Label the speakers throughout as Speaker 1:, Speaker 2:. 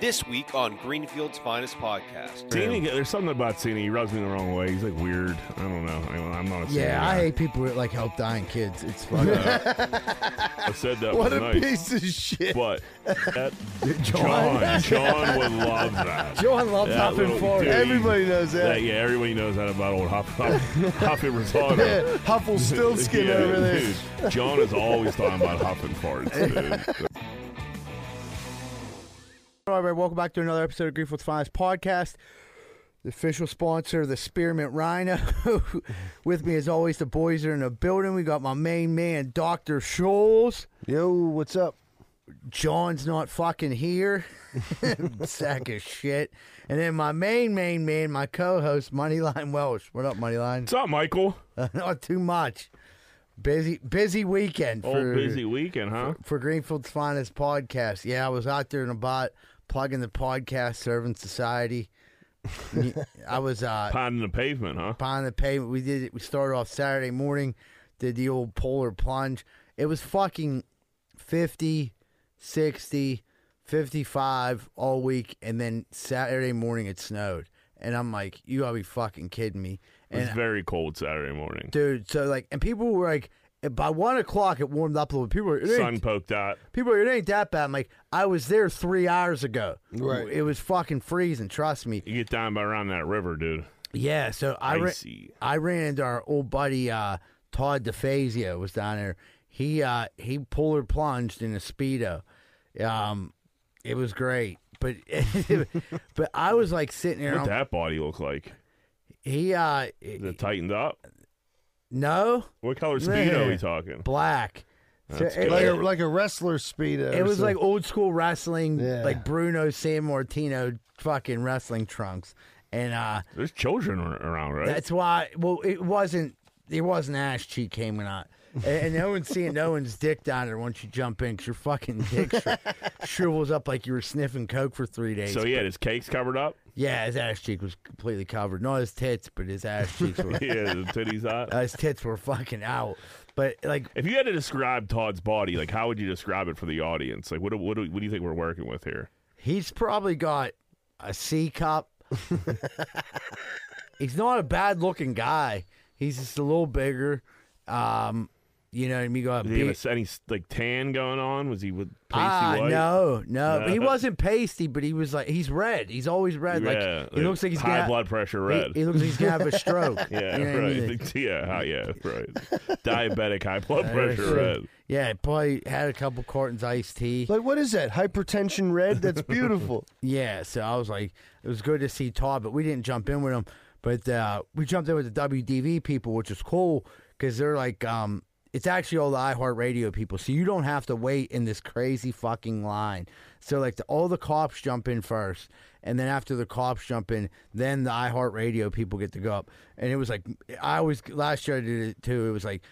Speaker 1: this week on Greenfield's Finest Podcast.
Speaker 2: Cini, there's something about Cini. He rubs me the wrong way. He's like weird. I don't know. I, I'm not a Cini
Speaker 3: Yeah, I
Speaker 2: guy. Uh,
Speaker 3: hate people that like help dying kids. It's fucking
Speaker 2: I said that one
Speaker 3: what a
Speaker 2: night.
Speaker 3: piece of shit.
Speaker 2: But that, John,
Speaker 3: John.
Speaker 2: John would love that.
Speaker 3: John loves
Speaker 2: That
Speaker 3: hopping
Speaker 2: little
Speaker 3: forward.
Speaker 2: dude.
Speaker 3: Everybody knows
Speaker 2: That-
Speaker 3: that.
Speaker 2: yeah, everybody knows that about old Hop Hop Hoppin' Rosado.
Speaker 3: Yeah, Huffle Stiltskin
Speaker 2: Yeah,
Speaker 3: over there.
Speaker 2: Dude, John is always talking about hopping farts. Dude.
Speaker 3: All right, welcome back to another episode of Greenfield's Finest Podcast. The official sponsor, the Spearmint Rhino. With me, as always, the boys are in the building. We got my main man, Dr. Scholes.
Speaker 4: Yo, what's up?
Speaker 3: John's not fucking here. Sack of shit. And then my main, main man, my co host, Moneyline Welsh. What up, Moneyline?
Speaker 2: What's up, Michael?
Speaker 3: not too much. Busy, busy weekend
Speaker 2: Old
Speaker 3: for,
Speaker 2: Oh, busy weekend, huh?
Speaker 3: for Greenfield's Finest podcast. Yeah, I was out there in a bot plugging the podcast, serving society. I was uh,
Speaker 2: Pounding the pavement, huh?
Speaker 3: behind the pavement. We did it. We started off Saturday morning, did the old polar plunge. It was fucking 50, 60, 55 all week. And then Saturday morning it snowed. And I'm like, you gotta be fucking kidding me.
Speaker 2: It was
Speaker 3: And
Speaker 2: very cold Saturday morning.
Speaker 3: dude, so like, and people were like, by one o'clock it warmed up a little bit. People were, "It ain't-
Speaker 2: Sun poked out.
Speaker 3: People, are, it ain't that bad. I'm like, I was there three hours ago.
Speaker 4: Right.
Speaker 3: It was fucking freezing. Trust me.
Speaker 2: You get down by around that river, dude.
Speaker 3: Yeah. So I ran,
Speaker 2: Icy.
Speaker 3: I ran into our old buddy uh, Todd DeFazio was down there. He uh, he polar plunged in a speedo. Um, it was great, but but I was like sitting there.
Speaker 2: What'd
Speaker 3: I'm-
Speaker 2: that body look like?
Speaker 3: He uh,
Speaker 2: Is it tightened up?
Speaker 3: no
Speaker 2: What color speedo are we
Speaker 3: Yeah.
Speaker 2: talking?
Speaker 3: black. So
Speaker 2: That's
Speaker 3: it-
Speaker 2: good.
Speaker 4: Like
Speaker 3: it-
Speaker 4: a, like a wrestler speedo.
Speaker 3: It
Speaker 4: or
Speaker 3: was like
Speaker 4: something.
Speaker 3: old school wrestling,
Speaker 4: Yeah.
Speaker 3: like Bruno San Martino fucking wrestling trunks. And uh
Speaker 2: There's children ar- around, right?
Speaker 3: that's why well it wasn't it wasn't ass cheek came or not. And, and no one's seeing no one's dick down there once you jump in because your fucking dick shri- shrivels up like you were sniffing coke for three days.
Speaker 2: so he had his cakes covered up.
Speaker 3: yeah, his ass cheek was completely covered. Not his tits, but his ass cheeks were
Speaker 2: Yeah, the titties out.
Speaker 3: uh, his tits were fucking out. But like
Speaker 2: If you had to describe Todd's body, like how would you describe it for the audience? Like, what do- what do, what do you think we're working with here?
Speaker 3: He's probably got a C cup. He's not a bad looking guy. He's just a little bigger. Um, you know, and he got a
Speaker 2: Did he have a
Speaker 3: big.
Speaker 2: s- any s- like tan going on? Was he with pasty
Speaker 3: Ah,
Speaker 2: white?
Speaker 3: no, no,
Speaker 2: No.
Speaker 3: He wasn't pasty, but he was like he's red. He's always red.
Speaker 2: yeah,
Speaker 3: like he looks like he's
Speaker 2: high
Speaker 3: gonna,
Speaker 2: blood pressure
Speaker 3: he-
Speaker 2: red.
Speaker 3: He, looks like he's gonna have a stroke.
Speaker 2: yeah,
Speaker 3: You know what I mean?
Speaker 2: right. yeah, hi- yeah, right. Diabetic high blood pressure
Speaker 3: sure.
Speaker 2: red.
Speaker 3: Yeah, probably had a couple cartons iced tea.
Speaker 4: like what is that? Hypertension red? That's beautiful.
Speaker 3: Yeah, so I was like, it was good to see Todd, but we didn't jump in with him. But uh, we jumped in with the WDV people, which is cool because they're like, um, it's actually all the iHeartRadio people, so you don't have to wait in this crazy fucking line. So like, the, all the cops jump in first, and then after the cops jump in, then the iHeartRadio people get to go up. And it was like, I always last year I did it too. It was like.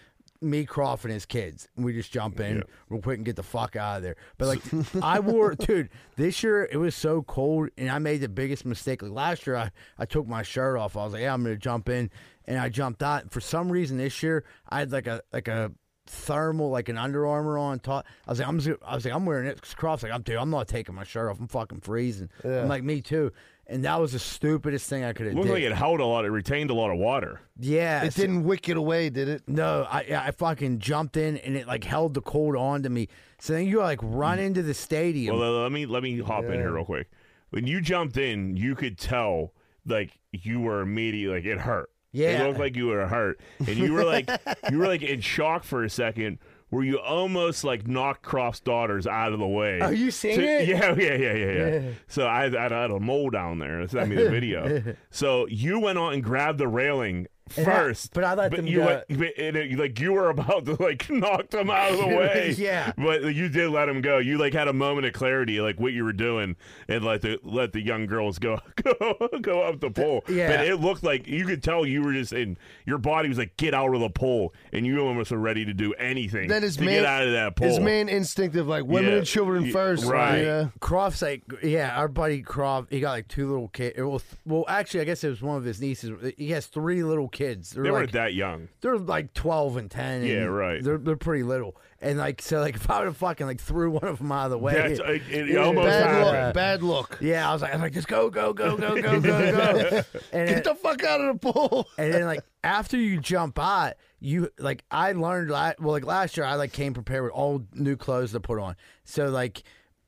Speaker 3: Me, Croft, and his kids. We just jump in real quick and get the fuck out of there. But like, I wore, dude. This year it was so cold, and I made the biggest mistake. Like last year, I I took my shirt off. I was like, yeah, I'm gonna jump in, and I jumped out. For some reason, this year I had like a like a thermal, like an Under Armour on top. I was like, I'm just, I was like, I'm wearing it. 'Cause Croft's like, I'm dude, I'm not taking my shirt off. I'm fucking freezing. I'm like, me too. And that was the stupidest thing I could have
Speaker 2: Looked
Speaker 3: did.
Speaker 2: like it held a lot. It retained a lot of water.
Speaker 3: yeah,
Speaker 4: It didn't wick it away, did it?
Speaker 3: no, I I fucking jumped in and it like held the cold onto me. So then you like run into the stadium.
Speaker 2: Well, let- let me let me hop in here real quick. When you jumped in, you could tell like you were immediately like it hurt.
Speaker 3: Yeah.
Speaker 2: it looked like you were hurt, and you were like you were like in shock for a second. Where you almost like knocked Croft's daughters out of the way.
Speaker 3: Oh, you seen
Speaker 2: To-
Speaker 3: it?
Speaker 2: Yeah, yeah, yeah, yeah, yeah. So I, I had a mole down there. Send me the video. so you went on and grabbed the railing
Speaker 3: And I-
Speaker 2: first.
Speaker 3: but I let them
Speaker 2: you
Speaker 3: go.
Speaker 2: Let, but it- it- like you were about to like knock them out of the way.
Speaker 3: Yeah.
Speaker 2: But you did let him go. You like had a moment of clarity, like what you were doing, and let the let the young girls go go go up the pole.
Speaker 3: yeah.
Speaker 2: But it looked like you could tell you were just in your body was like get out of the pole, and you almost were ready to do anything
Speaker 4: That is
Speaker 2: to
Speaker 4: man.
Speaker 2: get out of that pole.
Speaker 4: Is man instinct of like women
Speaker 2: Yeah.
Speaker 4: and children
Speaker 2: Yeah,
Speaker 4: first?
Speaker 2: right.
Speaker 4: You know?
Speaker 3: Croft's like, yeah, our buddy Croft, he got like two little kids. Well, th- well, actually, I guess it was one of his nieces. He has three little kids. They're
Speaker 2: They
Speaker 3: like,
Speaker 2: weren't that young.
Speaker 3: they're like twelve and ten. and
Speaker 2: Yeah, right.
Speaker 3: They're they're pretty little, and like so, like if I would have fucking like threw one of them out of the way,
Speaker 2: That's, uh, it, it almost
Speaker 4: Bad
Speaker 2: happened.
Speaker 4: look. Bad look.
Speaker 3: yeah, I was like, I was like, just go, go, go, go, go, go, go, and
Speaker 4: Get
Speaker 3: then,
Speaker 4: the fuck out of the pool.
Speaker 3: and then like after you jump out, you like I learned la- well like last year I like came prepared with all new clothes to put on, so like.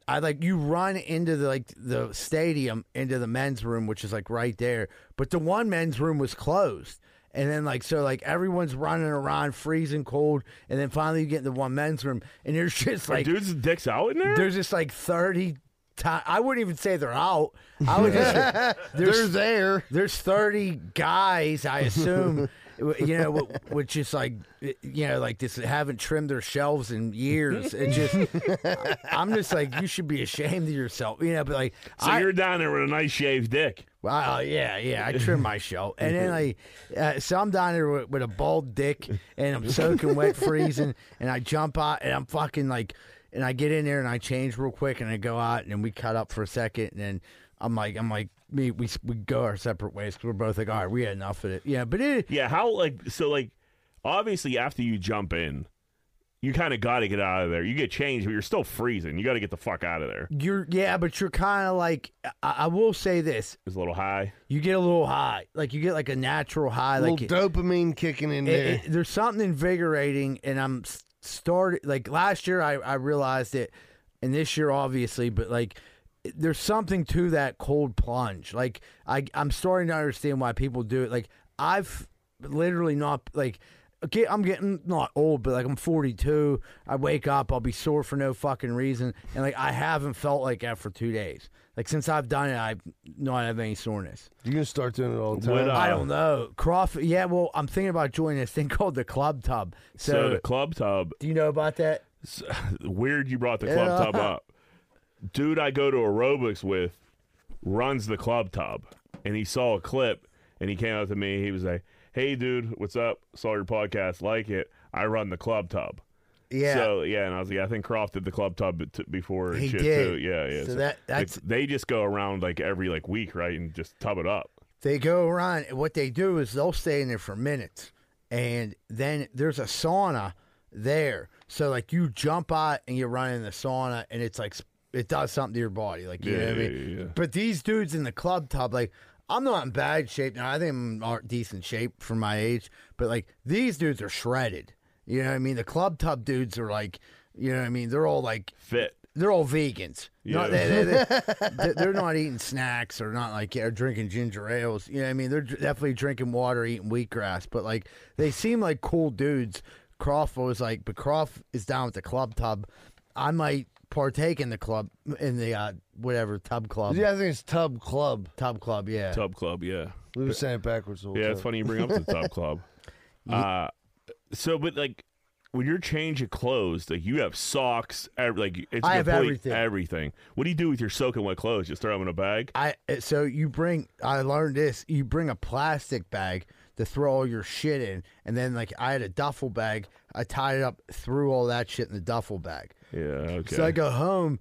Speaker 3: I like you run into the like the stadium into the men's room, which is like right there. But the one men's room was closed, and then like so like everyone's running around freezing cold, and then finally you get in the one men's room, and there's just like
Speaker 2: Dude's dicks out in there.
Speaker 3: there's just like 30 ti I wouldn't even say they're out. I would just
Speaker 4: They're there.
Speaker 3: there's 30 guys, I assume, w- you know, w- which is like you know, like this haven't trimmed their shelves in years and just I'm just like you should be ashamed of yourself, you know, but like
Speaker 2: so
Speaker 3: I
Speaker 2: you're down there with a nice shaved dick.
Speaker 3: Wow, yeah, yeah. I trim my show, and then like, uh, so I'm down there with, with a bald dick, and I'm soaking wet, freezing, and I jump out, and I'm fucking like, and I get in there, and I change real quick, and I go out, and then we cut up for a second, and then I'm like, I'm like, me, we we go our separate ways because we're both like, all right, we had enough of it, yeah. But it,
Speaker 2: Yeah, how like so like obviously after you jump in, you kind of got to get out of there. You get changed, but you're still freezing. You got to get the fuck out of there.
Speaker 3: you're, yeah, but you're kind of like, I, I will say this,
Speaker 2: It's a little high.
Speaker 3: you get a little high, like you get like a natural high,
Speaker 4: A little
Speaker 3: like
Speaker 4: dopamine kicking in
Speaker 3: it-
Speaker 4: there.
Speaker 3: it- there's something invigorating, and I'm s- started like last year. I, I realized it, and this year obviously, but like it- there's something to that cold plunge. Like I, I'm starting to understand why people do it. Like I've literally not like. Okay, I'm getting not old, but like I'm 42. I wake up, I'll be sore for no fucking reason, and like I haven't felt like that for two days. Like since I've done it, I've not have any soreness.
Speaker 4: You're gonna start doing it all the time.
Speaker 2: What, uh,
Speaker 3: I don't know. Crawford. Yeah, well, I'm thinking about joining this thing called the Club Tub. So,
Speaker 2: So, the club tub,
Speaker 3: do you know about that?
Speaker 2: weird you brought the club
Speaker 3: Yeah.
Speaker 2: tub up. Dude I go to aerobics with runs the club tub and he saw a clip and he came up to me. He was like, "Hey dude, what's up? Saw your podcast, like it. I run the club tub."
Speaker 3: Yeah.
Speaker 2: So yeah, and I was like, I think Croft did the club tub t- before and
Speaker 3: He
Speaker 2: shit
Speaker 3: did.
Speaker 2: too. Yeah, yeah.
Speaker 3: So that- that's-
Speaker 2: like, they just go around like every like week, right, and just tub it up.
Speaker 3: they go around. and What they do is they'll stay in there for minutes, and then there's a sauna there. So like you jump out and you run in the sauna, and it's like it does something to your body. Like you know what I
Speaker 2: Yeah,
Speaker 3: mean.
Speaker 2: yeah, yeah.
Speaker 3: But these dudes in the club tub, like I'm not in bad shape now. I think I'm in decent shape for my age. But like these dudes are shredded. You know what I mean? The club tub dudes are like, you know what I mean? They're all like
Speaker 2: Fit.
Speaker 3: they're all vegans. No,
Speaker 2: Yeah.
Speaker 3: they, they, they, they're not eating snacks or not like or drinking ginger ales. You know what I mean? They're dr- definitely drinking water, eating wheatgrass, but like they seem like cool dudes. Croft was like, but Croft is down with the club tub. I might partake in the club, in the uh, whatever tub club.
Speaker 4: yeah, I think it's Tub Club.
Speaker 3: Tub club, yeah.
Speaker 2: Tub club, yeah.
Speaker 4: We were saying it backwards the whole
Speaker 2: Yeah,
Speaker 4: time.
Speaker 2: it's funny you bring up the tub club. Uh, so, but like when you're changing clothes, like you have socks, ev- like it's
Speaker 3: I have
Speaker 2: complete-
Speaker 3: everything.
Speaker 2: Everything. What do you do with your soaking wet clothes? Just throw them in a bag.
Speaker 3: I so you bring I learned this you bring a plastic bag to throw all your shit in and then like I had a duffel bag I tied it up threw all that shit in the duffel bag
Speaker 2: Yeah. Okay.
Speaker 3: so I go home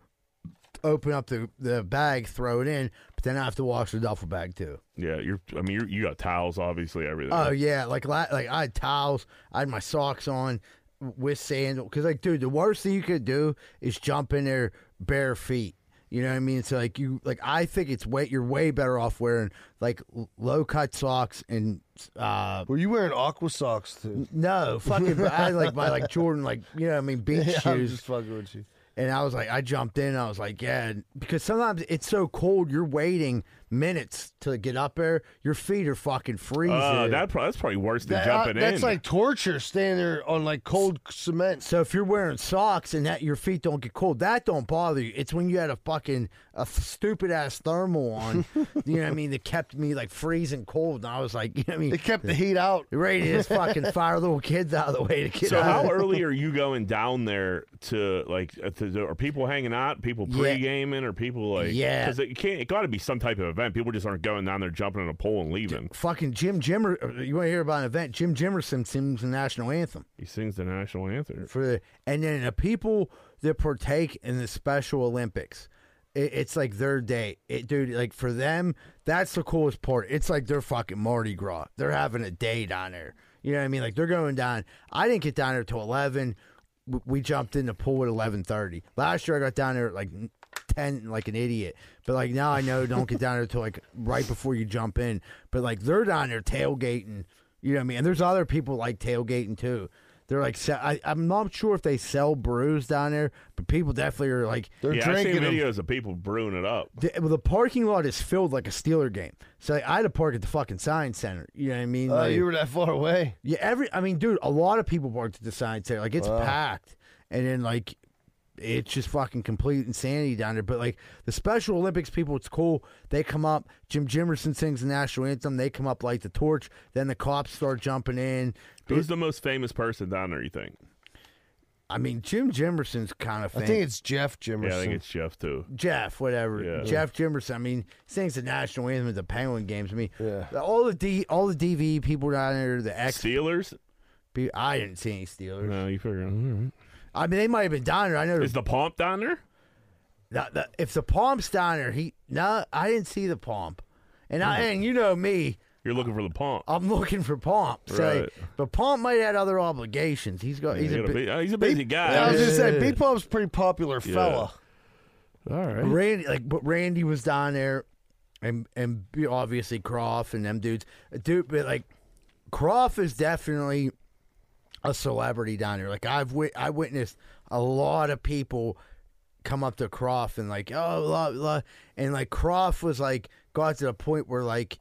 Speaker 3: open up the the bag throw it in but then I have to wash the duffel bag too
Speaker 2: yeah. You're. I mean, you're, you got towels, obviously, everything.
Speaker 3: oh yeah like la- like I had towels I had my socks on with sandal because like dude the worst thing you could do is jump in there bare feet you know what I mean? So like you like I think it's way you're way better off wearing like low cut socks and uh
Speaker 4: Were you wearing aqua socks too?
Speaker 3: no fucking but I had, like my like Jordan like you know what I mean beach
Speaker 4: Yeah, I'm
Speaker 3: shoes
Speaker 4: just fucking with you.
Speaker 3: and I was like I jumped in I was like yeah and- because sometimes it's so cold you're waiting minutes to get up there your feet are fucking freezing
Speaker 2: Uh, that pro- that's probably worse than
Speaker 4: That-
Speaker 3: uh,
Speaker 4: uh,
Speaker 2: jumping in.
Speaker 4: that's like torture standing there on like cold cement.
Speaker 3: So if you're wearing socks and that your feet don't get cold, that don't bother you. It's when you had a fucking a stupid ass thermal on, you know what I mean, that kept me like freezing cold, and I was like, you know what I mean,
Speaker 4: It kept the heat out.
Speaker 3: ready to just fucking fire little kids out of the way to get
Speaker 2: So
Speaker 3: out. of
Speaker 2: how
Speaker 3: the-
Speaker 2: early are you going down there to like? uh, To, to- are people hanging out? People
Speaker 3: Yeah.
Speaker 2: pre-gaming? Or people like?
Speaker 3: Yeah.
Speaker 2: because it can't. It got to be some type of event. People just aren't going down there, jumping in a pool and leaving.
Speaker 3: Fucking Jim Jimmer, uh, you want to hear about an event? Jim Jimerson sings the national anthem
Speaker 2: He sings the national anthem.
Speaker 3: for the, and then the people that partake in the Special Olympics, it, it's like their day, it, dude. Like for them, that's the coolest part. It's like they're fucking Mardi Gras. They're having a day down there. You know what I mean? Like they're going down. I didn't get down there till eleven. W- We jumped in the pool at eleven thirty. Last year I got down there at like ten, like an idiot. But like now I know don't get down there till like right before you jump in. But like they're down there tailgating. You know what I mean? And there's other people like tailgating too. They're like, se- I, I'm not sure if they sell brews down there, but people definitely are like,
Speaker 4: They're
Speaker 2: yeah, I've seen
Speaker 4: drinking 'em.
Speaker 2: videos of people brewing it up.
Speaker 3: the, well, the parking lot is filled like a Steeler game. So like, I had to park at the fucking Science Center. You know what I mean?
Speaker 4: Oh,
Speaker 3: Like-
Speaker 4: you were that far away.
Speaker 3: yeah, every. I mean, dude, a lot of people parked at the Science Center. Like it's packed, and then like it's just fucking complete insanity down there. But like the Special Olympics people, it's cool. They come up. Jim Jimerson sings the national anthem. They come up light the torch. Then the cops start jumping in.
Speaker 2: Who's the most famous person down there? You think?
Speaker 3: I mean, Jim Jimerson's kind of.
Speaker 4: I
Speaker 3: Famous.
Speaker 4: think it's Jeff Jimerson.
Speaker 2: Yeah, I think it's Jeff too.
Speaker 3: Jeff, whatever,
Speaker 2: Yeah.
Speaker 3: Jeff Jimerson. I mean, sings the national anthem at the Penguin games. I mean,
Speaker 4: Yeah.
Speaker 3: all the D, all the DV people down there, the X.
Speaker 2: Steelers?
Speaker 3: pe- I didn't see any Steelers.
Speaker 2: No, you figure. All right.
Speaker 3: I mean, they might have been down there. I know
Speaker 2: Is the pomp down there?
Speaker 3: the, the, if the Palm's down there, he no, I didn't see the Palm, and I and you know me,
Speaker 2: You're looking for the pomp.
Speaker 3: I'm looking for Palm. So,
Speaker 2: Right.
Speaker 3: but Palm might have other obligations. He's got he's
Speaker 2: He's,
Speaker 3: a
Speaker 2: a,
Speaker 3: bit,
Speaker 2: bu- uh, he's a busy guy.
Speaker 4: I was gonna say, B Pop's pretty popular fella.
Speaker 2: All right.
Speaker 3: Randy, like, but Randy was down there, and and obviously Croft and them dudes, dude. But like, Croft is definitely a celebrity down there. Like I've wit- I witnessed a lot of people come up to Croft and like, oh, blah, blah. and like Croft was like got to the point where like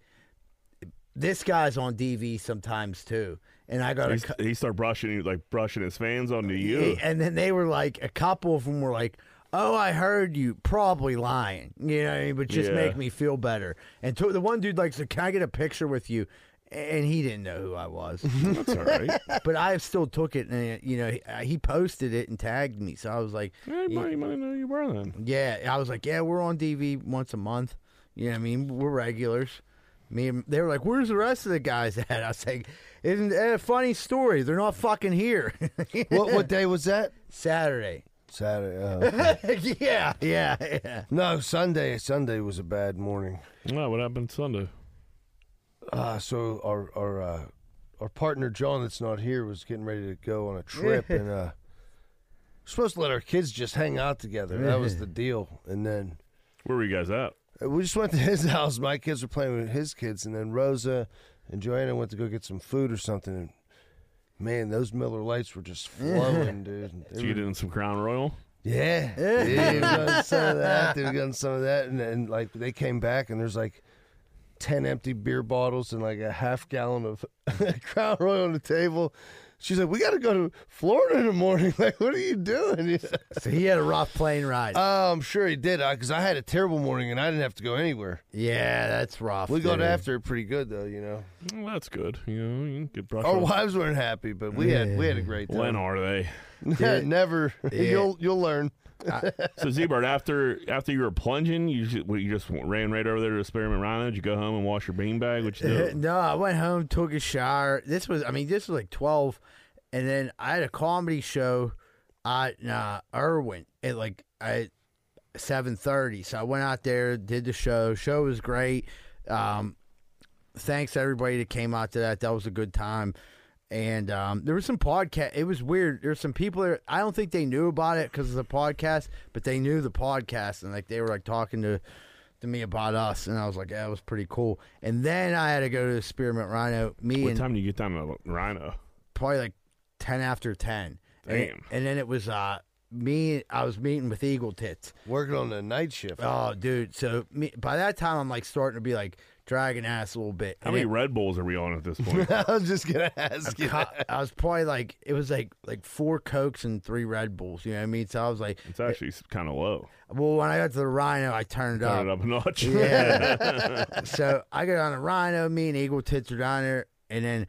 Speaker 3: this guy's on DV sometimes too, and I got a
Speaker 2: He's,
Speaker 3: cu-
Speaker 2: he started brushing you- like brushing his fans onto you.
Speaker 3: and then they were like, a couple of them were like, "Oh, I heard you, probably lying." You know, what I mean? but just
Speaker 2: Yeah.
Speaker 3: make me feel better. And to, the one dude like, said, "Can I get a picture with you?" And he didn't know who I was,
Speaker 2: That's all right.
Speaker 3: but I still took it, and you know, he, uh, he posted it and tagged me. So I was like,
Speaker 2: Yeah, you might, you might know you were then.
Speaker 3: "Yeah," I was like, "Yeah, we're on DV once a month." You know, what I mean, we're regulars. Me and they were like, "Where's the rest of the guys at?" I was like, "Isn't that a funny story? They're not fucking here."
Speaker 4: What what day was that?
Speaker 3: Saturday.
Speaker 4: Saturday. oh, okay.
Speaker 3: yeah, yeah, yeah.
Speaker 4: no, Sunday. Sunday was a bad morning.
Speaker 2: No, what happened Sunday?
Speaker 4: Uh, so our our uh, our partner John, that's not here, was getting ready to go on a trip, and uh, we're supposed to let our kids just hang out together. That was the deal. And then
Speaker 2: Where were you guys at?
Speaker 4: uh, we just went to his house. My kids were playing with his kids, and then Rosa and Joanna went to go get some food or something. And man, those Miller Lights were just flowing, dude. They
Speaker 2: So you
Speaker 4: were-
Speaker 2: doing some Crown Royal?
Speaker 4: Yeah, yeah, we got some of that. They've gotten some of that, and, and like they came back, and there's like ten empty beer bottles and like a half gallon of Crown Royal on the table. She's like, "We got to go to Florida in the morning. Like, what are you doing?"
Speaker 3: So he had a rough plane ride.
Speaker 4: Oh, I'm sure he did, because I had a terrible morning and I didn't have to go anywhere.
Speaker 3: yeah, that's rough.
Speaker 4: We got
Speaker 3: dude.
Speaker 4: after it pretty good though, you know.
Speaker 2: Well, that's good. You know, you can get brushed.
Speaker 4: Our
Speaker 2: off.
Speaker 4: wives weren't happy, but we had we had a great
Speaker 2: When
Speaker 4: time.
Speaker 2: are they?
Speaker 4: Never, you'll you'll learn.
Speaker 2: So Zebart, after after you were plunging, you just, what, you just ran right over there to the Spearmint Rhino. Did you go home and wash your beanbag? Which you do?
Speaker 3: no, I went home, took a shower. This was, I mean, this was like twelve, and then I had a comedy show at uh, Irwin at like at seven thirty. So I went out there, did the show. Show was great. Um, thanks to everybody that came out to that. That was a good time. And um, there was some podcast. It was weird. There's some people there. I don't think they knew about it because of the podcast, but they knew the podcast and like they were like talking to to me about us, and I was like, "That was pretty cool." And then I had to go to the Spearmint Rhino. Me
Speaker 2: What
Speaker 3: and
Speaker 2: time do you get down to Rhino?
Speaker 3: probably like ten after ten. And,
Speaker 2: Damn.
Speaker 3: and then it was uh me. I was meeting with Eagle Tits.
Speaker 4: Working on the night shift.
Speaker 3: Oh, dude. So me, by that time, I'm like starting to be like dragging ass a little bit.
Speaker 2: How
Speaker 3: And
Speaker 2: many
Speaker 3: it-
Speaker 2: Red Bulls are we on at this point?
Speaker 4: I was just gonna ask you.
Speaker 3: co- I was probably like it was like like four cokes and three Red Bulls. You know what I mean? So I was like,
Speaker 2: it's actually kind of low.
Speaker 3: well, when I got to the Rhino, I turned it
Speaker 2: Turn it
Speaker 3: up.
Speaker 2: up a notch.
Speaker 3: Yeah. so I got on the Rhino. Me and Eagle Tits are down there, and then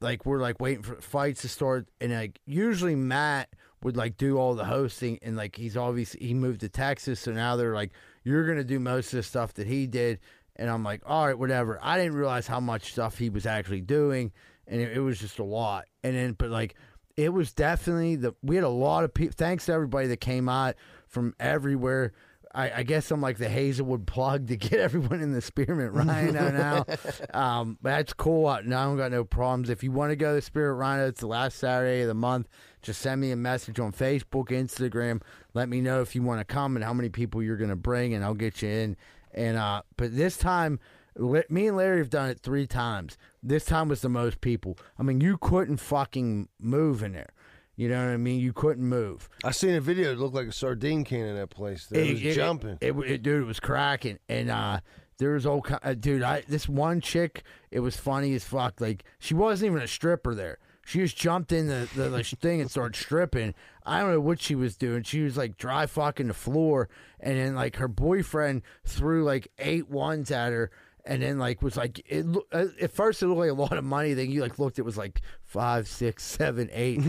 Speaker 3: like we're like waiting for fights to start, and like usually Matt would like do all the hosting, and like he's obviously he moved to Texas, so now they're like you're gonna do most of the stuff that he did, and I'm like all right, whatever. I didn't realize how much stuff he was actually doing, and it, it was just a lot. And then but like it was definitely the we had a lot of people. Thanks to everybody that came out from everywhere. I, I guess I'm like the Hazelwood plug to get everyone in the Spearmint Rhino now. um, but that's cool. I, no, I don't got no problems. If you want to go to the Spirit Rhino, it's the last Saturday of the month. Just send me a message on Facebook, Instagram. Let me know if you want to come and how many people you're going to bring, and I'll get you in. And uh, but this time, La- me and Larry have done it three times. This time was the most people. I mean, you couldn't fucking move in there. You know what I mean? You couldn't move.
Speaker 4: I seen a video. It looked like a sardine can in that place. It, was jumping.
Speaker 3: It, it- dude, it was cracking, and uh, there was all ki- uh, dude. I this one chick, it was funny as fuck. Like she wasn't even a stripper there. She just jumped in the, the, the thing and started stripping. I don't know what she was doing. She was like dry fucking the floor, and then like her boyfriend threw like eight ones at her. And then, like, was like it. loo- uh, At first, it looked like a lot of money. Then you like looked, it was like five, six, seven, eight.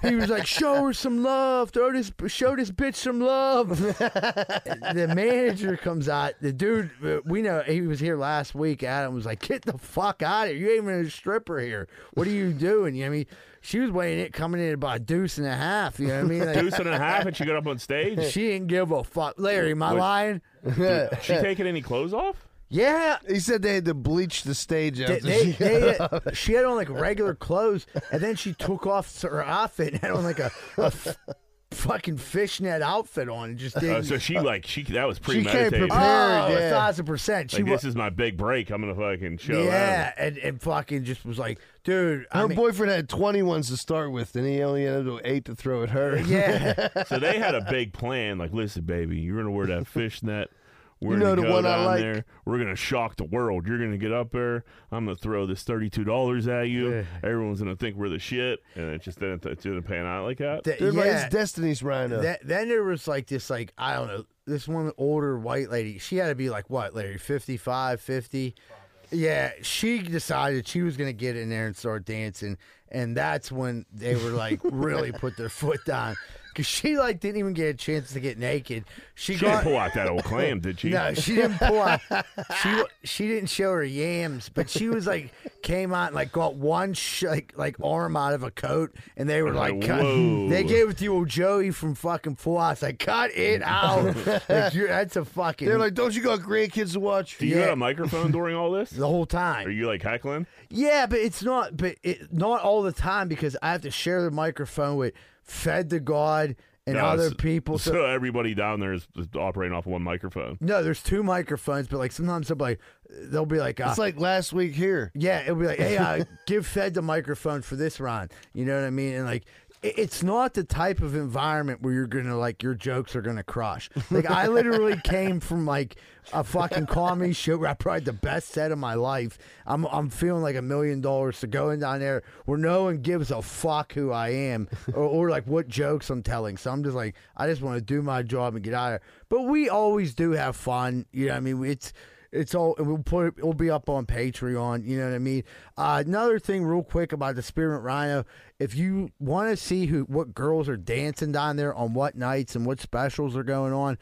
Speaker 3: he was like, "Show her some love. Throw this, show this bitch some love." the manager comes out. The dude uh, we know he was here last week. Adam was like, "Get the fuck out of here! You ain't even a stripper here. What are you doing?" You know what I mean? She was weighing it coming in at about a deuce and a half. You know what I mean? Like,
Speaker 2: Deuce and a half, and she got up on stage.
Speaker 3: she didn't give a fuck. Larry, am I lying?
Speaker 2: Dude, she taking any clothes off?
Speaker 3: Yeah.
Speaker 4: He said they had to bleach the stage
Speaker 3: They,
Speaker 4: after.
Speaker 3: they,
Speaker 4: she-
Speaker 3: they- she had on like regular clothes, and then she took off her outfit and had on like a, a f- fucking fishnet outfit on. And just
Speaker 2: Uh,
Speaker 3: didn't.
Speaker 2: so she like she that was
Speaker 4: came
Speaker 2: premeditated.
Speaker 4: prepared.
Speaker 3: oh,
Speaker 4: yeah.
Speaker 3: a thousand percent. She
Speaker 2: Like,
Speaker 3: was.
Speaker 2: this is my big break. I'm gonna fucking show.
Speaker 3: Yeah,
Speaker 2: them.
Speaker 3: and, and fucking just was like, dude,
Speaker 4: her
Speaker 3: I mean,
Speaker 4: boyfriend had 20 ones to start with, and he only ended up with eight to throw at her.
Speaker 3: yeah,
Speaker 2: So they had a big plan. Like, listen, baby, you're gonna wear that fishnet. We're
Speaker 4: You know
Speaker 2: gonna
Speaker 4: the
Speaker 2: go
Speaker 4: one I
Speaker 2: down
Speaker 4: like.
Speaker 2: there. We're gonna shock the world. You're gonna get up there. I'm gonna throw this thirty-two dollars at you.
Speaker 3: Yeah.
Speaker 2: Everyone's gonna think we're the shit, and it just didn't. It didn't pan out like that.
Speaker 3: Th-
Speaker 4: Dude, like,
Speaker 3: yeah.
Speaker 4: it's Destiny's Rhino.
Speaker 3: Th- then there was like this, like I don't know, this one older white lady. She had to be like what, Larry, 55, 50? Yeah, she decided she was gonna get in there and start dancing, and that's when they were like really put their foot down because she like didn't even get a chance to get naked. She,
Speaker 2: she
Speaker 3: got
Speaker 2: didn't pull out that old clam, did she?
Speaker 3: No, she didn't pull out. She wa- she didn't show her yams, but she was like came out and like got one sh- like like arm out of a coat, and they were
Speaker 2: Like,
Speaker 3: like, cut,
Speaker 2: whoa.
Speaker 3: they gave it to old Joey from fucking Full House. Like, cut it out. Like, you're- that's a fucking
Speaker 4: They're like, don't you got grandkids to watch?
Speaker 2: Do you
Speaker 3: yeah.
Speaker 2: got a microphone during all this?
Speaker 3: the whole
Speaker 2: Are
Speaker 3: time.
Speaker 2: you like heckling?
Speaker 3: Yeah, but it's not, but it, not all the time because I have to share the microphone with Fed to God and
Speaker 2: No,
Speaker 3: other
Speaker 2: so-
Speaker 3: people.
Speaker 2: So, everybody down there is, is operating off one microphone.
Speaker 3: no, there's two microphones, but like sometimes they'll be like, they'll be like, uh,
Speaker 4: It's like last week here.
Speaker 3: Yeah, it'll be like, hey, uh, give Fed the microphone for this round. You know what I mean? And like, it- it's not the type of environment where you're gonna like your jokes are gonna crush. Like, I literally came from like a fucking comedy show where I probably had the best set of my life. I'm I'm feeling like a million dollars to going down there where no one gives a fuck who I am or, or like what jokes I'm telling. So I'm just like, I just want to do my job and get out of here. But we always do have fun. You know, what I mean, it's it's all we'll put it'll be up on Patreon. You know what I mean. Uh, another thing, real quick about the Spearmint Rhino. If you want to see who what girls are dancing down there on what nights and what specials are going on,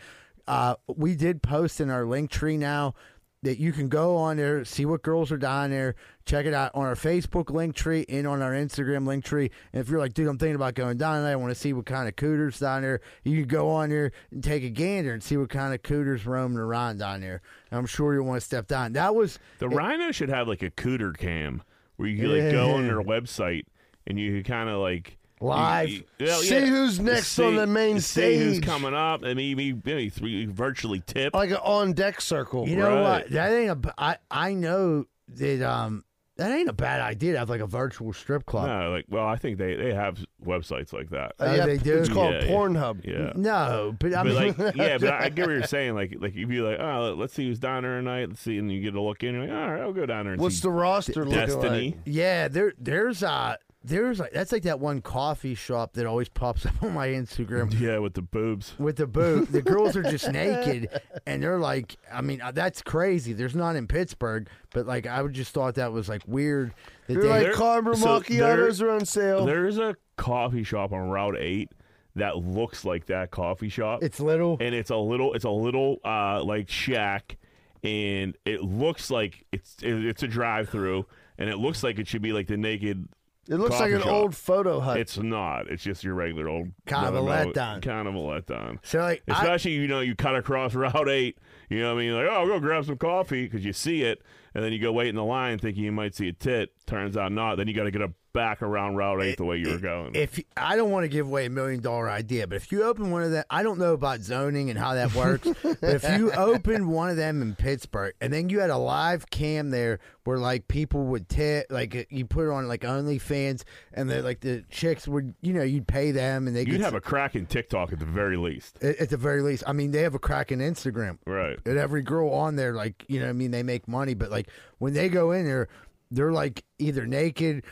Speaker 3: uh, we did post in our link tree now that you can go on there, see what girls are down there, check it out on our Facebook link tree and on our Instagram link tree. And if you're like, dude, I'm thinking about going down there, I want to see what kind of cooters down there, you can go on there and take a gander and see what kind of cooters roaming around down there. I'm sure you'll want to step down. That was
Speaker 2: The rhino should have like a cooter cam where you could like go on their website and you could kind of like you-
Speaker 3: Live.
Speaker 2: you- yeah,
Speaker 4: See
Speaker 2: yeah.
Speaker 4: who's next on the main
Speaker 2: see who's
Speaker 4: stage. Oh,
Speaker 2: coming up, and maybe maybe three, virtually tip.
Speaker 4: Like an on deck circle.
Speaker 3: You
Speaker 2: Right.
Speaker 3: know what? That ain't a. b- I I know that um that ain't a bad idea to have like a virtual strip club.
Speaker 2: no, like well, I think they they have websites like that.
Speaker 4: Uh,
Speaker 3: Oh, they do?
Speaker 4: It's called
Speaker 2: Yeah, yeah.
Speaker 4: Pornhub.
Speaker 2: yeah.
Speaker 3: No, but I
Speaker 2: But
Speaker 3: mean,
Speaker 2: like, yeah, but I, I get what you're saying. Like, like you'd be like, oh, let's see who's down there tonight. Let's see, and you get a look in. You're like, all right, I'll go down there. And
Speaker 4: What's
Speaker 2: see
Speaker 4: the roster looking
Speaker 2: Destiny?
Speaker 4: like?
Speaker 3: Yeah, there there's uh there's like that's like that one coffee shop that always pops up on my Instagram
Speaker 2: Yeah, with the boobs.
Speaker 3: with the boot. The girls are just naked and they're like I mean uh, that's crazy. There's not in Pittsburgh, but like I would just thought that was like weird that
Speaker 4: They're
Speaker 3: they
Speaker 4: like
Speaker 2: There-
Speaker 4: Carver
Speaker 2: so
Speaker 4: Macchiatos
Speaker 2: there-
Speaker 4: are on sale.
Speaker 2: There's a coffee shop on Route Eight that looks like that coffee shop,
Speaker 3: it's little
Speaker 2: and it's a little, it's a little uh, like shack, and it looks like it's it, it's a drive through, and it looks like it should be like the naked
Speaker 4: It looks like
Speaker 2: coffee
Speaker 4: an
Speaker 2: shop.
Speaker 4: old photo hut.
Speaker 2: It's not. It's just your regular old
Speaker 3: Kind of a
Speaker 2: run-of-the-mill-
Speaker 3: letdown.
Speaker 2: Kind of a letdown.
Speaker 3: So like, I,
Speaker 2: Especially, you know, you cut across Route 8. You know what I mean? Like, oh, I'll go grab some coffee because you see it. And then you go wait in the line thinking you might see a tit. Turns out not. Then you got to get up back around Route 8 the way you were going.
Speaker 3: if I don't want to give away a million dollar idea, but if you open one of them, I don't know about zoning and how that works. but if you opened one of them in Pittsburgh, and then you had a live cam there where like people would tip, like uh, you put it on like OnlyFans, and the like the chicks would, you know, you'd pay them, and they
Speaker 2: You'd
Speaker 3: could
Speaker 2: have a cracking TikTok at the very least.
Speaker 3: at at the very least. I mean, they have a crack in Instagram.
Speaker 2: Right.
Speaker 3: And every girl on there, like, you know what I mean? They make money, but like when they go in there, they're like either naked.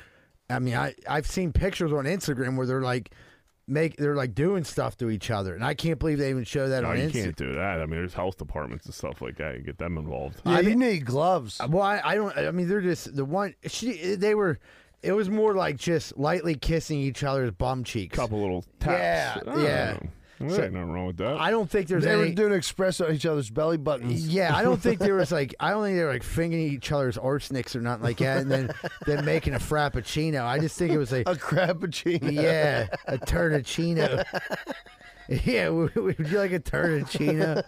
Speaker 3: I mean, I, I've seen pictures on Instagram where they're like make they're like doing stuff to each other. And I can't believe they even show that
Speaker 2: No,
Speaker 3: on
Speaker 2: you
Speaker 3: Instagram.
Speaker 2: can't do that. I mean, there's health departments and stuff like that. You get them involved.
Speaker 4: yeah, you need gloves.
Speaker 3: Well, I, I don't I mean they're just the one she they were it was more like just lightly kissing each other's bum cheeks.
Speaker 2: couple little taps.
Speaker 3: Yeah,
Speaker 2: I don't
Speaker 3: yeah.
Speaker 2: know. There
Speaker 3: So-
Speaker 2: ain't nothing wrong with that.
Speaker 3: I don't think there's
Speaker 4: They
Speaker 3: any
Speaker 4: were doing espresso on each other's belly buttons.
Speaker 3: Yeah, I don't think there was like I don't think they were like fingering each other's arsenics or nothing like that, and then then making a frappuccino. I just think it was like
Speaker 4: A crappuccino.
Speaker 3: yeah, a turdicino. Yeah, would would you like a turdicino?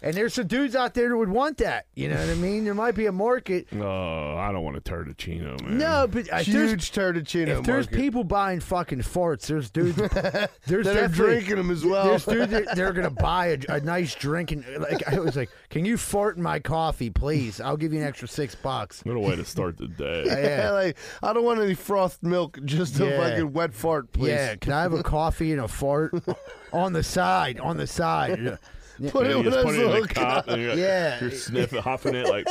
Speaker 3: And there's some dudes out there that would want that. You know what I mean? There might be a market.
Speaker 2: oh, I don't want a turdicino, man.
Speaker 3: No, but uh, if there's,
Speaker 4: Mm. Huge turdicino
Speaker 3: if there's
Speaker 4: market.
Speaker 3: people buying fucking farts, there's dudes there's
Speaker 4: that are
Speaker 3: definitely-
Speaker 4: drinking them as well.
Speaker 3: There's dude that they're gonna buy a, a nice drink and like I was like, can you fart in my coffee, please? I'll give you an extra six bucks.
Speaker 2: What a way to start the day.
Speaker 4: yeah. like I don't want any frothed milk, just a
Speaker 3: Yeah.
Speaker 4: fucking wet fart, please.
Speaker 3: Yeah, can I have a coffee and a fart on the side? On the side.
Speaker 4: Put it
Speaker 2: You
Speaker 4: with
Speaker 2: just
Speaker 4: those
Speaker 2: put it in
Speaker 4: little
Speaker 2: a cup and you're,
Speaker 3: Yeah.
Speaker 2: you're sniffing, huffing it like.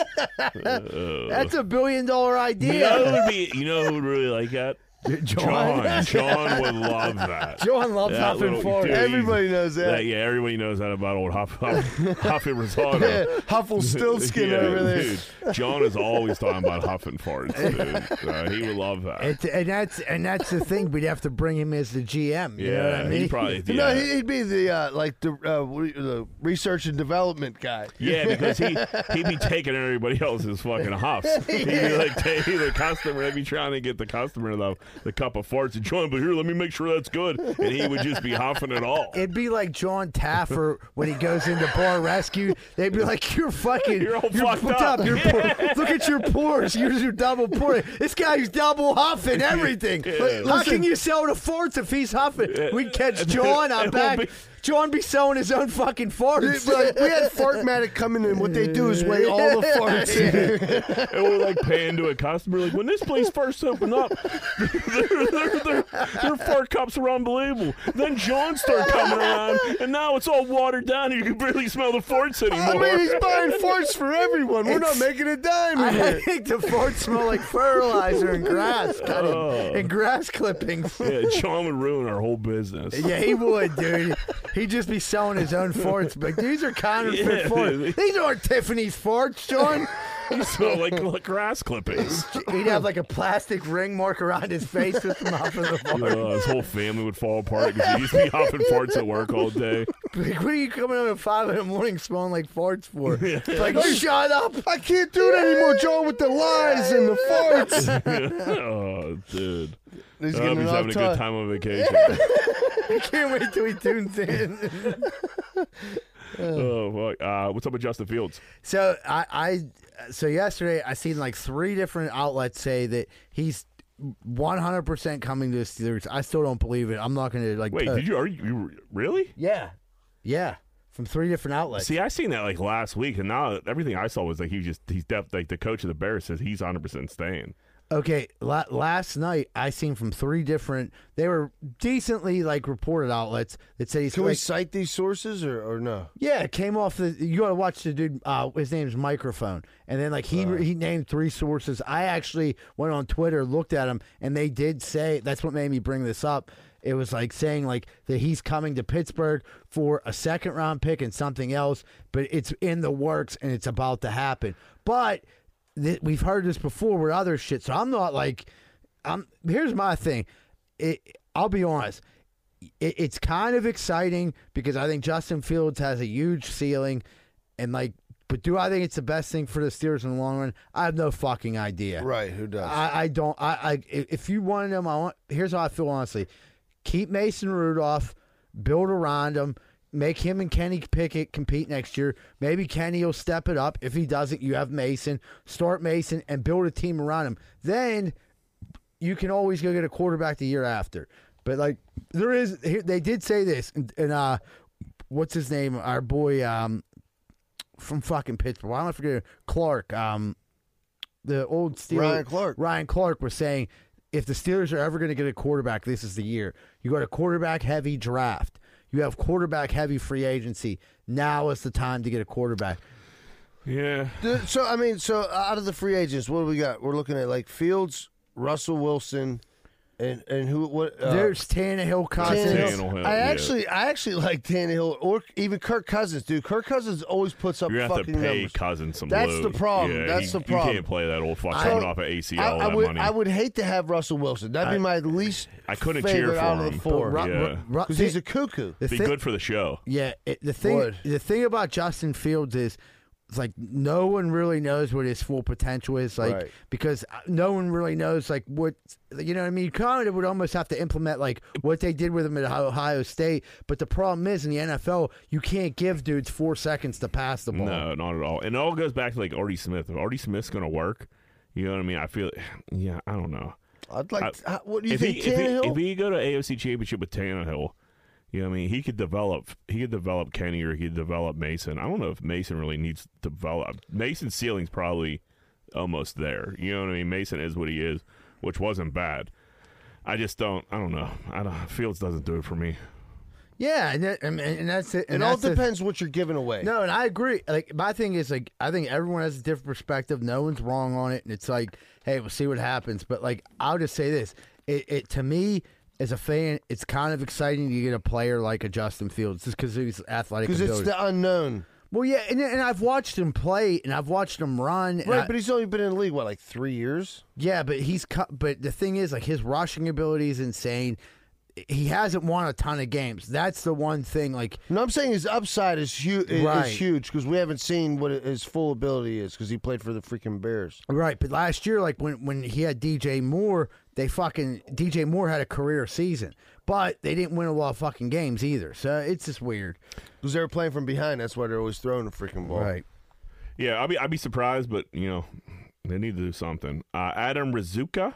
Speaker 3: That's a billion dollar
Speaker 2: You know
Speaker 3: idea.
Speaker 2: who would be? You know who would really like that? John. John would love that.
Speaker 3: John loves
Speaker 2: That
Speaker 3: huffing
Speaker 2: little-
Speaker 3: fart.
Speaker 2: dude, he's-
Speaker 4: Everybody knows that.
Speaker 2: Yeah, everybody knows that about old Huff, Huff, Huffy
Speaker 4: Yeah,
Speaker 2: Rosado.
Speaker 4: Huffle Stiltskin
Speaker 2: Yeah,
Speaker 4: over there.
Speaker 2: Dude, John is always talking about huffing farts, dude. Uh, he would love that.
Speaker 3: It's, and that's and that's the thing. We'd have to bring him as the GM. You
Speaker 2: yeah,
Speaker 3: know what I mean?
Speaker 2: he probably. Yeah.
Speaker 4: No, he- he'd be the uh, like the uh, what do you- the research and development guy.
Speaker 2: Yeah, because he he'd be taking everybody else's fucking huffs. He'd be like taking the customer, they'd be trying to get the customer the the cup of farts and John, but here, let me make sure that's good, and he would just be huffing it all.
Speaker 3: It'd be like John Taffer when he goes into bar rescue. They'd be like, "You're fucking,
Speaker 2: You're all fucked up."
Speaker 3: You're poor. Look at your pores. Here's your double pour. This guy's double huffing everything.
Speaker 2: Yeah.
Speaker 3: How can you sell the farts if he's huffing? We'd catch John on
Speaker 2: It'll
Speaker 3: back.
Speaker 2: be-
Speaker 3: John be selling his own fucking
Speaker 4: Dude,
Speaker 3: farts.
Speaker 4: like, we had Fartmatic coming in. What they do is weigh all the farts.
Speaker 2: and we're like paying to a customer, like when this place first opened up, their, their, their, their fart cups were unbelievable. Then John started coming around, and now it's all watered down, and you can barely smell the farts
Speaker 4: I
Speaker 2: anymore.
Speaker 4: mean, he's buying farts for everyone. We're not
Speaker 3: It's-
Speaker 4: making a dime in
Speaker 3: I
Speaker 4: here.
Speaker 3: think the farts smell like fertilizer and grass cutting
Speaker 2: Oh.
Speaker 3: and grass clippings.
Speaker 2: yeah, John would ruin our whole business.
Speaker 3: Yeah, he would, dude. He'd just be selling his own farts. But these are counterfeit
Speaker 2: Yeah.
Speaker 3: farts. These aren't Tiffany's farts, John.
Speaker 2: He smelled like, like grass clippings.
Speaker 3: He'd have like a plastic ring mark around his face with the mouth of the fart.
Speaker 2: Uh, his whole family would fall apart because he used to be hopping farts at work all day.
Speaker 3: Like, what are you coming up at five in the morning smelling like farts for? It's like, shut up.
Speaker 4: I can't do it anymore, John, with the lies and the farts.
Speaker 2: oh, dude.
Speaker 4: He's
Speaker 2: I hope he's
Speaker 4: getting
Speaker 2: having a
Speaker 4: enough
Speaker 2: good
Speaker 4: time.
Speaker 2: time on vacation.
Speaker 3: I can't wait till he tunes in.
Speaker 2: oh, fuck. Uh, what's up with Justin Fields?
Speaker 3: So I, I so yesterday I seen like three different outlets say that he's 100 percent coming to the Steelers. I still don't believe it. I'm not going to like.
Speaker 2: Wait,
Speaker 3: uh,
Speaker 2: did you are you, you really?
Speaker 3: Yeah, yeah, from three different outlets.
Speaker 2: See, I seen that like last week, and now everything I saw was like he just he's def like the coach of the Bears says he's hundred percent staying.
Speaker 3: Okay, la- last night I seen from three different. They were decently like reported outlets that said he's.
Speaker 4: Can we
Speaker 3: like,
Speaker 4: cite these sources or, or no?
Speaker 3: Yeah, it came off the. You gotta watch the dude. Uh, his name's Microphone, and then like he he named three sources. I actually went on Twitter, looked at him, and they did say that's what made me bring this up. It was like saying like that he's coming to Pittsburgh for a second round pick and something else, but it's in the works and it's about to happen. But th- we've heard this before with other shit, so I'm not like, I'm. Here's my thing. It, I'll be honest it, it's kind of exciting because I think Justin Fields has a huge ceiling, and like But do I think it's the best thing for the Steelers in the long run? I have no fucking idea.
Speaker 4: Right, who does?
Speaker 3: I, I don't. I, I if if you wanted them, I want. Here's how I feel honestly: keep Mason Rudolph, build around him, make him and Kenny Pickett compete next year. Maybe Kenny will step it up. If he doesn't, you have Mason. Start Mason and build a team around him. Then you can always go get a quarterback the year after. But like there is, here, they did say this, and, and uh, what's his name? Our boy um from fucking Pittsburgh. Why am I forgetting Clark? Um, the old Steelers.
Speaker 4: Ryan Clark.
Speaker 3: Ryan Clark was saying, if the Steelers are ever going to get a quarterback, this is the year. You got a quarterback heavy draft. You have quarterback heavy free agency. Now is the time to get a quarterback.
Speaker 2: Yeah.
Speaker 4: Dude, so I mean, so out of the free agents, what do we got? We're looking at like Fields, Russell Wilson, and and who? What? Uh,
Speaker 3: There's Tannehill, Cousins.
Speaker 2: Tannehill. Tannehill,
Speaker 4: I
Speaker 2: yeah.
Speaker 4: actually, I actually like Tannehill or even Kirk Cousins, dude. Kirk Cousins always puts up
Speaker 2: You're gonna have to
Speaker 4: fucking
Speaker 2: pay
Speaker 4: numbers.
Speaker 2: Cousins some.
Speaker 4: That's
Speaker 2: load.
Speaker 4: the problem.
Speaker 2: Yeah,
Speaker 4: That's
Speaker 2: you-
Speaker 4: the problem.
Speaker 2: You can't play that old fuck
Speaker 4: I-
Speaker 2: coming off of ACL.
Speaker 4: I, I
Speaker 2: that
Speaker 4: would,
Speaker 2: money.
Speaker 4: I would hate to have Russell Wilson. That'd be my least.
Speaker 2: I couldn't cheer
Speaker 4: favorite
Speaker 2: for
Speaker 4: out of
Speaker 2: him.
Speaker 4: the
Speaker 2: But
Speaker 4: four
Speaker 3: Ru-
Speaker 2: Yeah.
Speaker 3: Ru- Ru-
Speaker 4: because he's a cuckoo.
Speaker 3: the
Speaker 2: be
Speaker 3: thi-
Speaker 2: good for the show.
Speaker 3: Yeah, it, the thing
Speaker 4: Would.
Speaker 3: the thing about Justin Fields is it's like no one really knows what his full potential is like
Speaker 4: Right.
Speaker 3: because uh, no one really knows like what you know what I mean you kind of would almost have to implement like what they did with him at Ohio- Ohio State but the problem is in the NFL you can't give dudes 4 seconds to pass the ball.
Speaker 2: No, not at all. And it all goes back to like Artie Smith. If Artie Smith's gonna work, you know what I mean? I feel. Yeah, I don't know.
Speaker 4: I'd like.
Speaker 2: I-
Speaker 4: to- how- what do you
Speaker 2: if,
Speaker 4: think,
Speaker 2: he, if, he,
Speaker 4: Tannehill?
Speaker 2: if he go to AFC Championship with Tannehill, you know what I mean? He could develop. He could develop Kenny or he could develop Mason. I don't know if Mason really needs to develop. Mason's ceiling's probably almost there. You know what I mean? Mason is what he is, which wasn't bad. I just don't. I don't know. I don't. Fields doesn't do it for me.
Speaker 3: Yeah, and, that, and, and that's it.
Speaker 4: it
Speaker 3: and
Speaker 4: all
Speaker 3: that's the-
Speaker 4: depends what you're giving away.
Speaker 3: No, and I agree. Like my thing is like I think everyone has a different perspective. No one's wrong on it, and it's like, hey, we'll see what happens. But like I'll just say this: it, it to me as a fan, it's kind of exciting to get a player like a Justin Fields just because he's athletic.
Speaker 4: because it's
Speaker 3: ability.
Speaker 4: the unknown.
Speaker 3: well, yeah, and, and I've watched him play, and I've watched him run. and
Speaker 4: Right,
Speaker 3: I-
Speaker 4: but he's only been in the league what, like three years?
Speaker 3: yeah, but he's cu- but the thing is, like his rushing ability is insane. He hasn't won a ton of games. That's the one thing. Like
Speaker 4: No, I'm saying his upside is huge.
Speaker 3: Right.
Speaker 4: Is huge because we haven't seen what his full ability is because he played for the freaking Bears.
Speaker 3: Right, but last year, like when when he had DJ Moore, they fucking DJ Moore had a career season, but they didn't win a lot of fucking games either. So it's just weird.
Speaker 4: Because they were playing from behind, that's why they're always throwing the freaking ball.
Speaker 2: Yeah, I'd be I'd be surprised, but you know, they need to do something. Uh, Adam Rizuka,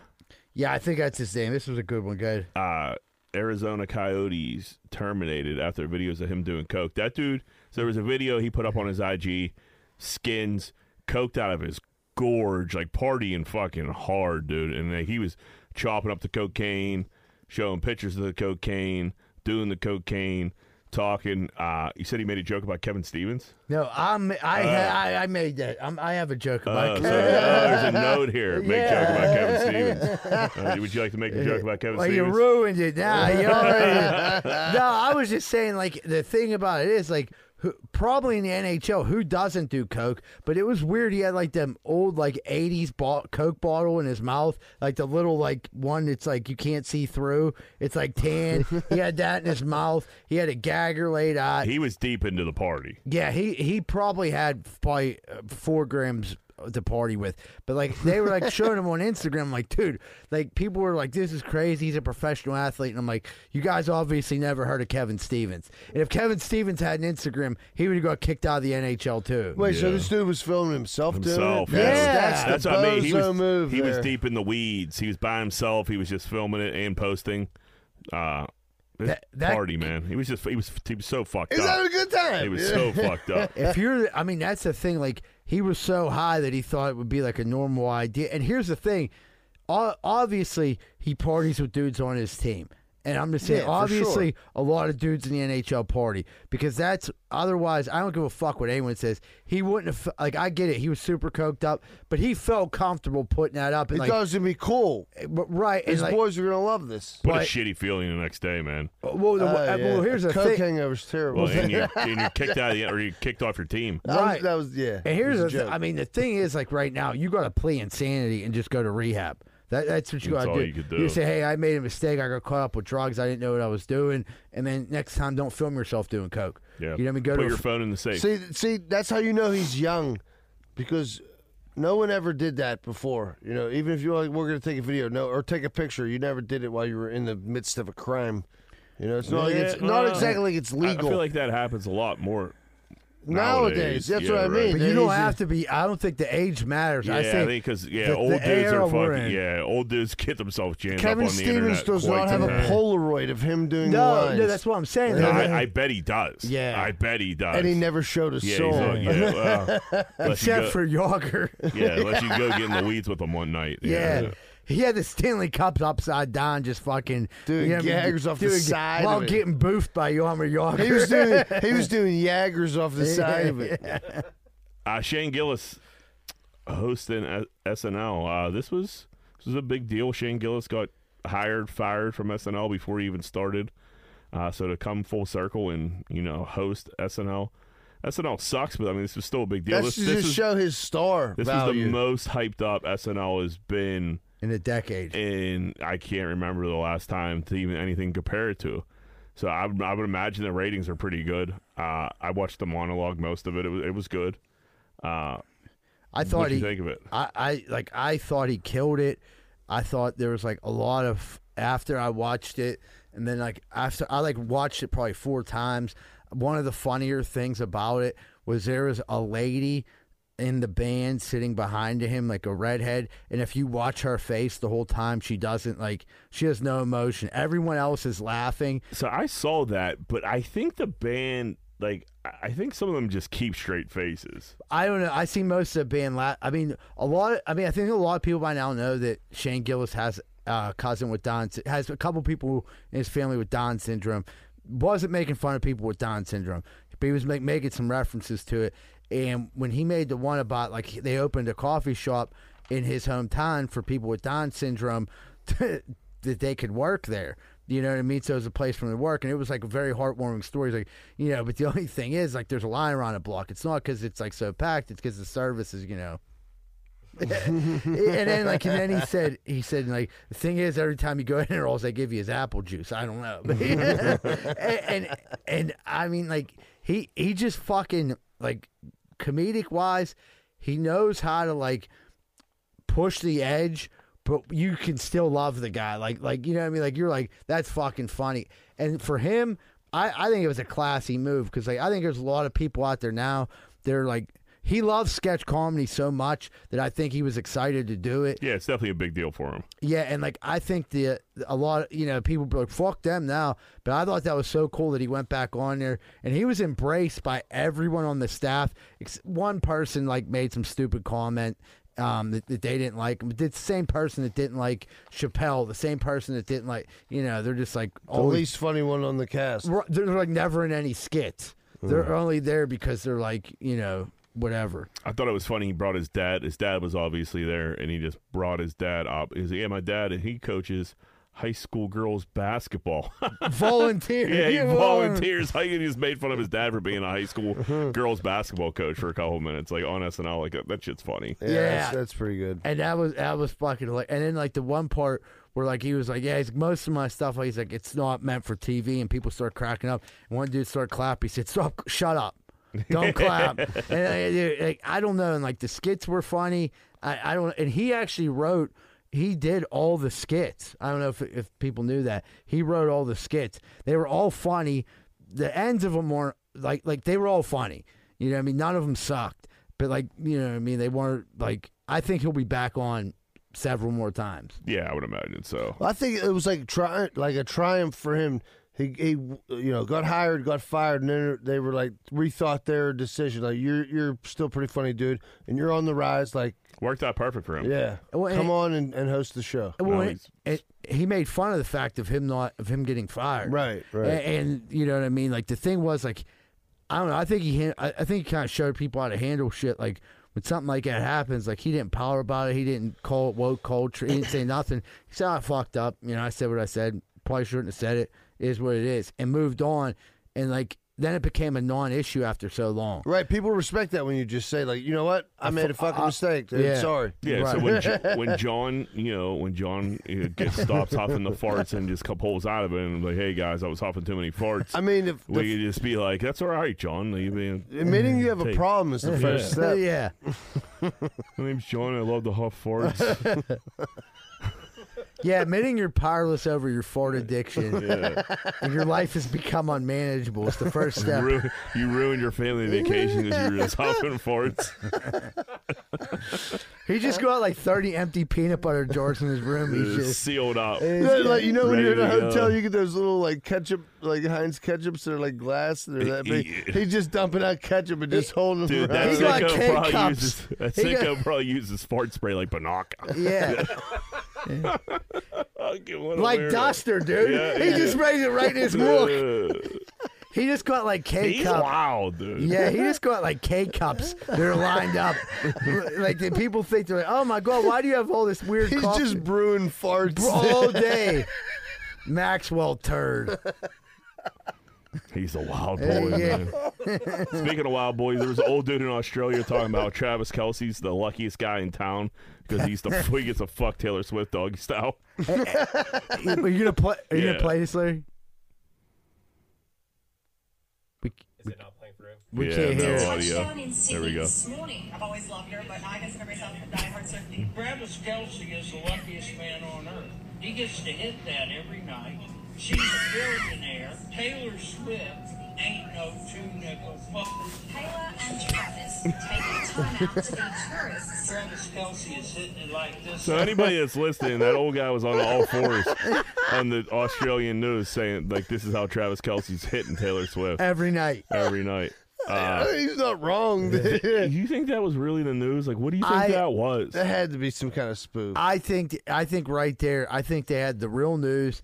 Speaker 3: Yeah, I think that's his name. This was a good one. Good.
Speaker 2: uh, Arizona Coyotes terminated after videos of him doing coke. That dude. So there was a video he put up on his IG, skins coked out of his gorge, like partying fucking hard, dude. And then he was chopping up the cocaine, showing pictures of the cocaine, doing the cocaine, talking. Uh, you said he made a joke about Kevin Stevens.
Speaker 3: No, I'm I ha I, I made that. I'm, I have a joke
Speaker 2: Uh,
Speaker 3: about.
Speaker 2: so, oh, there's a note here. Make joke about Kevin Stevens. Uh, would you like to make a joke about Kevin
Speaker 3: Well, you
Speaker 2: Stevens?
Speaker 3: ruined it now. You already- no, I was just saying, like, the thing about it is, like, who, probably in the NHL, who doesn't do Coke? But it was weird. He had, like, them old, like, 80s bo- Coke bottle in his mouth, like the little, like, one that's, like, you can't see through. It's, like, tan. he had that in his mouth. He had a gagger laid out.
Speaker 2: he was deep into the party.
Speaker 3: Yeah, he he probably had probably uh, four grams to party with, but like they were like showing him on Instagram, like dude, like people were like, this is crazy. He's a professional athlete, and I'm like, you guys obviously never heard of Kevin Stevens. And if Kevin Stevens had an Instagram, he would have got kicked out of the NHL too.
Speaker 4: Wait, so
Speaker 2: Yeah.
Speaker 4: this dude was filming himself,
Speaker 2: himself.
Speaker 4: doing it? That's,
Speaker 3: Yeah.
Speaker 4: that's the
Speaker 2: That's what
Speaker 4: bozo
Speaker 2: I mean. He was,
Speaker 4: move
Speaker 2: he was
Speaker 4: there.
Speaker 2: deep in the weeds. He was by himself. He was just filming it and posting. Uh, this
Speaker 3: That- that-
Speaker 2: party, man. He was just he was he was so fucked
Speaker 4: He's having
Speaker 2: up.
Speaker 4: a good time.
Speaker 2: He was so fucked up.
Speaker 3: if you're i mean that's the thing like he was so high that he thought it would be like a normal idea and here's the thing o- obviously he parties with dudes on his team and i'm just saying
Speaker 4: Yeah, for
Speaker 3: obviously a lot of dudes in the nhl party because that's otherwise i don't give a fuck what anyone says he wouldn't have like i get it he was super coked up but he felt comfortable putting that up and
Speaker 4: He
Speaker 3: like eh,
Speaker 4: thought it was gonna be cool.
Speaker 3: but- right and
Speaker 4: His
Speaker 3: like,
Speaker 4: boys are gonna love this.
Speaker 2: What a
Speaker 3: But-
Speaker 2: shitty feeling the next day, man.
Speaker 3: well, the,
Speaker 4: Oh,
Speaker 3: uh,
Speaker 4: yeah.
Speaker 3: well here's
Speaker 4: a
Speaker 3: the
Speaker 4: coke
Speaker 3: thing
Speaker 4: hangover's terrible.
Speaker 2: Well, and you're, and you're kicked out of the, or you kicked off your team.
Speaker 4: that, was,
Speaker 3: right.
Speaker 4: that was yeah.
Speaker 3: And here's
Speaker 4: it
Speaker 3: the
Speaker 4: was a
Speaker 3: thing.
Speaker 4: joke.
Speaker 3: I mean, the thing is, like right now, you got to play insanity and just go to rehab. That, that's what you
Speaker 2: That's
Speaker 3: got to
Speaker 2: all
Speaker 3: do.
Speaker 2: you could do.
Speaker 3: say, "Hey, I made a mistake. I got caught up with drugs. I didn't know what I was doing." And then next time, don't film yourself doing coke.
Speaker 2: Yeah.
Speaker 3: you know what I mean. Go
Speaker 2: Put
Speaker 3: to a
Speaker 2: your
Speaker 3: f-
Speaker 2: phone in the safe.
Speaker 4: See, see, that's how you know he's young, because no one ever did that before. You know, even if you like, we're going to take a video, no, or take a picture, you never did it while you were in the midst of a crime. You know, it's not like it's
Speaker 2: Yeah,
Speaker 4: not
Speaker 2: well,
Speaker 4: exactly like it's
Speaker 2: I- I
Speaker 4: legal
Speaker 2: feel like that happens a lot more.
Speaker 4: nowadays.
Speaker 2: nowadays,
Speaker 4: That's
Speaker 2: yeah,
Speaker 4: what I
Speaker 2: right.
Speaker 4: mean.
Speaker 3: but you don't
Speaker 4: There's-
Speaker 3: have to be. I don't think the age matters.
Speaker 2: Yeah,
Speaker 3: I
Speaker 2: I
Speaker 3: say
Speaker 2: think because yeah,
Speaker 3: the-
Speaker 2: old
Speaker 3: the
Speaker 2: dudes
Speaker 3: era
Speaker 2: are
Speaker 3: we're
Speaker 2: fucking
Speaker 3: in.
Speaker 2: yeah, old dudes get themselves jammed
Speaker 4: Kevin
Speaker 2: up on the
Speaker 4: Stevens
Speaker 2: internet.
Speaker 4: does not
Speaker 2: quite
Speaker 4: have a
Speaker 2: tonight.
Speaker 4: Polaroid of him doing
Speaker 3: no,
Speaker 4: lines,
Speaker 3: no, that's what I'm saying.
Speaker 2: No,
Speaker 3: They're-
Speaker 2: I, I bet he does.
Speaker 3: Yeah.
Speaker 2: I bet he does.
Speaker 4: and he never showed a
Speaker 2: Yeah,
Speaker 4: soul.
Speaker 2: he's all, yeah. uh, unless you
Speaker 3: except
Speaker 2: go,
Speaker 3: for Yager.
Speaker 2: yeah, unless you go get in the weeds with him one night.
Speaker 3: Yeah. He had the Stanley Cups upside down, just fucking
Speaker 4: Doing
Speaker 3: what I mean?
Speaker 4: gaggers off the
Speaker 3: Doing-
Speaker 4: side
Speaker 3: while
Speaker 4: of it.
Speaker 3: getting boofed by Yomer Yager.
Speaker 4: He was doing he was doing Jaggers off the side of it.
Speaker 2: uh, Shane Gillis hosting S- SNL. Uh, this was this was a big deal. Shane Gillis got hired, fired from SNL before he even started. Uh, so to come full circle and you know host SNL, SNL sucks, but I mean this was still a big deal. this
Speaker 4: That's to
Speaker 2: this
Speaker 4: just
Speaker 2: is
Speaker 4: show his star
Speaker 2: this is
Speaker 4: value.
Speaker 2: the most hyped up SNL has been
Speaker 3: in a decade.
Speaker 2: and I can't remember the last time to even anything compare it to. So I, would- I would imagine the ratings are pretty good. Uh, I watched the monologue most of it. It was, it was good. Uh,
Speaker 3: I thought
Speaker 2: what do
Speaker 3: he
Speaker 2: you think of it?
Speaker 3: I, I like I thought he killed it. I thought there was like a lot of after I watched it and then like after I like watched it probably four times. One of the funnier things about it was there was a lady in the band sitting behind him like a redhead and if you watch her face the whole time she doesn't like she has no emotion. Everyone else is laughing.
Speaker 2: So I saw that, but I think the band, like, I I think some of them just keep straight faces.
Speaker 3: I don't know. I see most of the band. La- I mean, a lot. I mean, I think a lot of people by now know that Shane Gillis has a cousin with Down. sy- Has a couple people in his family with Down syndrome. Wasn't making fun of people with Down syndrome, but he was make, making some references to it. And when he made the one about like he- they opened a coffee shop in his hometown for people with Down syndrome, that they could work there. You know what I mean? So it was a place for them to work, and it was like a very heartwarming story. It's like you know, but the only thing is like there's a line around a block. It's not because it's like so packed. It's because the service is you know. and then like and then he said he said like the thing is every time you go in there all they give you is apple juice. I don't know. and, and and I mean like he he just fucking like comedic wise, he knows how to like push the edge, but you can still love the guy. Like like you know what I mean? Like you're like that's fucking funny. And for him, I I think it was a classy move because like I think there's a lot of people out there now. They're like he loves sketch comedy so much that I think he was excited to do it.
Speaker 2: Yeah, it's definitely a big deal for them.
Speaker 3: Yeah, and like I think the a lot you know people be like fuck them now, but I thought that was so cool that he went back on there and he was embraced by everyone on the staff. Ex- One person like made some stupid comment um, that, that they didn't like. But it's the same person that didn't like Chappelle, the same person that didn't like you know they're just like
Speaker 4: the
Speaker 3: always
Speaker 4: least funny one on the cast.
Speaker 3: Ru- they're like never in any skits.
Speaker 4: Mm.
Speaker 3: They're only there because they're like you know whatever.
Speaker 2: I thought it was funny. He brought his dad. His dad was obviously there, and he just brought his dad up. He's like, "Yeah, my dad, he coaches high school girls basketball."
Speaker 3: Volunteer.
Speaker 2: yeah, he
Speaker 3: well,
Speaker 2: volunteers. How you just made fun of his dad for being a high school girls basketball coach for a couple minutes, like on SNL. Like that, that shit's funny.
Speaker 4: Yeah, that's,
Speaker 3: Yeah.
Speaker 4: that's pretty good.
Speaker 3: And that was that was fucking like, and then like the one part where like he was like, yeah, he's, most of my stuff, like, he's like, it's not meant for TV, and people start cracking up. And one dude started clapping. He said, stop, shut up, don't clap. And like, like, I don't know, and like the skits were funny. I, I don't, and he actually wrote. He did all the skits. I don't know if, if people knew that. He wrote all the skits. They were all funny. The ends of them were like like they were all funny. You know what I mean? None of them sucked. But like, you know what I mean? They weren't like I think he'll be back on several more times.
Speaker 2: Yeah, I would imagine so.
Speaker 4: I think it was like tri- like a triumph for him. He, he, you know, got hired, got fired, and then they were like rethought their decision. Like you're, you're still pretty funny, dude, and you're on the rise. Like,
Speaker 2: Worked out perfect for him.
Speaker 4: yeah,
Speaker 3: Well, and-
Speaker 4: come on and, and host the show.
Speaker 3: Well,
Speaker 2: No,
Speaker 3: it- it- he made fun of the fact of him not of him getting fired.
Speaker 4: Right, right.
Speaker 3: A- And, you know what I mean? Like the thing was like I don't know, I think he han- I, I think he kind of showed people how to handle shit like when something like that happens, like he didn't power about it, he didn't call it woke culture, he didn't say nothing. He said, "Oh, I fucked up. You know, I said what I said. Probably shouldn't have said it. It Is what it is, and moved on. And like then it became a non-issue after so long.
Speaker 4: Right, people respect that when you just say like, you know what, I, made a fucking mistake. Dude.
Speaker 3: yeah.
Speaker 4: Sorry.
Speaker 2: Yeah, so
Speaker 3: Right.
Speaker 2: when, Jo- when John, you know, when John you know, gets stops huffing the farts and just pulls out of it and like, hey guys, I was huffing too many farts.
Speaker 4: I mean, if the,
Speaker 2: we could just be like, that's all right, John. Like, you mean,
Speaker 4: admitting you have a
Speaker 2: Mm, Take-
Speaker 4: problem is the first step.
Speaker 3: yeah,
Speaker 2: My name's John. I love to huff farts.
Speaker 3: yeah. Admitting you're powerless over your fart addiction
Speaker 2: Yeah.
Speaker 3: and your life has become unmanageable is the first step.
Speaker 2: Ru- you ruined your family vacation because you were just huffing farts.
Speaker 3: He just got like 30 empty peanut butter jars in his room. He's
Speaker 2: It's
Speaker 3: just
Speaker 2: sealed up.
Speaker 4: Yeah, like you know when you're in a
Speaker 2: Ready to
Speaker 4: hotel,
Speaker 2: go.
Speaker 4: you get those little like ketchup, like Heinz ketchups that are like glass. They're that big.
Speaker 2: Yeah.
Speaker 4: He's just dumping out ketchup and just holding
Speaker 2: Dude,
Speaker 4: them.
Speaker 2: that
Speaker 4: around.
Speaker 3: He got
Speaker 2: sicko
Speaker 3: K
Speaker 2: probably
Speaker 3: cups.
Speaker 2: uses that
Speaker 3: He got-
Speaker 2: sicko probably uses fart spray like Banaka.
Speaker 3: yeah, like duster, dude.
Speaker 2: Yeah,
Speaker 3: he
Speaker 2: yeah.
Speaker 3: just sprays it right in his milk. He just got like K
Speaker 2: He's
Speaker 3: cup.
Speaker 2: wild, dude.
Speaker 3: Yeah, he just got like K cups. They're lined up. like the people think they're like, oh my god, why do you have all this weird?
Speaker 4: He's
Speaker 3: coffee?
Speaker 4: just brewing farts.
Speaker 3: all day. Maxwell turd.
Speaker 2: He's a wild boy.
Speaker 3: Hey, yeah.
Speaker 2: Man. Speaking of wild boys, there was an old dude in Australia talking about Travis Kelsey's the luckiest guy in town because he used to he gets a fuck Taylor Swift doggy style.
Speaker 3: Are you gonna play? Are you
Speaker 2: Yeah.
Speaker 3: gonna play this, Larry? We,
Speaker 5: Is it not playing through?
Speaker 3: we
Speaker 2: Yeah,
Speaker 3: can't
Speaker 2: no
Speaker 3: hear. it.
Speaker 2: audio.
Speaker 6: Touchdown in Sydney
Speaker 2: There we go.
Speaker 6: This morning. I've always loved her, but I consider myself a diehard Swiftie.
Speaker 7: Travis Kelsey is the luckiest man on earth. He gets to hit that every night. She's a billionaire. Taylor Swift ain't no two nickel fucker.
Speaker 6: Kayla and Travis take the time out to be tourists.
Speaker 7: Travis Kelsey is hitting it like this.
Speaker 2: So anybody that's listening, that old guy was on all fours on the Australian news saying like this is how Travis Kelsey's hitting Taylor Swift
Speaker 3: Every night.
Speaker 2: every night. Uh,
Speaker 4: He's not wrong.
Speaker 2: do
Speaker 4: dude.
Speaker 2: you think that was really the news? Like, what do you think
Speaker 3: I-
Speaker 2: that was?
Speaker 4: that had to be some kind of spoof.
Speaker 3: I think. I think right there. I think they had the real news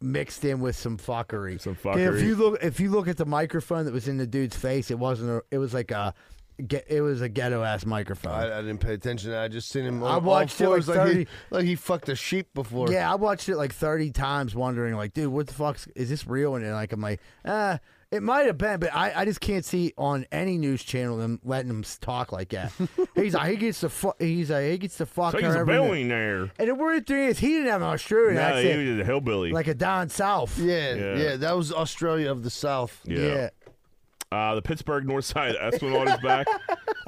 Speaker 3: mixed in with some fuckery.
Speaker 2: Some
Speaker 3: If
Speaker 2: fuckery.
Speaker 3: you look, if you look at the microphone that was in the dude's face, it wasn't. A, it was like a. ge- It was a ghetto ass microphone.
Speaker 4: I, I didn't pay attention. I just seen him. On,
Speaker 3: I
Speaker 4: all
Speaker 3: watched it like
Speaker 4: fours, like, he,
Speaker 3: 30
Speaker 4: like he fucked a sheep before.
Speaker 3: Yeah, I watched it like 30 times wondering like, dude, what the fuck's is this real? And then like I'm like, uh, it might have been, but I, I just can't see on any news channel them letting him s- talk like that. he's like he gets the fuck he's like he gets the fuck
Speaker 2: So
Speaker 3: her
Speaker 2: he's a
Speaker 3: every night.
Speaker 2: billionaire.
Speaker 3: And the weird thing is he didn't have an Australian
Speaker 2: No,
Speaker 3: accent
Speaker 2: he was a hillbilly.
Speaker 3: like a down south.
Speaker 4: yeah,
Speaker 2: Yeah.
Speaker 4: yeah, That was Australia of the South.
Speaker 2: yeah. Uh, the Pittsburgh North Side Esplanade is back.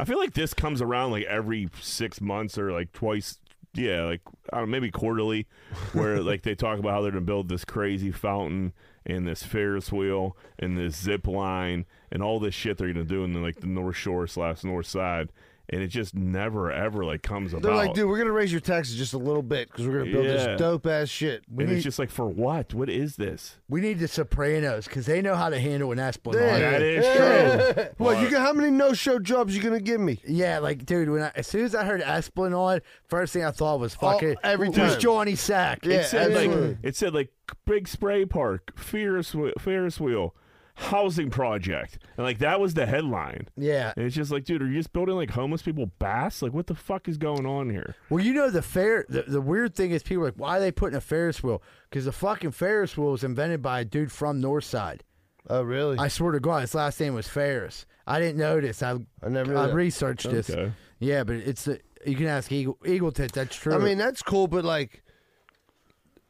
Speaker 2: I feel like this comes around like every six months or like twice. Yeah, like I don't know, maybe quarterly, where like they talk about how they're gonna build this crazy fountain and this Ferris wheel and this zip line and all this shit they're gonna do in the, like the North Shore slash North Side, and it just never ever like comes
Speaker 4: They're
Speaker 2: about.
Speaker 4: like, dude, we're gonna raise your taxes just a little bit because we're gonna build
Speaker 2: Yeah.
Speaker 4: this dope ass shit.
Speaker 2: and it's just like for what? What is this?
Speaker 3: We need the Sopranos because they know how to handle an Esplanade.
Speaker 4: Yeah.
Speaker 2: That is true.
Speaker 4: Well, you got how many no show jobs you gonna give me?
Speaker 3: Yeah, like dude, when I, as soon as I heard Esplanade, first thing I thought was fucking
Speaker 4: every
Speaker 3: who's
Speaker 4: time.
Speaker 3: Johnny Sack.
Speaker 4: Yeah,
Speaker 2: It said
Speaker 4: absolutely.
Speaker 2: like it said like big spray park, Ferris wheel, Ferris wheel, housing project, and like that was the headline.
Speaker 3: Yeah.
Speaker 2: And it's just like, dude, are you just building like homeless people bass? Like, what the fuck is going on here?
Speaker 3: Well, you know the fair. The, the weird thing is, people are like, why are they putting a Ferris wheel? Because the fucking Ferris wheel was invented by a dude from Northside.
Speaker 4: Oh, really?
Speaker 3: I swear to God, his last name was Ferris. I didn't notice. I
Speaker 4: I never knew
Speaker 3: I
Speaker 4: that.
Speaker 3: researched this.
Speaker 2: Okay.
Speaker 3: Yeah, but it's a, you can ask Eagle Eagle Tit. That's true.
Speaker 4: I mean, that's cool, but like.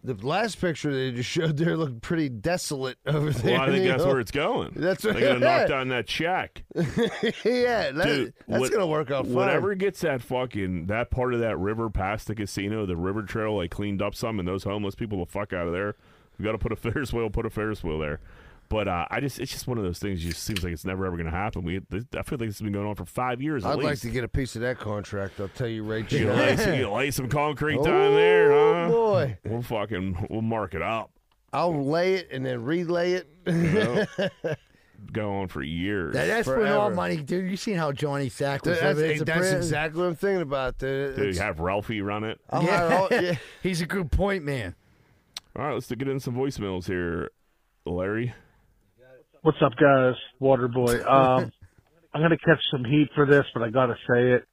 Speaker 4: The last picture they just showed there looked pretty desolate over there.
Speaker 2: Well, I think
Speaker 4: you
Speaker 2: that's
Speaker 4: know?
Speaker 2: where it's going.
Speaker 4: That's
Speaker 2: they're
Speaker 4: what-
Speaker 2: gonna knock down that shack.
Speaker 4: yeah, that,
Speaker 2: Dude,
Speaker 4: that's
Speaker 2: what-
Speaker 4: gonna work out. Fine.
Speaker 2: Whatever gets that fucking that part of that river past the casino, the river trail, like cleaned up some, and those homeless people the fuck out of there. We got to put a Ferris wheel, put a Ferris wheel there. But uh, I just, it's just one of those things. Just seems like it's never ever gonna happen. We, this, I feel like this has been going on for five years. at
Speaker 4: I'd like
Speaker 2: least.
Speaker 4: to get a piece of that contract. I'll tell you right
Speaker 2: You
Speaker 4: now.
Speaker 2: lay, some, you lay some concrete down there,
Speaker 4: Oh,
Speaker 2: huh?
Speaker 4: boy.
Speaker 2: We'll fucking we'll mark it up.
Speaker 4: I'll lay it and then relay it.
Speaker 2: You know? Go on for years.
Speaker 3: that Esplanade
Speaker 4: forever.
Speaker 3: money, dude. You seen how Johnny Sack was?
Speaker 4: that's e,
Speaker 3: over there. It's a
Speaker 4: that's
Speaker 3: brand-
Speaker 4: exactly what I'm thinking about, dude.
Speaker 2: Dude,
Speaker 4: It's-
Speaker 2: have Ralphie run it.
Speaker 4: I'll
Speaker 3: Yeah.
Speaker 4: hire all- yeah.
Speaker 3: He's a good point man.
Speaker 2: All right, let's get in some voicemails here, Larry.
Speaker 8: What's up, guys? Waterboy. Um, I'm going to catch some heat for this, but I got to say it.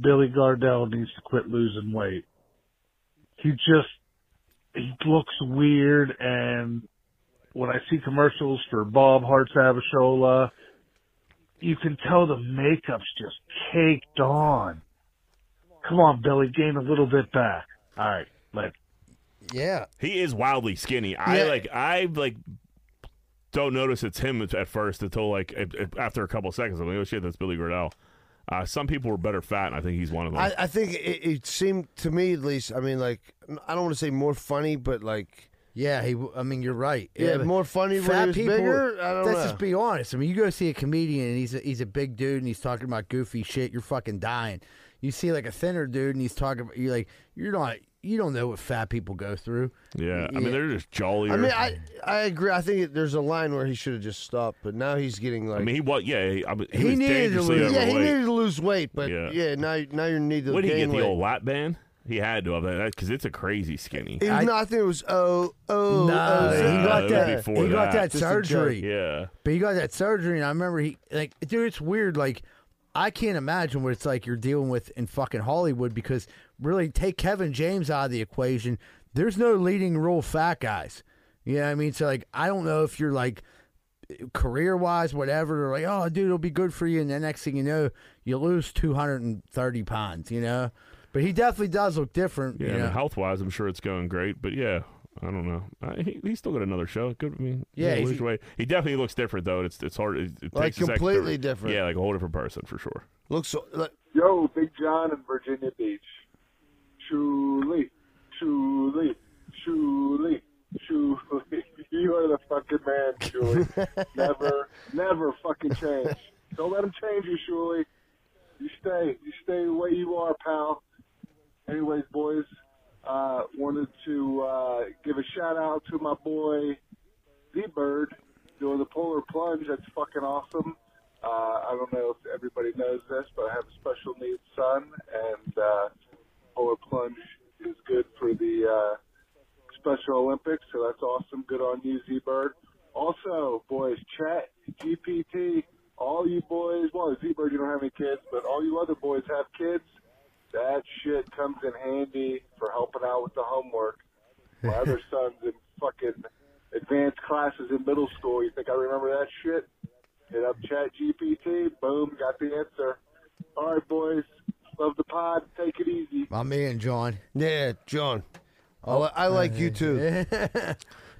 Speaker 8: Billy Gardell needs to quit losing weight. He just, he looks weird and when I see commercials for Bob Hart's Avishola, you can tell the makeup's just caked on. Come on, Billy, gain a little bit back. All right, let
Speaker 4: Yeah.
Speaker 2: He is wildly skinny. I
Speaker 4: Yeah.
Speaker 2: like I like don't notice it's him at- at first until like if- if- after a couple seconds. I'm like, oh shit, that's Billy Gardell. Uh, some people were better fat, and I think he's one of them.
Speaker 4: I, I think it, it seemed to me at least. I mean, like I don't want to say more funny, but like
Speaker 3: Yeah, he. w- I mean, you're right.
Speaker 4: yeah,
Speaker 3: but
Speaker 4: more funny when he
Speaker 3: fat
Speaker 4: was
Speaker 3: people.
Speaker 4: bigger. I don't
Speaker 3: let's
Speaker 4: know.
Speaker 3: just be honest. I mean, you go see a comedian and he's a, he's a big dude and he's talking about goofy shit. You're fucking dying. You see like a thinner dude and he's talking. about You're like, you're not. You don't know what fat people go through.
Speaker 2: yeah. I
Speaker 3: yeah.
Speaker 2: mean they're just jollier.
Speaker 4: I mean, I I agree. I think there's a line where he should have just stopped, but now he's getting like
Speaker 2: I mean, he was yeah. He, I mean, he
Speaker 3: He
Speaker 2: was
Speaker 3: needed to
Speaker 2: dangerously
Speaker 3: lose-
Speaker 4: yeah, he
Speaker 2: overweight.
Speaker 4: needed to lose weight, but
Speaker 2: Yeah.
Speaker 4: yeah, now now you need to
Speaker 2: what did he
Speaker 4: gain
Speaker 2: get
Speaker 4: weight.
Speaker 2: the old lap band? He had to have that because it's a crazy skinny.
Speaker 4: It was,
Speaker 3: I-
Speaker 4: no, I think it was oh oh.
Speaker 3: Nah,
Speaker 4: oh,
Speaker 3: he
Speaker 4: something
Speaker 2: got
Speaker 4: like
Speaker 2: that
Speaker 4: that.
Speaker 2: before
Speaker 3: he got
Speaker 2: that.
Speaker 3: that
Speaker 4: Just a
Speaker 3: surgery.
Speaker 2: Yeah,
Speaker 3: But he got that surgery, and I remember he like, dude, it's weird. Like, I can't imagine what it's like you're dealing with in fucking Hollywood because really, take Kevin James out of the equation. There's no leading role fat guys. You know what I mean? So like, I don't know if you're like career wise, whatever. They're like, oh, dude, it'll be good for you, and the next thing you know, you lose 230 pounds. You know. But he definitely does look different.
Speaker 2: yeah.
Speaker 3: you know?
Speaker 2: health wise, I'm sure it's going great, but yeah, I don't know. I, he, he's still got another show. Good. I mean,
Speaker 3: Yeah,
Speaker 2: he,
Speaker 3: he's-
Speaker 2: lose weight. he definitely looks different though. and It's it's hard. It, it
Speaker 4: Like
Speaker 2: takes a second to-
Speaker 4: completely different.
Speaker 2: Yeah, like a whole different person for sure.
Speaker 4: Looks so- like,
Speaker 5: Yo, Big John in Virginia Beach. Truly, truly, truly, truly. You are the fucking man, Shuli. never, never fucking change. Don't let him change you, Shuli. You stay. You stay the way you are, pal. Anyways, boys, uh, wanted to uh, give a shout out to my boy, the bird doing the polar plunge. That's fucking awesome. Uh, I don't know if everybody knows this, but I have a special needs son, and uh, polar plunge is good for the uh, Special Olympics, so that's awesome. Good on you, Z Bird. Also, boys, chat, GPT, all you boys, well, Z Bird, you don't have any kids, but all you other boys have kids. That shit comes in handy for helping out with the homework. My other son's in fucking advanced classes in middle school. You think I remember that shit? Hit up chat GPT, boom, got the answer. All right, boys, love the pod. Take it easy.
Speaker 3: My man, John.
Speaker 4: yeah, John. I, li- I like you too,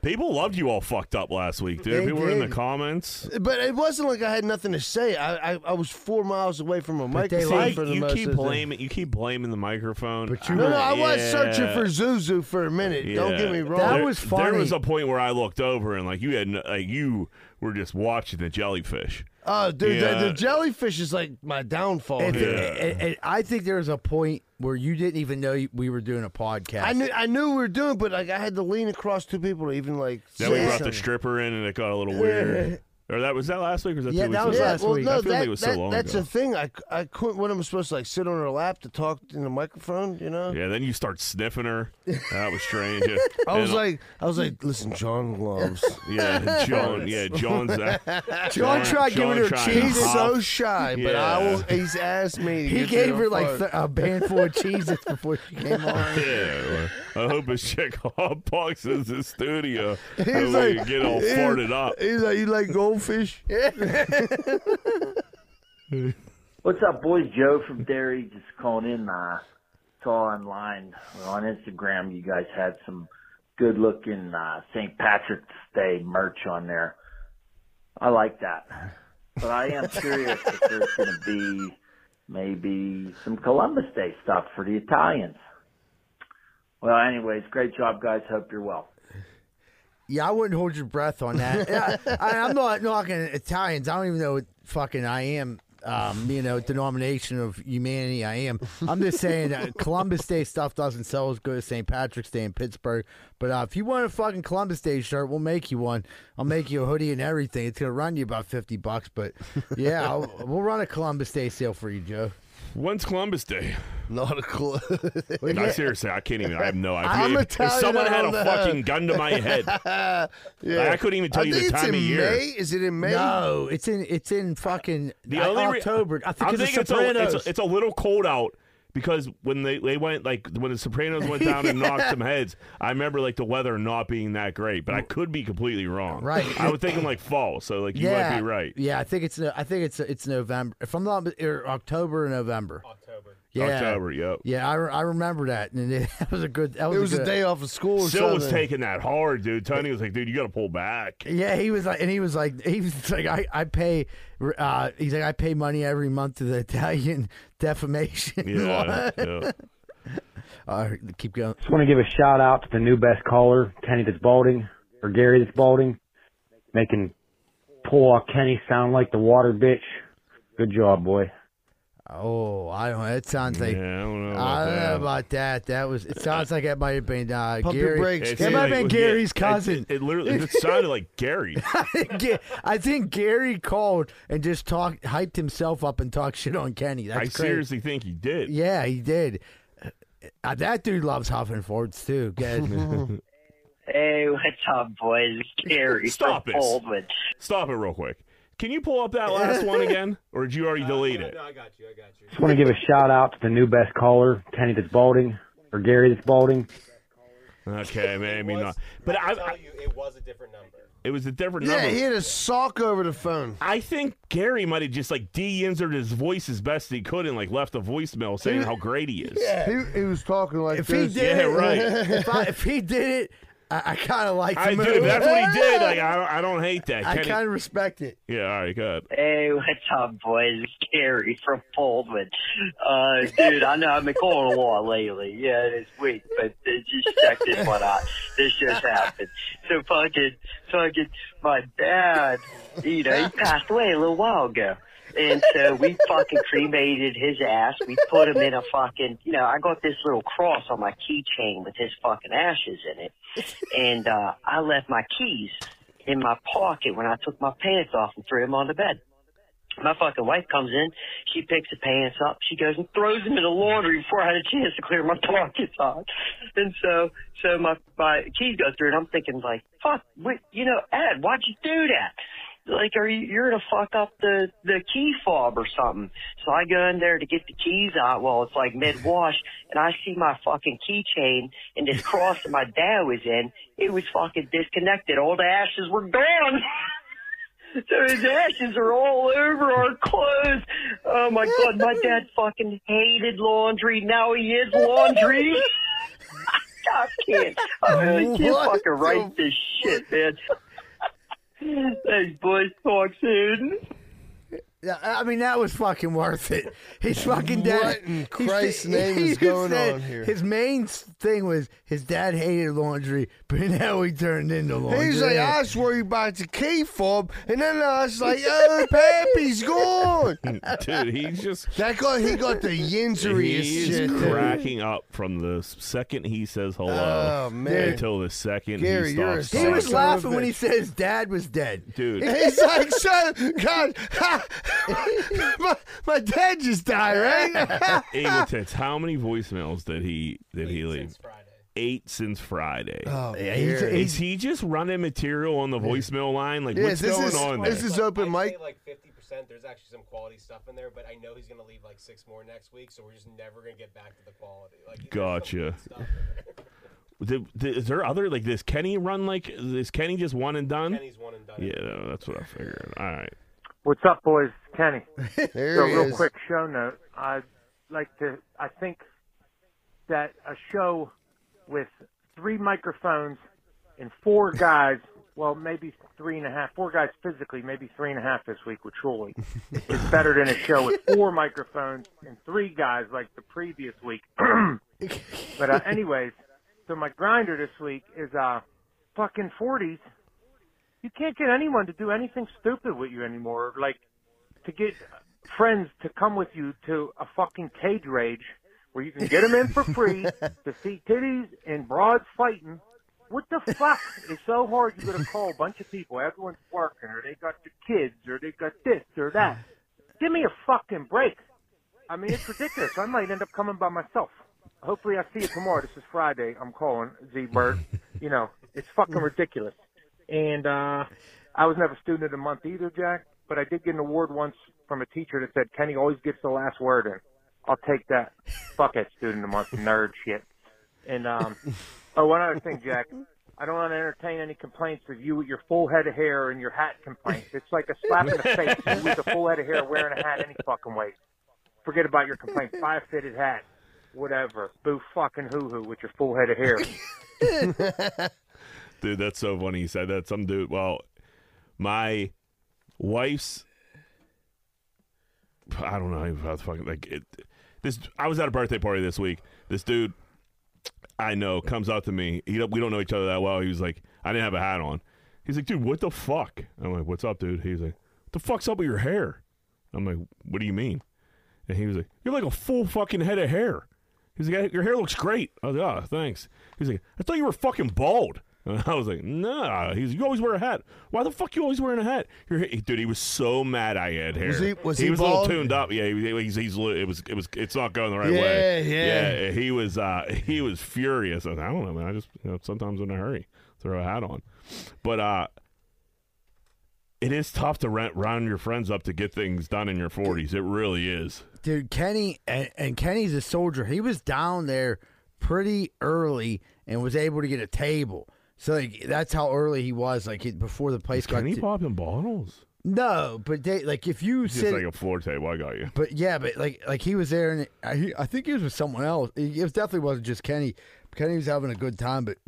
Speaker 2: People loved you all fucked up last week, dude.
Speaker 3: They
Speaker 2: People were in the
Speaker 3: did.
Speaker 2: comments.
Speaker 4: but it wasn't like I had nothing to say. I I, I was four miles away from a
Speaker 3: But they
Speaker 4: microphone
Speaker 3: like-
Speaker 4: for the
Speaker 2: you
Speaker 4: most
Speaker 2: keep
Speaker 4: of the-
Speaker 2: blaming you keep blaming the microphone.
Speaker 3: But you
Speaker 4: No,
Speaker 3: were-
Speaker 4: no, I was
Speaker 2: Yeah.
Speaker 4: searching for Zuzu for a minute. Don't
Speaker 2: Yeah.
Speaker 4: get me wrong.
Speaker 3: That
Speaker 2: There-
Speaker 3: was
Speaker 2: There
Speaker 3: funny.
Speaker 2: was a point where I looked over and like you had n- like you were just watching the jellyfish.
Speaker 4: Oh, dude,
Speaker 2: Yeah.
Speaker 4: the, the jellyfish is like my downfall.
Speaker 3: If-
Speaker 4: here.
Speaker 3: and- and I think there was a point where you didn't even know you- we were doing a podcast.
Speaker 4: I knew, I knew we were doing, it, but like I had to lean across two people to even like.
Speaker 2: Then we
Speaker 4: say
Speaker 2: brought the
Speaker 4: something.
Speaker 2: stripper in and it got a little weird. or that was that last week or was that
Speaker 3: Yeah,
Speaker 2: two weeks
Speaker 3: that was
Speaker 2: ago?
Speaker 3: last
Speaker 4: well,
Speaker 3: week.
Speaker 4: no,
Speaker 2: I feel
Speaker 4: that,
Speaker 2: like it was so
Speaker 4: that-
Speaker 2: long
Speaker 4: that's
Speaker 2: ago.
Speaker 4: the thing. I, I couldn't. What am I supposed to like sit on her lap to talk in the microphone? You know.
Speaker 2: Yeah, then you start sniffing her. That was strange. Yeah.
Speaker 4: I was
Speaker 2: And, uh,
Speaker 4: like, I was like, listen, John loves.
Speaker 2: yeah, John, yeah, John's that.
Speaker 3: John tried giving her
Speaker 2: trying to
Speaker 4: He's
Speaker 2: hop.
Speaker 4: so shy, but I
Speaker 2: Yeah.
Speaker 4: will, he's asked me. To
Speaker 3: he
Speaker 4: get
Speaker 3: gave
Speaker 4: her
Speaker 3: her like
Speaker 4: phone.
Speaker 3: th- a handful of cheeses before she came on.
Speaker 2: Yeah, well, I hope his chick boxes the studio. He's
Speaker 4: He's
Speaker 2: we
Speaker 4: like,
Speaker 2: can get all
Speaker 4: he's-
Speaker 2: farted up.
Speaker 4: He's like, you like goldfish? Yeah.
Speaker 9: What's up, boys? Joe from Derry just calling in. Uh, saw online or on Instagram you guys had some good looking uh, St. Patrick's Day merch on there. I like that. But I am curious if there's going to be maybe some Columbus Day stuff for the Italians. Well, anyways, great job, guys. Hope you're well.
Speaker 3: Yeah, I wouldn't hold your breath on that. Yeah, I, I'm not knocking Italians. I don't even know what fucking I am. Um, you know, denomination of humanity. I am. I'm just saying that Columbus Day stuff doesn't sell as good as St. Patrick's Day in Pittsburgh. But uh, if you want a fucking Columbus Day shirt, we'll make you one. I'll make you a hoodie and everything. It's gonna run you about fifty bucks, but yeah, I'll, we'll run a Columbus Day sale for you, Joe.
Speaker 2: When's Columbus Day?
Speaker 4: Not a clue.
Speaker 2: No, seriously, I can't even. I have no idea.
Speaker 4: I'm
Speaker 2: if,
Speaker 4: Italian,
Speaker 2: if someone
Speaker 4: I
Speaker 2: had a
Speaker 4: don't know.
Speaker 2: fucking gun to my head,
Speaker 4: yeah.
Speaker 2: I couldn't even tell
Speaker 4: I
Speaker 2: you
Speaker 4: think
Speaker 2: the
Speaker 4: it's
Speaker 2: time
Speaker 4: in
Speaker 2: of year.
Speaker 4: May. Is it in May?
Speaker 3: No, it's in it's in fucking
Speaker 2: The
Speaker 3: uh,
Speaker 2: only re-
Speaker 3: October. I think
Speaker 2: I'm
Speaker 3: it's the
Speaker 2: thinking it's a,
Speaker 3: Sopranos.
Speaker 2: it's, a, it's a little cold out because when they, they went like when the Sopranos went down and knocked some heads, I remember like the weather not being that great, but I could be completely wrong.
Speaker 3: Right.
Speaker 2: I was thinking like fall, so like you
Speaker 3: yeah,
Speaker 2: might be right.
Speaker 3: Yeah, I think it's no- I think it's it's November. If I'm not or October or November. October. Yeah.
Speaker 2: October, yep.
Speaker 3: Yeah, I, re- I remember that, and it, that was a good. That was
Speaker 4: It was
Speaker 3: a, good,
Speaker 4: a day off of school. Or
Speaker 2: Still was
Speaker 4: something.
Speaker 2: taking that hard, dude. Tony was like, dude, you got to pull back.
Speaker 3: Yeah, he was like, and he was like, he was like, I, I pay, uh, he's like, I pay money every month to the Italian defamation.
Speaker 2: Yeah. yeah.
Speaker 3: uh, keep going.
Speaker 10: Just want to give a shout out to the new best caller, Kenny that's balding, or Gary that's balding, making poor Kenny sound like the water bitch. Good job, boy.
Speaker 3: Oh, I don't. know. It sounds like.
Speaker 2: Yeah, I don't know. About
Speaker 3: I don't
Speaker 2: that.
Speaker 3: know about that. That was. It sounds like that might have been uh,
Speaker 4: Pump your
Speaker 3: Gary.
Speaker 4: brakes,
Speaker 2: It
Speaker 3: It
Speaker 4: dude.
Speaker 2: seemed
Speaker 3: might have
Speaker 2: like-
Speaker 3: been
Speaker 2: yeah,
Speaker 3: Gary's
Speaker 2: I-
Speaker 3: cousin.
Speaker 2: It, literally it just sounded like Gary.
Speaker 3: Ga- I think Gary called and just talked, hyped himself up and talked shit on Kenny. That's
Speaker 2: I
Speaker 3: crazy.
Speaker 2: seriously think he did.
Speaker 3: Yeah, he did. Uh, that dude loves Huffin' Forts too. Good.
Speaker 9: Hey, what's up, boys? Gary
Speaker 2: Stop
Speaker 9: from
Speaker 2: it.
Speaker 9: Baldwin.
Speaker 2: Stop it real quick. Can you pull up that last one again, or did you already delete it?
Speaker 10: Just want to give a shout out to the new best caller, Kenny that's balding, or Gary that's balding,
Speaker 2: Okay, maybe not. But I, I-
Speaker 11: it was a different number.
Speaker 2: it was a different
Speaker 4: Yeah,
Speaker 2: number.
Speaker 4: he had a sock over the phone.
Speaker 2: I think Gary might have just like de-inserted his voice as best he could and like left a voicemail saying how great he is. Yeah,
Speaker 4: He, he was talking like
Speaker 3: if he
Speaker 4: this.
Speaker 3: did it,
Speaker 2: right.
Speaker 3: if, I, if he did it, I, I kind of like the
Speaker 2: I do.
Speaker 3: move.
Speaker 2: If that's what he did. Like, I don't. I don't hate that.
Speaker 3: I
Speaker 2: Kenny-
Speaker 3: kind of respect it.
Speaker 2: Yeah. All right. Good.
Speaker 9: Hey, what's up, boys? Gary from Baldwin. Uh, dude, I know I've been calling a lot lately. Yeah, it's weak, but it just check this one out. This just happened. So fucking, fucking, my dad, you know, he passed away a little while ago. And so we fucking cremated his ass. We put him in a fucking, you know, I got this little cross on my keychain with his fucking ashes in it. And, uh, I left my keys in my pocket when I took my pants off and threw them on the bed. My fucking wife comes in, she picks the pants up, she goes and throws them in the laundry before I had a chance to clear my pockets out. And so, so my, my keys go through and I'm thinking like, fuck, what, you know, Ed, why'd you do that? Like, are you, you're gonna fuck up the, the key fob or something. So I go in there to get the keys out while it's like mid-wash and I see my fucking keychain and this cross that my dad was in, it was fucking disconnected. All the ashes were gone. So his ashes are all over our clothes. Oh my god, my dad fucking hated laundry. Now he is laundry. I can't. I really can't
Speaker 4: What
Speaker 9: fucking write this shit, man. Thanks, boys. Talk soon.
Speaker 3: Yeah, I mean that was fucking worth it. His fucking dad.
Speaker 4: What in
Speaker 3: he
Speaker 4: Christ's
Speaker 3: said-
Speaker 4: name
Speaker 3: he
Speaker 4: is going
Speaker 3: said
Speaker 4: on here?
Speaker 3: His main s- thing was his dad hated laundry, but now he turned into laundry.
Speaker 4: He's like, "Ah, I was worried about the key fob, and then I was like, oh, Pappy's gone.
Speaker 2: Dude, he's just
Speaker 4: That guy, he got the
Speaker 2: he
Speaker 4: yinseriest
Speaker 2: is
Speaker 4: shit. dude.
Speaker 2: cracking up from the second he says hello
Speaker 4: Oh, man.
Speaker 2: until the second
Speaker 4: Gary,
Speaker 2: he
Speaker 4: you're a
Speaker 2: stops.
Speaker 3: he
Speaker 2: talking.
Speaker 3: was
Speaker 4: son of a
Speaker 3: laughing when he
Speaker 4: bitch.
Speaker 3: said his dad was dead.
Speaker 2: dude.
Speaker 4: He's like, so, God, ha, my, my dad just died, right?
Speaker 2: Eagle tits. How many voicemails did he did he leave? Eight since Friday.
Speaker 4: oh,
Speaker 3: Yeah, he's-
Speaker 4: Gary.
Speaker 2: is he just running material on the voicemail line? Like what's
Speaker 4: Yes, this
Speaker 2: going
Speaker 4: is-
Speaker 2: on there?
Speaker 4: this is open
Speaker 11: I'd say
Speaker 4: mic.
Speaker 11: like 50%. There's actually some quality stuff in there, but I know he's going to leave like six more next week, so we're just never going to get back to the quality. Like, there's some
Speaker 2: Gotcha.
Speaker 11: good stuff in there.
Speaker 2: Did- did- is there other like this? Kenny run like is Kenny just one and done?
Speaker 11: Kenny's one and done.
Speaker 2: Yeah, no, that's what I figured. All right.
Speaker 10: What's up, boys? Kenny.
Speaker 4: There
Speaker 10: So
Speaker 4: he
Speaker 10: real
Speaker 4: is.
Speaker 10: quick show note. I'd like to. I think that a show with three microphones and four guys, well, maybe three and a half, four guys physically, maybe three and a half this week with Truly, is better than a show with four microphones and three guys like the previous week. but uh, anyways, so my grinder this week is uh fucking forties. You can't get anyone to do anything stupid with you anymore. Like to get friends to come with you to a fucking cage rage where you can get them in for free to see titties and broads fighting. What the fuck is so hard? You got to call a bunch of people. Everyone's working, or they got their kids, or they got this or that. Give me a fucking break. I mean, it's ridiculous. I might end up coming by myself. Hopefully, I see you tomorrow. This is Friday. I'm calling Z Bird. You know, it's fucking ridiculous. And uh, I was never student of the month either, Jack. But I did get an award once from a teacher that said Kenny always gets the last word in. I'll take that. Fuck that student of the month nerd shit. And um, oh, one other thing, Jack. I don't want to entertain any complaints of you with your full head of hair and your hat complaints. It's like a slap in the face. You with a full head of hair wearing a hat any fucking way. Forget about your complaints. Buy a fitted hat, whatever. Boo fucking hoo hoo with your full head of hair.
Speaker 2: Dude, that's so funny. He said that. Some dude. Well, my wife's. I don't know how to fucking like it. This I was at a birthday party this week. This dude I know comes up to me. He don't, we don't know each other that well. He was like, I didn't have a hat on. He's like, dude, what the fuck? I'm like, what's up, dude? He's like, what the fuck's up with your hair? I'm like, what do you mean? And he was like, you're like a full fucking head of hair. He's like, your hair looks great. I was like, oh, thanks. He's like, I thought you were fucking bald. And I was like, nah. He's you always wear a hat. Why the fuck you always wearing a hat? Your ha-" dude, he was so mad I had hair.
Speaker 4: Was he- was he
Speaker 2: was a
Speaker 4: bald?
Speaker 2: little tuned up. Yeah, he was, he was- he's, li- it was it was it's not going the right
Speaker 4: Yeah,
Speaker 2: way.
Speaker 4: yeah.
Speaker 2: yeah. He was uh he was furious. I, was, I don't know, man. I just you know, sometimes in a hurry throw a hat on, but uh. It is tough to rent, round your friends up to get things done in your 40s. It really is.
Speaker 3: dude kenny and, and kenny's a soldier he was down there pretty early and was able to get a table so like that's how early he was like he- before the place got
Speaker 2: Kenny
Speaker 3: to-
Speaker 2: popping bottles?
Speaker 3: no but they like if you
Speaker 2: Just
Speaker 3: sit
Speaker 2: like a floor table. I got you.
Speaker 3: but yeah but like like he was there and I, he, I think he was with someone else it was definitely wasn't just kenny kenny was having a good time but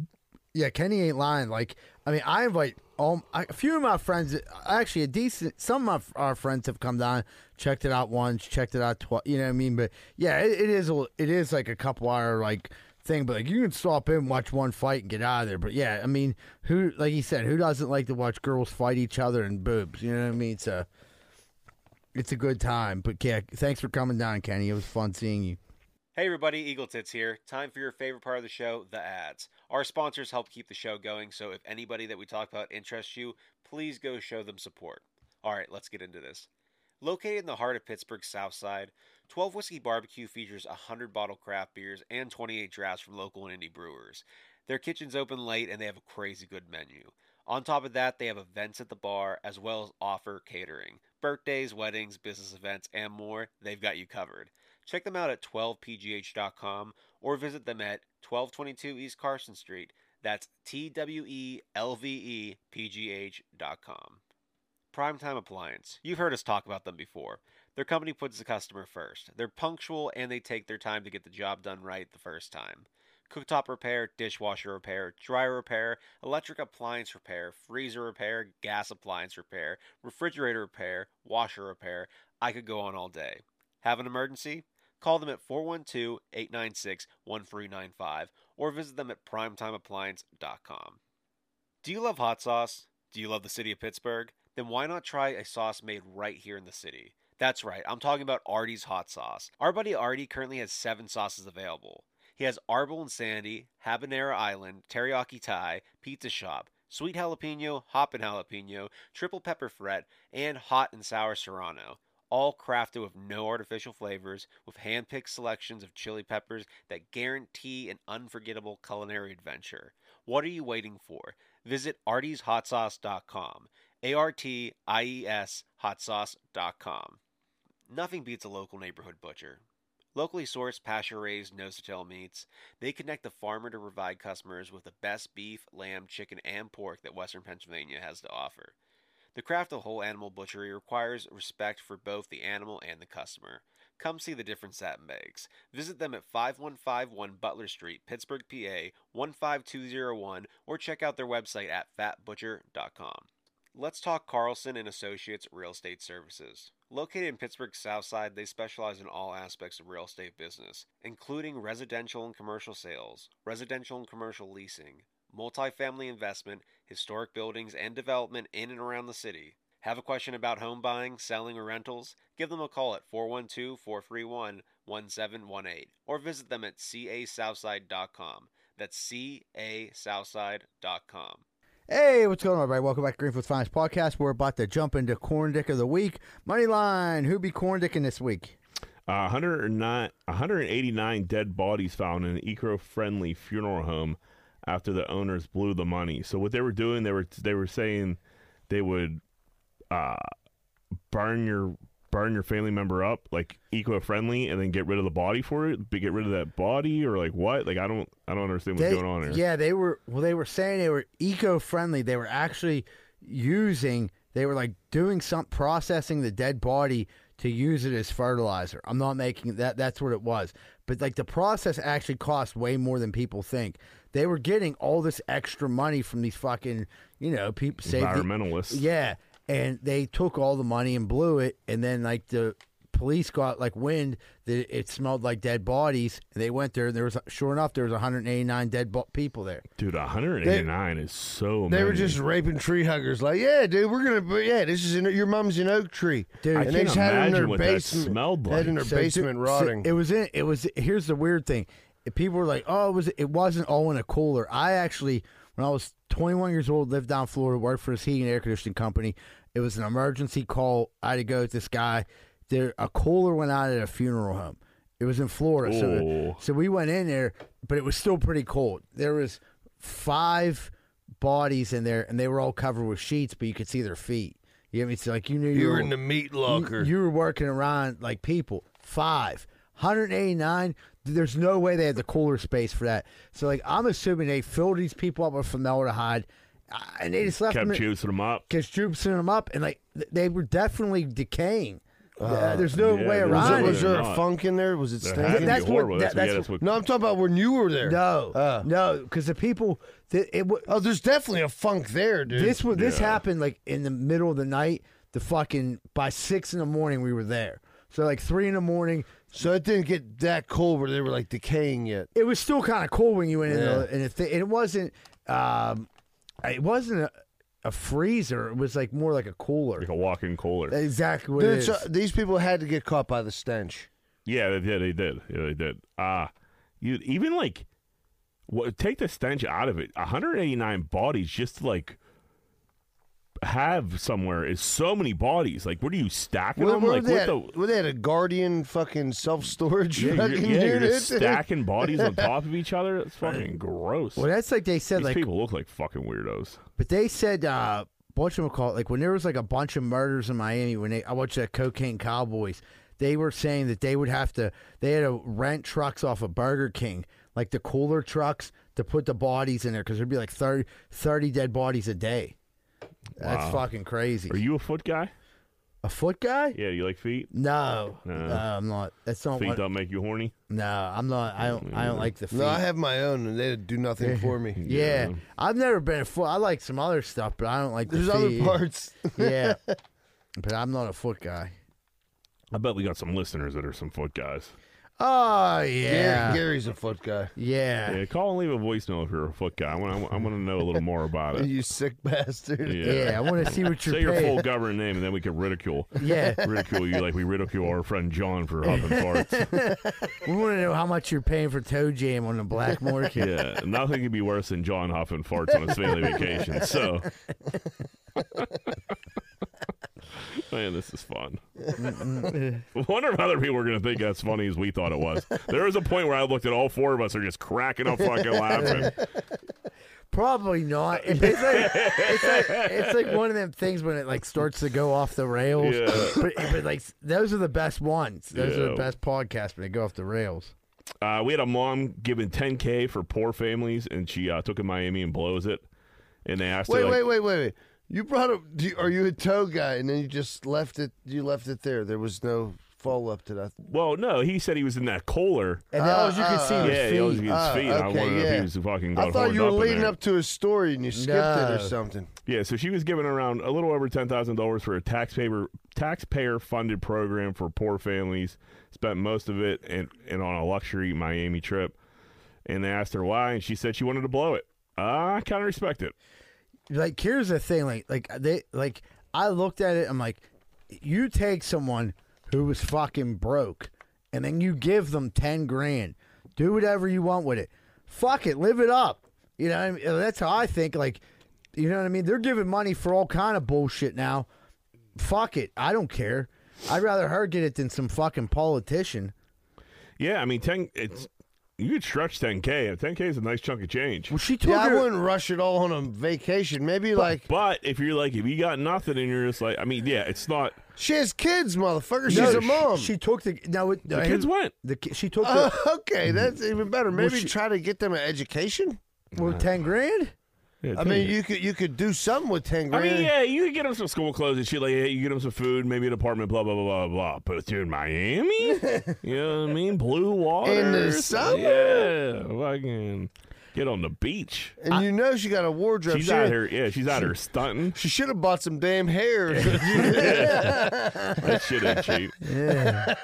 Speaker 3: yeah kenny ain't lying like i mean i invite all I- a few of my friends actually a decent some of our friends have come down checked it out once checked it out twice you know what i mean but yeah it, it is a- it is like a couple hour like thing but like you can stop in watch one fight and get out of there but yeah i mean who like he said who doesn't like to watch girls fight each other and boobs you know what i mean so it's a good time, but yeah, thanks for coming down, Kenny. It was fun seeing you.
Speaker 1: Hey everybody, Eagle Tits here. Time for your favorite part of the show, the ads. Our sponsors help keep the show going, so if anybody that we talk about interests you, please go show them support. All right, let's get into this. Located in the heart of Pittsburgh's South Side, 12 Whiskey Barbecue features 100 bottle craft beers and 28 drafts from local and indie brewers. Their kitchen's open late and they have a crazy good menu. On top of that, they have events at the bar as well as offer catering. Birthdays, weddings, business events, and more, they've got you covered. Check them out at 12pgh.com or visit them at 1222 East Carson Street. That's T W E L V E P G H dot com. Primetime Appliance. You've heard us talk about them before. Their company puts the customer first. They're punctual and they take their time to get the job done right the first time. Cooktop repair, dishwasher repair, dryer repair, electric appliance repair, freezer repair, gas appliance repair, refrigerator repair, washer repair. I could go on all day. Have an emergency? Call them at 412 896 1395 or visit them at primetimeappliance.com. Do you love hot sauce? Do you love the city of Pittsburgh? Then why not try a sauce made right here in the city? That's right, I'm talking about Artie's hot sauce. Our buddy Artie currently has seven sauces available. He has Arbol and Sandy, Habanero Island, Teriyaki Thai, Pizza Shop, Sweet Jalapeno, Hop and Jalapeno, Triple Pepper Fret, and Hot and Sour Serrano. All crafted with no artificial flavors, with hand picked selections of chili peppers that guarantee an unforgettable culinary adventure. What are you waiting for? Visit artieshotsauce.com. A R T I E S hotsauce.com. Nothing beats a local neighborhood butcher. Locally sourced, pasture raised, no satel meats, they connect the farmer to provide customers with the best beef, lamb, chicken, and pork that Western Pennsylvania has to offer. The craft of whole animal butchery requires respect for both the animal and the customer. Come see the difference that makes. Visit them at 5151 Butler Street, Pittsburgh, PA 15201, or check out their website at fatbutcher.com. Let's talk Carlson and Associates Real Estate Services. Located in Pittsburgh's South Side, they specialize in all aspects of real estate business, including residential and commercial sales, residential and commercial leasing, multifamily investment, historic buildings and development in and around the city. Have a question about home buying, selling, or rentals? Give them a call at 412 431 1718 or visit them at casouthside.com. That's casouthside.com.
Speaker 3: Hey, what's going on, everybody? Welcome back to Greenfield's Finest Podcast. We're about to jump into Corn Dick of the Week. Money line, who be Corn Dicking this week?
Speaker 2: Uh, 109 189 dead bodies found in an eco-friendly funeral home after the owners blew the money. So what they were doing, they were they were saying they would uh, burn your burn your family member up like eco friendly and then get rid of the body for it? Be- Get rid of that body or like what? Like I don't I don't understand what's
Speaker 3: They-
Speaker 2: going on here.
Speaker 3: Yeah, they were. Well, they were saying they were eco-friendly. They were actually using. They were like doing some processing the dead body to use it as fertilizer. I'm not making that. That's what it was. But like the process actually cost way more than people think. They were getting all this extra money from these fucking you know people save the-
Speaker 2: Environmentalists.
Speaker 3: yeah, and they took all the money and blew it, and then like the police got like wind that it smelled like dead bodies. And they went there, and there was sure enough there was 189 dead bo- people there.
Speaker 2: Dude, 189 is so
Speaker 3: they
Speaker 4: They were
Speaker 2: many.
Speaker 4: just raping tree huggers. Like, yeah, dude, we're gonna, but yeah, this is in, your mom's an oak tree, dude.
Speaker 3: I
Speaker 4: And they
Speaker 3: can't
Speaker 4: just had it in their
Speaker 2: imagine what that
Speaker 4: basement.
Speaker 2: smelled
Speaker 4: Had it in their
Speaker 3: So,
Speaker 4: basement
Speaker 3: so
Speaker 4: rotting.
Speaker 3: it was in. It was. Here's the weird thing: If people were like, "Oh, it was." It wasn't all in a cooler. I actually, when I was 21 years old, lived down in Florida, worked for this heating and air conditioning company. It was an emergency call. I had to go with this guy. There, a cooler went out at a funeral home. It was in Florida, so
Speaker 2: Oh.
Speaker 3: the, so we went in there, but it was still pretty cold. There was five bodies in there, and they were all covered with sheets, but you could see their feet. You know what I mean? So like you knew
Speaker 4: You were
Speaker 3: were
Speaker 4: in the meat
Speaker 3: you-
Speaker 4: locker.
Speaker 3: You, were working around like people. Five. 189. There's no way they had the cooler space for that. So like I'm assuming they filled these people up with formaldehyde, uh, and they just left
Speaker 2: kept
Speaker 3: them. in-
Speaker 2: juicing them up.
Speaker 3: Kept juicing them up, and like th- they were definitely decaying. Uh, there's no
Speaker 2: yeah,
Speaker 3: way
Speaker 2: there's
Speaker 4: was,
Speaker 3: around
Speaker 4: it,
Speaker 3: it.
Speaker 4: was there a
Speaker 2: Not.
Speaker 4: funk in there? Was it
Speaker 2: There
Speaker 4: stinking?
Speaker 2: had to be
Speaker 3: That's what-
Speaker 2: horrible.
Speaker 3: that-
Speaker 2: That's what- yeah,
Speaker 3: that's
Speaker 2: that's what-
Speaker 4: no, I'm talking about when you were there.
Speaker 3: No,
Speaker 4: Uh.
Speaker 3: no, because the people that it wa-
Speaker 4: Oh, there's definitely a funk there, dude.
Speaker 3: this was this
Speaker 2: Yeah.
Speaker 3: happened like in the middle of the night. The fucking by six in the morning we were there. So like three in the morning,
Speaker 4: so it didn't get that cold where they were like decaying yet.
Speaker 3: it was still kind of cool when you went in
Speaker 4: Yeah.
Speaker 3: there, and it, th- it wasn't, um, it wasn't a, a freezer. It was like more like a cooler. uh,
Speaker 2: Like a walk-in cooler.
Speaker 3: exactly what it
Speaker 4: Dude,
Speaker 3: is.
Speaker 4: so these people had to get caught by the stench.
Speaker 2: Yeah, they did. They did. Yeah, they did. Ah, you even like, what, take the stench out of it. 189 bodies just to like have somewhere is so many bodies. Like, what are you stacking
Speaker 4: Where,
Speaker 2: them?
Speaker 4: where
Speaker 2: like,
Speaker 4: they
Speaker 2: what
Speaker 4: had,
Speaker 2: the?
Speaker 4: where they had a guardian fucking self storage
Speaker 2: Yeah, you're,
Speaker 4: fucking
Speaker 2: yeah, you're
Speaker 4: unit.
Speaker 2: just stacking bodies on top of each other. That's fucking gross.
Speaker 3: well, that's like they said,
Speaker 2: These
Speaker 3: like,
Speaker 2: people look like fucking weirdos.
Speaker 3: but they said, uh, bunch of call like when there was like a bunch of murders in Miami when they I watched that Cocaine Cowboys, they were saying that they would have to they had to rent trucks off of Burger King, like the cooler trucks to put the bodies in there because there'd be like 30, 30 dead bodies a day. That's fucking crazy.
Speaker 2: Are you a foot guy?
Speaker 3: a foot guy?
Speaker 2: Yeah, you like feet.
Speaker 3: No,
Speaker 2: No.
Speaker 3: no, I'm not. That's not
Speaker 2: Feet
Speaker 3: what.
Speaker 2: don't make you horny.
Speaker 3: No, I'm not. I don't. I don't like the feet.
Speaker 4: No, I have my own, and they do nothing for me.
Speaker 3: yeah.
Speaker 2: Yeah.
Speaker 3: I've never been a foot. I like some other stuff, but I don't like.
Speaker 4: There's
Speaker 3: the
Speaker 4: other
Speaker 3: feet.
Speaker 4: parts.
Speaker 3: yeah, but I'm not a foot guy.
Speaker 2: I bet we got some listeners that are some foot guys.
Speaker 3: Oh yeah,
Speaker 4: Gary, Gary's a foot guy.
Speaker 3: yeah.
Speaker 2: Yeah, call and leave a voicemail if you're a foot guy. I want. I want to know a little more about it.
Speaker 4: You sick bastard.
Speaker 2: Yeah.
Speaker 3: Yeah, I want to see what you're
Speaker 2: Say your
Speaker 3: paying.
Speaker 2: full government name, and then we can ridicule.
Speaker 3: Yeah,
Speaker 2: Ridicule you like we ridicule our friend John for huffing farts.
Speaker 3: we want to know how much you're paying for toe jam on the black market.
Speaker 2: Yeah, nothing can be worse than John huffing farts on his family vacation. So, man, this is fun. Wonder if other people are going to think that's funny as we thought it was. There was a point where I looked at all four of us are just cracking up, fucking laughing.
Speaker 3: Probably not. It's like, it's like it's like one of them things when it like starts to go off the rails.
Speaker 2: Yeah.
Speaker 3: But, but like those are the best ones. Those are
Speaker 2: Yeah.
Speaker 3: the best podcasts when they go off the rails.
Speaker 2: Uh, we had a mom giving 10k for poor families, and she uh, took in Miami and blows it. And they asked
Speaker 4: Wait,
Speaker 2: her, like,
Speaker 4: wait, wait, wait, wait. You brought up. Do you, are you a toe guy? And then you just left it. You left it there. There was no follow up to that.
Speaker 2: Well, no, he said he was in that cooler.
Speaker 3: And then all you can see was
Speaker 2: Uh, yeah,
Speaker 3: feet.
Speaker 2: he always gets
Speaker 4: Oh,
Speaker 2: feet. I
Speaker 4: okay,
Speaker 2: wanted if
Speaker 4: yeah.
Speaker 2: he was fucking got
Speaker 4: I thought
Speaker 2: horned
Speaker 4: you were
Speaker 2: up in
Speaker 4: leading
Speaker 2: there.
Speaker 4: up to a story and you skipped it
Speaker 3: No.
Speaker 4: or something.
Speaker 2: Yeah, so she was giving around a little over ten thousand dollars for a taxpayer taxpayer funded program for poor families. Spent most of it and and on a luxury Miami trip. And they asked her why, and she said she wanted to blow it. I kind of respect it.
Speaker 3: like here's the thing like like they like i looked at it i'm like you take someone who was fucking broke and then you give them 10 grand do whatever you want with it fuck it live it up you know what I mean? Uh, that's how i think like you know what i mean they're giving money for all kind of bullshit now fuck it i don't care i'd rather her get it than some fucking politician
Speaker 2: Yeah, I mean ten. It's you could stretch ten k. Ten k is a nice chunk of change.
Speaker 3: well she took
Speaker 4: Yeah, I
Speaker 3: her
Speaker 4: wouldn't rush it all on a vacation. Maybe like
Speaker 2: But if you're like, if you got nothing and you're just like, I mean, yeah, it's not.
Speaker 4: She has kids, motherfucker. She's a mom.
Speaker 3: um, She took the now. It,
Speaker 4: The kids
Speaker 2: went.
Speaker 3: The ki- she took.
Speaker 4: Oh,
Speaker 3: The,
Speaker 4: okay, that's even better.
Speaker 3: Well,
Speaker 4: Maybe
Speaker 3: she-
Speaker 4: try to get them an education.
Speaker 3: Well, ten grand.
Speaker 4: I
Speaker 2: ten
Speaker 4: mean,
Speaker 2: grand.
Speaker 4: you could you could do something with ten
Speaker 2: I
Speaker 4: grand.
Speaker 2: mean, yeah, you could get them some school clothes and shit like that. You get them some food, maybe an apartment, blah blah blah blah blah. But if you're in Miami, you know what I mean? Blue water
Speaker 4: In the
Speaker 2: so-
Speaker 4: summer?
Speaker 2: yeah, fucking get on the beach.
Speaker 4: And you know she got a wardrobe.
Speaker 2: She's
Speaker 4: She-
Speaker 2: out here, yeah, she's out here stunting.
Speaker 4: She should have bought some damn hair.
Speaker 2: That shit ain't cheap.
Speaker 3: Yeah.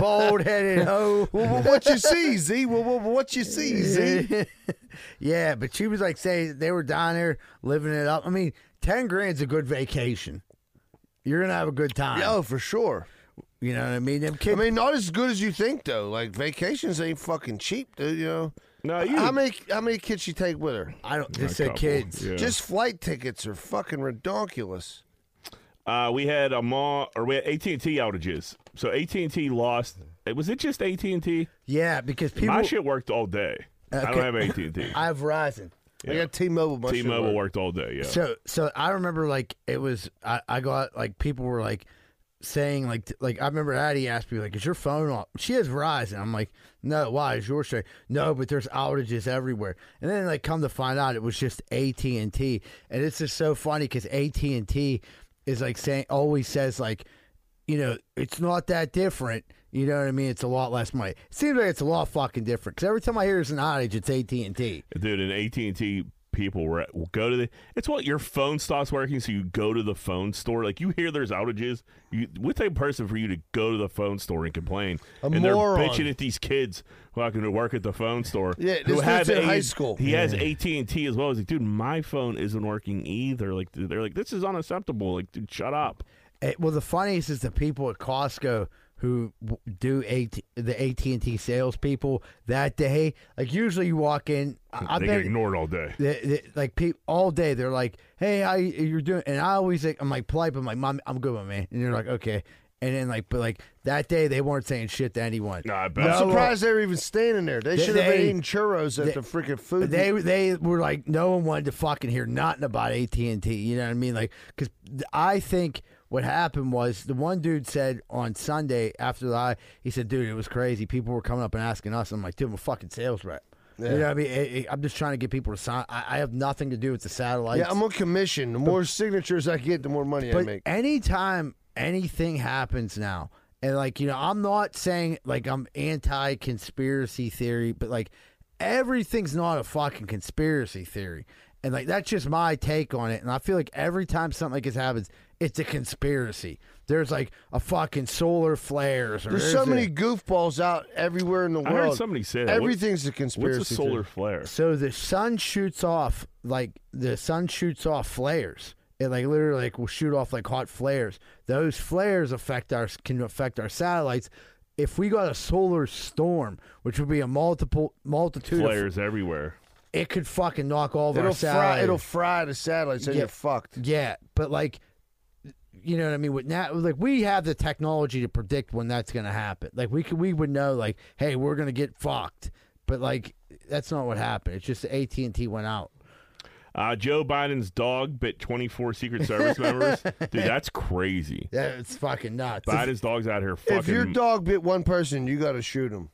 Speaker 3: Bald headed hoe.
Speaker 4: Well, well, what you see, Z? Well, well, what you see, Z?
Speaker 3: yeah, but she was like saying they were down there living it up. I mean, ten grand's a good vacation. You're gonna have a good time.
Speaker 4: Yeah, oh, for sure.
Speaker 3: You know what I mean? Them
Speaker 4: I
Speaker 3: kids.
Speaker 4: mean, not as good as you think though. Like vacations ain't fucking cheap, dude. You know.
Speaker 2: No, you-
Speaker 4: How many how many kids she take with her?
Speaker 3: I don't.
Speaker 2: A
Speaker 3: Just said
Speaker 2: couple,
Speaker 3: kids.
Speaker 2: yeah.
Speaker 4: Just flight tickets are fucking redonkulous.
Speaker 2: Uh, we had a mall, or we had AT and T outages. So AT and T lost. Was it just AT and T?
Speaker 3: Yeah, because people.
Speaker 2: My shit worked all day. I
Speaker 3: Okay.
Speaker 2: don't have AT and T.
Speaker 3: I have Verizon.
Speaker 4: I got T-Mobile. my shit
Speaker 2: T-Mobile worked
Speaker 4: worked.
Speaker 2: all day. Yeah.
Speaker 3: So so I remember like it was I, I got like people were like saying like t- like I remember Addie asked me like is your phone off? She has Verizon. I'm like no, why is your shit? No, but there's outages everywhere. And then like come to find out it was just AT and T, and it's just so funny because AT and T is like saying always says like you know, it's not that different. You know what I mean? It's a lot less money. It seems like it's a lot fucking different. Because every time I hear there's an outage, it's AT and T.
Speaker 2: dude and AT&T people were at, will go to the it's what your phone stops working so you go to the phone store like you hear there's outages you what type of person for you to go to the phone store and complain
Speaker 4: A
Speaker 2: and
Speaker 4: moron.
Speaker 2: they're bitching at these kids who are going to work at the phone store
Speaker 4: Yeah, this
Speaker 2: who
Speaker 4: dude's
Speaker 2: have
Speaker 4: in high
Speaker 2: A-
Speaker 4: school.
Speaker 2: he has AT&T as well as like dude my phone isn't working either like they're like this is unacceptable like dude shut up
Speaker 3: It, Eh, well, the funniest is the people at Costco who w- do AT, the AT and T salespeople that day. Like usually, you walk in. I, I've
Speaker 2: they get
Speaker 3: been
Speaker 2: ignored all day
Speaker 3: they, they, like pe- all day. They're like, "Hey, I you're doing," and I always like, I'm like polite, but I'm like, "Mom, I'm good, my man." And they're like, "Okay." And then like, but like that day, they weren't saying shit to anyone.
Speaker 2: nah, I bet.
Speaker 4: I'm surprised they were even standing there. They
Speaker 3: They-
Speaker 4: should have been
Speaker 3: they-
Speaker 4: eating churros at
Speaker 3: they-
Speaker 4: the freaking food.
Speaker 3: They they were like no one wanted to fucking hear nothing about AT and T. You know what I mean? Like because I think what happened was the one dude said on Sunday after the I he said, dude, it was crazy. People were coming up and asking us. I'm like, dude, I'm a fucking sales rep. You know what I mean? I, am just trying to get people to sign. I, I have nothing to do with the satellites.
Speaker 4: yeah, I'm on commission. The more signatures I get, the more money I
Speaker 3: But
Speaker 4: make.
Speaker 3: anytime anything happens now, and like, you know, I'm not saying like I'm anti conspiracy theory, but like everything's not a fucking conspiracy theory. And like that's just my take on it. And I feel like every time something like this happens, it's a conspiracy. There's like a fucking solar flares or
Speaker 4: There's so
Speaker 3: a-
Speaker 4: many goofballs out everywhere in the
Speaker 2: I
Speaker 4: world.
Speaker 2: heard somebody say that. What-
Speaker 4: everything's a conspiracy.
Speaker 2: what's a solar
Speaker 4: theory.
Speaker 2: flare
Speaker 3: So the sun shoots off like the sun shoots off flares. It like literally like will shoot off like hot flares. Those flares affect our can affect our satellites. If we got a solar storm, which would be a multiple multitude, of-
Speaker 2: flares everywhere
Speaker 3: it could fucking knock all of
Speaker 4: It'll
Speaker 3: our satellites.
Speaker 4: fry. It'll fry the satellites, and
Speaker 3: Yeah.
Speaker 4: you're fucked.
Speaker 3: yeah, but like, you know what I mean? With now, like we have the technology to predict when that's gonna happen. Like we could, we would know. Like, hey, we're gonna get fucked. But like, that's not what happened. It's just AT and T went out.
Speaker 2: Uh, Joe Biden's dog bit 24 Secret Service members. Dude, that's crazy.
Speaker 3: Yeah, it's fucking nuts.
Speaker 2: Biden's dog's out here fucking.
Speaker 4: If your dog bit one person, you got to shoot him.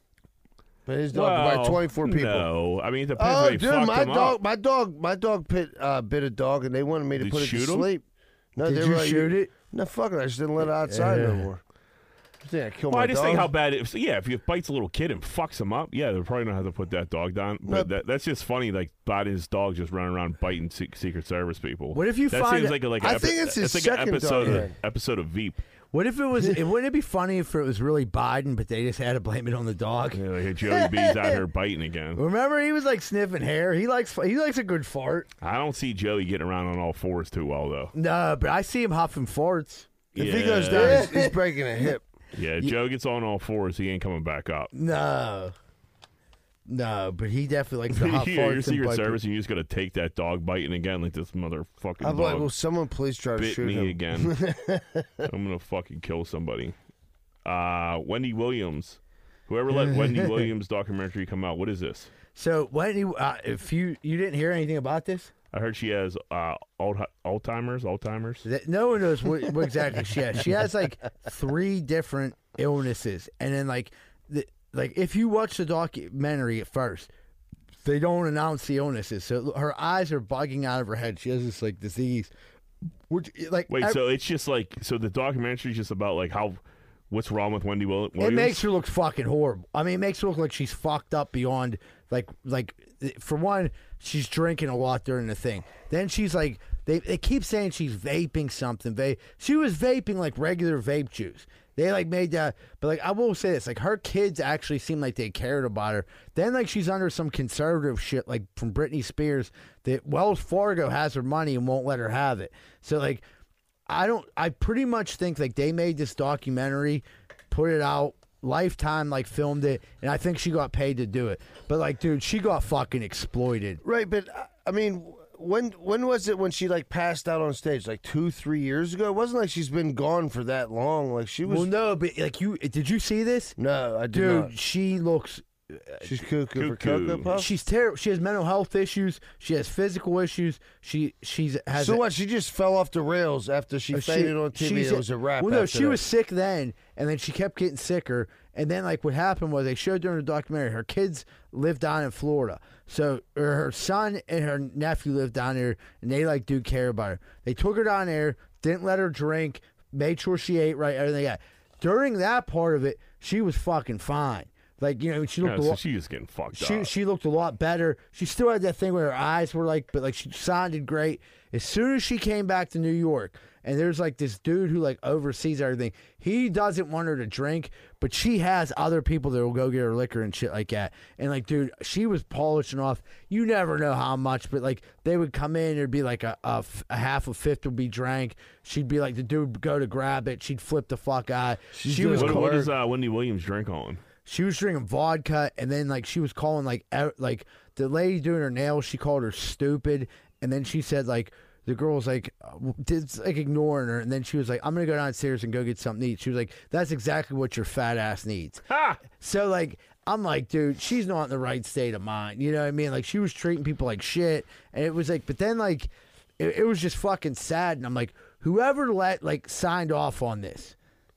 Speaker 4: But his dog bit
Speaker 2: Well,
Speaker 4: like 24 people.
Speaker 2: No, I mean it depends. how
Speaker 4: Oh,
Speaker 2: you
Speaker 4: dude,
Speaker 2: fucked
Speaker 4: my
Speaker 2: him up.
Speaker 4: dog, my dog, my dog bit uh, bit a dog, and they wanted me to
Speaker 2: Did
Speaker 4: put
Speaker 2: you
Speaker 4: it to
Speaker 2: shoot him?
Speaker 4: sleep. No,
Speaker 3: Did
Speaker 4: they
Speaker 3: you
Speaker 4: were like,
Speaker 3: shoot it?
Speaker 4: No, fuck it. I just didn't let it outside no more. You think I killed
Speaker 2: Well,
Speaker 4: my
Speaker 2: I just
Speaker 4: dog?
Speaker 2: think how bad it. so, Yeah, if you bites a little kid and fucks him up, yeah, they're probably gonna have to put that dog down. But that, that's just funny. Like Biden's dog just running around biting Se- Secret Service people.
Speaker 3: What if you
Speaker 2: that
Speaker 3: find
Speaker 2: seems
Speaker 3: a-
Speaker 2: like a, like
Speaker 4: I
Speaker 2: an epi-
Speaker 4: think it's his
Speaker 2: that's like
Speaker 4: second
Speaker 2: an
Speaker 4: dog,
Speaker 2: episode of,
Speaker 4: yeah.
Speaker 2: episode of Veep.
Speaker 3: What if it was? it, wouldn't it be funny if it was really Biden, but they just had to blame it on the dog?
Speaker 2: Yeah, like Joey B's out here biting again.
Speaker 3: Remember, he was like sniffing hair. He likes he likes a good fart.
Speaker 2: I don't see Joey getting around on all fours too well though.
Speaker 3: No, but I see him huffing farts.
Speaker 4: If he goes
Speaker 2: Yeah.
Speaker 4: down, he's, he's breaking a hip.
Speaker 2: Yeah, Joe gets on all fours. He ain't coming back up.
Speaker 3: No, no, but he definitely likes the huff
Speaker 2: yeah, your
Speaker 3: farts. and
Speaker 2: Secret
Speaker 3: bite-
Speaker 2: Service, and you're just gonna take that dog biting again, like this motherfucking
Speaker 4: I'm like,
Speaker 2: dog
Speaker 4: will someone please try to
Speaker 2: bit
Speaker 4: shoot
Speaker 2: me
Speaker 4: him?
Speaker 2: again. I'm gonna fucking kill somebody. Uh, Wendy Williams, whoever let Wendy Williams documentary come out, what is this?
Speaker 3: So when you, uh, if you you didn't hear anything about this,
Speaker 2: I heard she has uh, old Alzheimer's. Alzheimer's.
Speaker 3: That- no one knows what, what exactly she has. She has like three different illnesses, and then like, the, like if you watch the documentary at first, they don't announce the illnesses. So her eyes are bugging out of her head. She has this like disease, which like
Speaker 2: Wait,
Speaker 3: ev-
Speaker 2: so it's just like so the documentary is just about like how what's wrong with Wendy Will- Williams.
Speaker 3: it makes her look fucking horrible. I mean, it makes her look like she's fucked up beyond like like for one, she's drinking a lot during the thing. Then she's like they they keep saying she's vaping something. They she was vaping like regular vape juice. They like made that, but like I will say this, like her kids actually seem like they cared about her. Then like she's under some conservative shit, like from Britney Spears, that Wells Fargo has her money and won't let her have it. So like I don't. I pretty much think like they made this documentary, put it out. Lifetime like filmed it, and I think she got paid to do it. But like, dude, she got fucking exploited.
Speaker 4: Right, but uh, I mean, when when was it when she like passed out on stage? Like two, three years ago. It wasn't like she's been gone for that long. Like she was.
Speaker 3: Well, no, but like you, did you see this?
Speaker 4: No, I did
Speaker 3: dude,
Speaker 4: not. Uh,
Speaker 3: she looks.
Speaker 4: She's cuckoo, for Cocoa Puffs.
Speaker 3: She's terrible. She has mental health issues. She has physical issues. She she's has.
Speaker 4: so
Speaker 3: a-
Speaker 4: what? She just fell off the rails after she
Speaker 3: Uh,
Speaker 4: faded on TV.
Speaker 3: she's-
Speaker 4: It was a wrap.
Speaker 3: Well, no,
Speaker 4: after
Speaker 3: she
Speaker 4: that.
Speaker 3: was sick then, and then she kept getting sicker. And then, like, what happened was they showed during the documentary her kids lived down in Florida. So or her son and her nephew lived down there, and they, like, do care about her. They took her down there, didn't let her drink, made sure she ate right, everything like that. During that part of it, she was fucking fine. Like, you know, she
Speaker 2: Yeah,
Speaker 3: looked a
Speaker 2: Oh, so
Speaker 3: lot,
Speaker 2: she is getting fucked
Speaker 3: she
Speaker 2: up.
Speaker 3: she looked a lot better. She still had that thing where her eyes were like, but like she sounded great. As soon as she came back to New York, and there's like this dude who like oversees everything. He doesn't want her to drink, but she has other people that will go get her liquor and shit like that. And like, dude, she was polishing off. You never know how much, but like they would come in, there'd be like a, a f- a half a fifth would be drank. She'd be like, the dude would go to grab it. She'd flip the fuck out. she was
Speaker 2: What,
Speaker 3: cold
Speaker 2: what does uh, Wendy Williams drink on?
Speaker 3: she was drinking vodka and then like she was calling like ev- like the lady doing her nails she called her stupid and then she said like the girl was like uh, w- did like ignoring her and then she was like i'm gonna go downstairs and go get something to eat she was like that's exactly what your fat ass needs so like i'm like dude she's not in the right state of mind you know what i mean like she was treating people like shit and it was like but then like it, it was just fucking sad and i'm like whoever let like signed off on this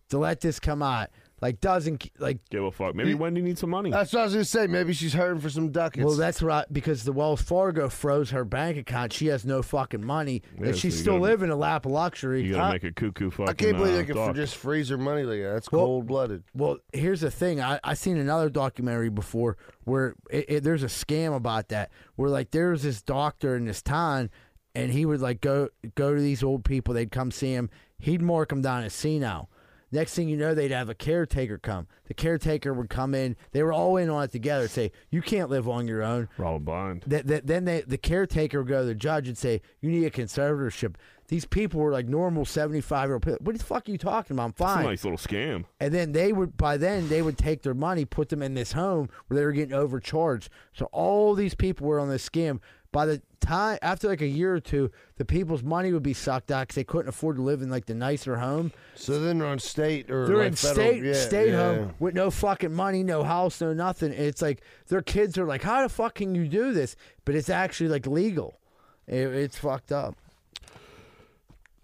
Speaker 3: to let this come out like doesn't like
Speaker 2: give a fuck. Maybe Wendy needs some money.
Speaker 4: That's what I was gonna say. Maybe she's hurting for some ducats.
Speaker 3: Well, that's right because the Wells Fargo froze her bank account. She has no fucking money,
Speaker 2: Yeah,
Speaker 3: and she's
Speaker 2: so you
Speaker 3: still
Speaker 2: gotta-
Speaker 3: living a lap of luxury.
Speaker 2: You gotta make a cuckoo fucking.
Speaker 4: I can't believe
Speaker 2: uh,
Speaker 4: they could
Speaker 2: duck.
Speaker 4: just freeze her money like that. That's cold blooded.
Speaker 3: Well, here's the thing. I I seen another documentary before where it, it, there's a scam about that. Where like there was this doctor in this town, and he would like go go to these old people. They'd come see him. He'd mark them down as senile. Next thing you know, they'd have a caretaker come. The caretaker would come in. They were all in on it together. Say, you can't live on your own.
Speaker 2: Robin Blind.
Speaker 3: Th- th- then they, the caretaker would go to the judge and say, "You need a conservatorship." These people were like normal seventy-five year old. people. What the fuck are you talking about? I'm
Speaker 2: It's a
Speaker 3: fine.
Speaker 2: nice little scam.
Speaker 3: And then they would, by then, they would take their money, put them in this home where they were getting overcharged. So all these people were on this scam. By the time, after like a year or two, the people's money would be sucked out because they couldn't afford to live in like the nicer home.
Speaker 4: So then they're on state or
Speaker 3: They're
Speaker 4: like
Speaker 3: in
Speaker 4: federal-
Speaker 3: state
Speaker 4: yeah,
Speaker 3: state
Speaker 4: yeah.
Speaker 3: home with no fucking money, no house, no nothing. And it's like their kids are like, "How the fuck can you do this?" But it's actually like legal. It- it's fucked up.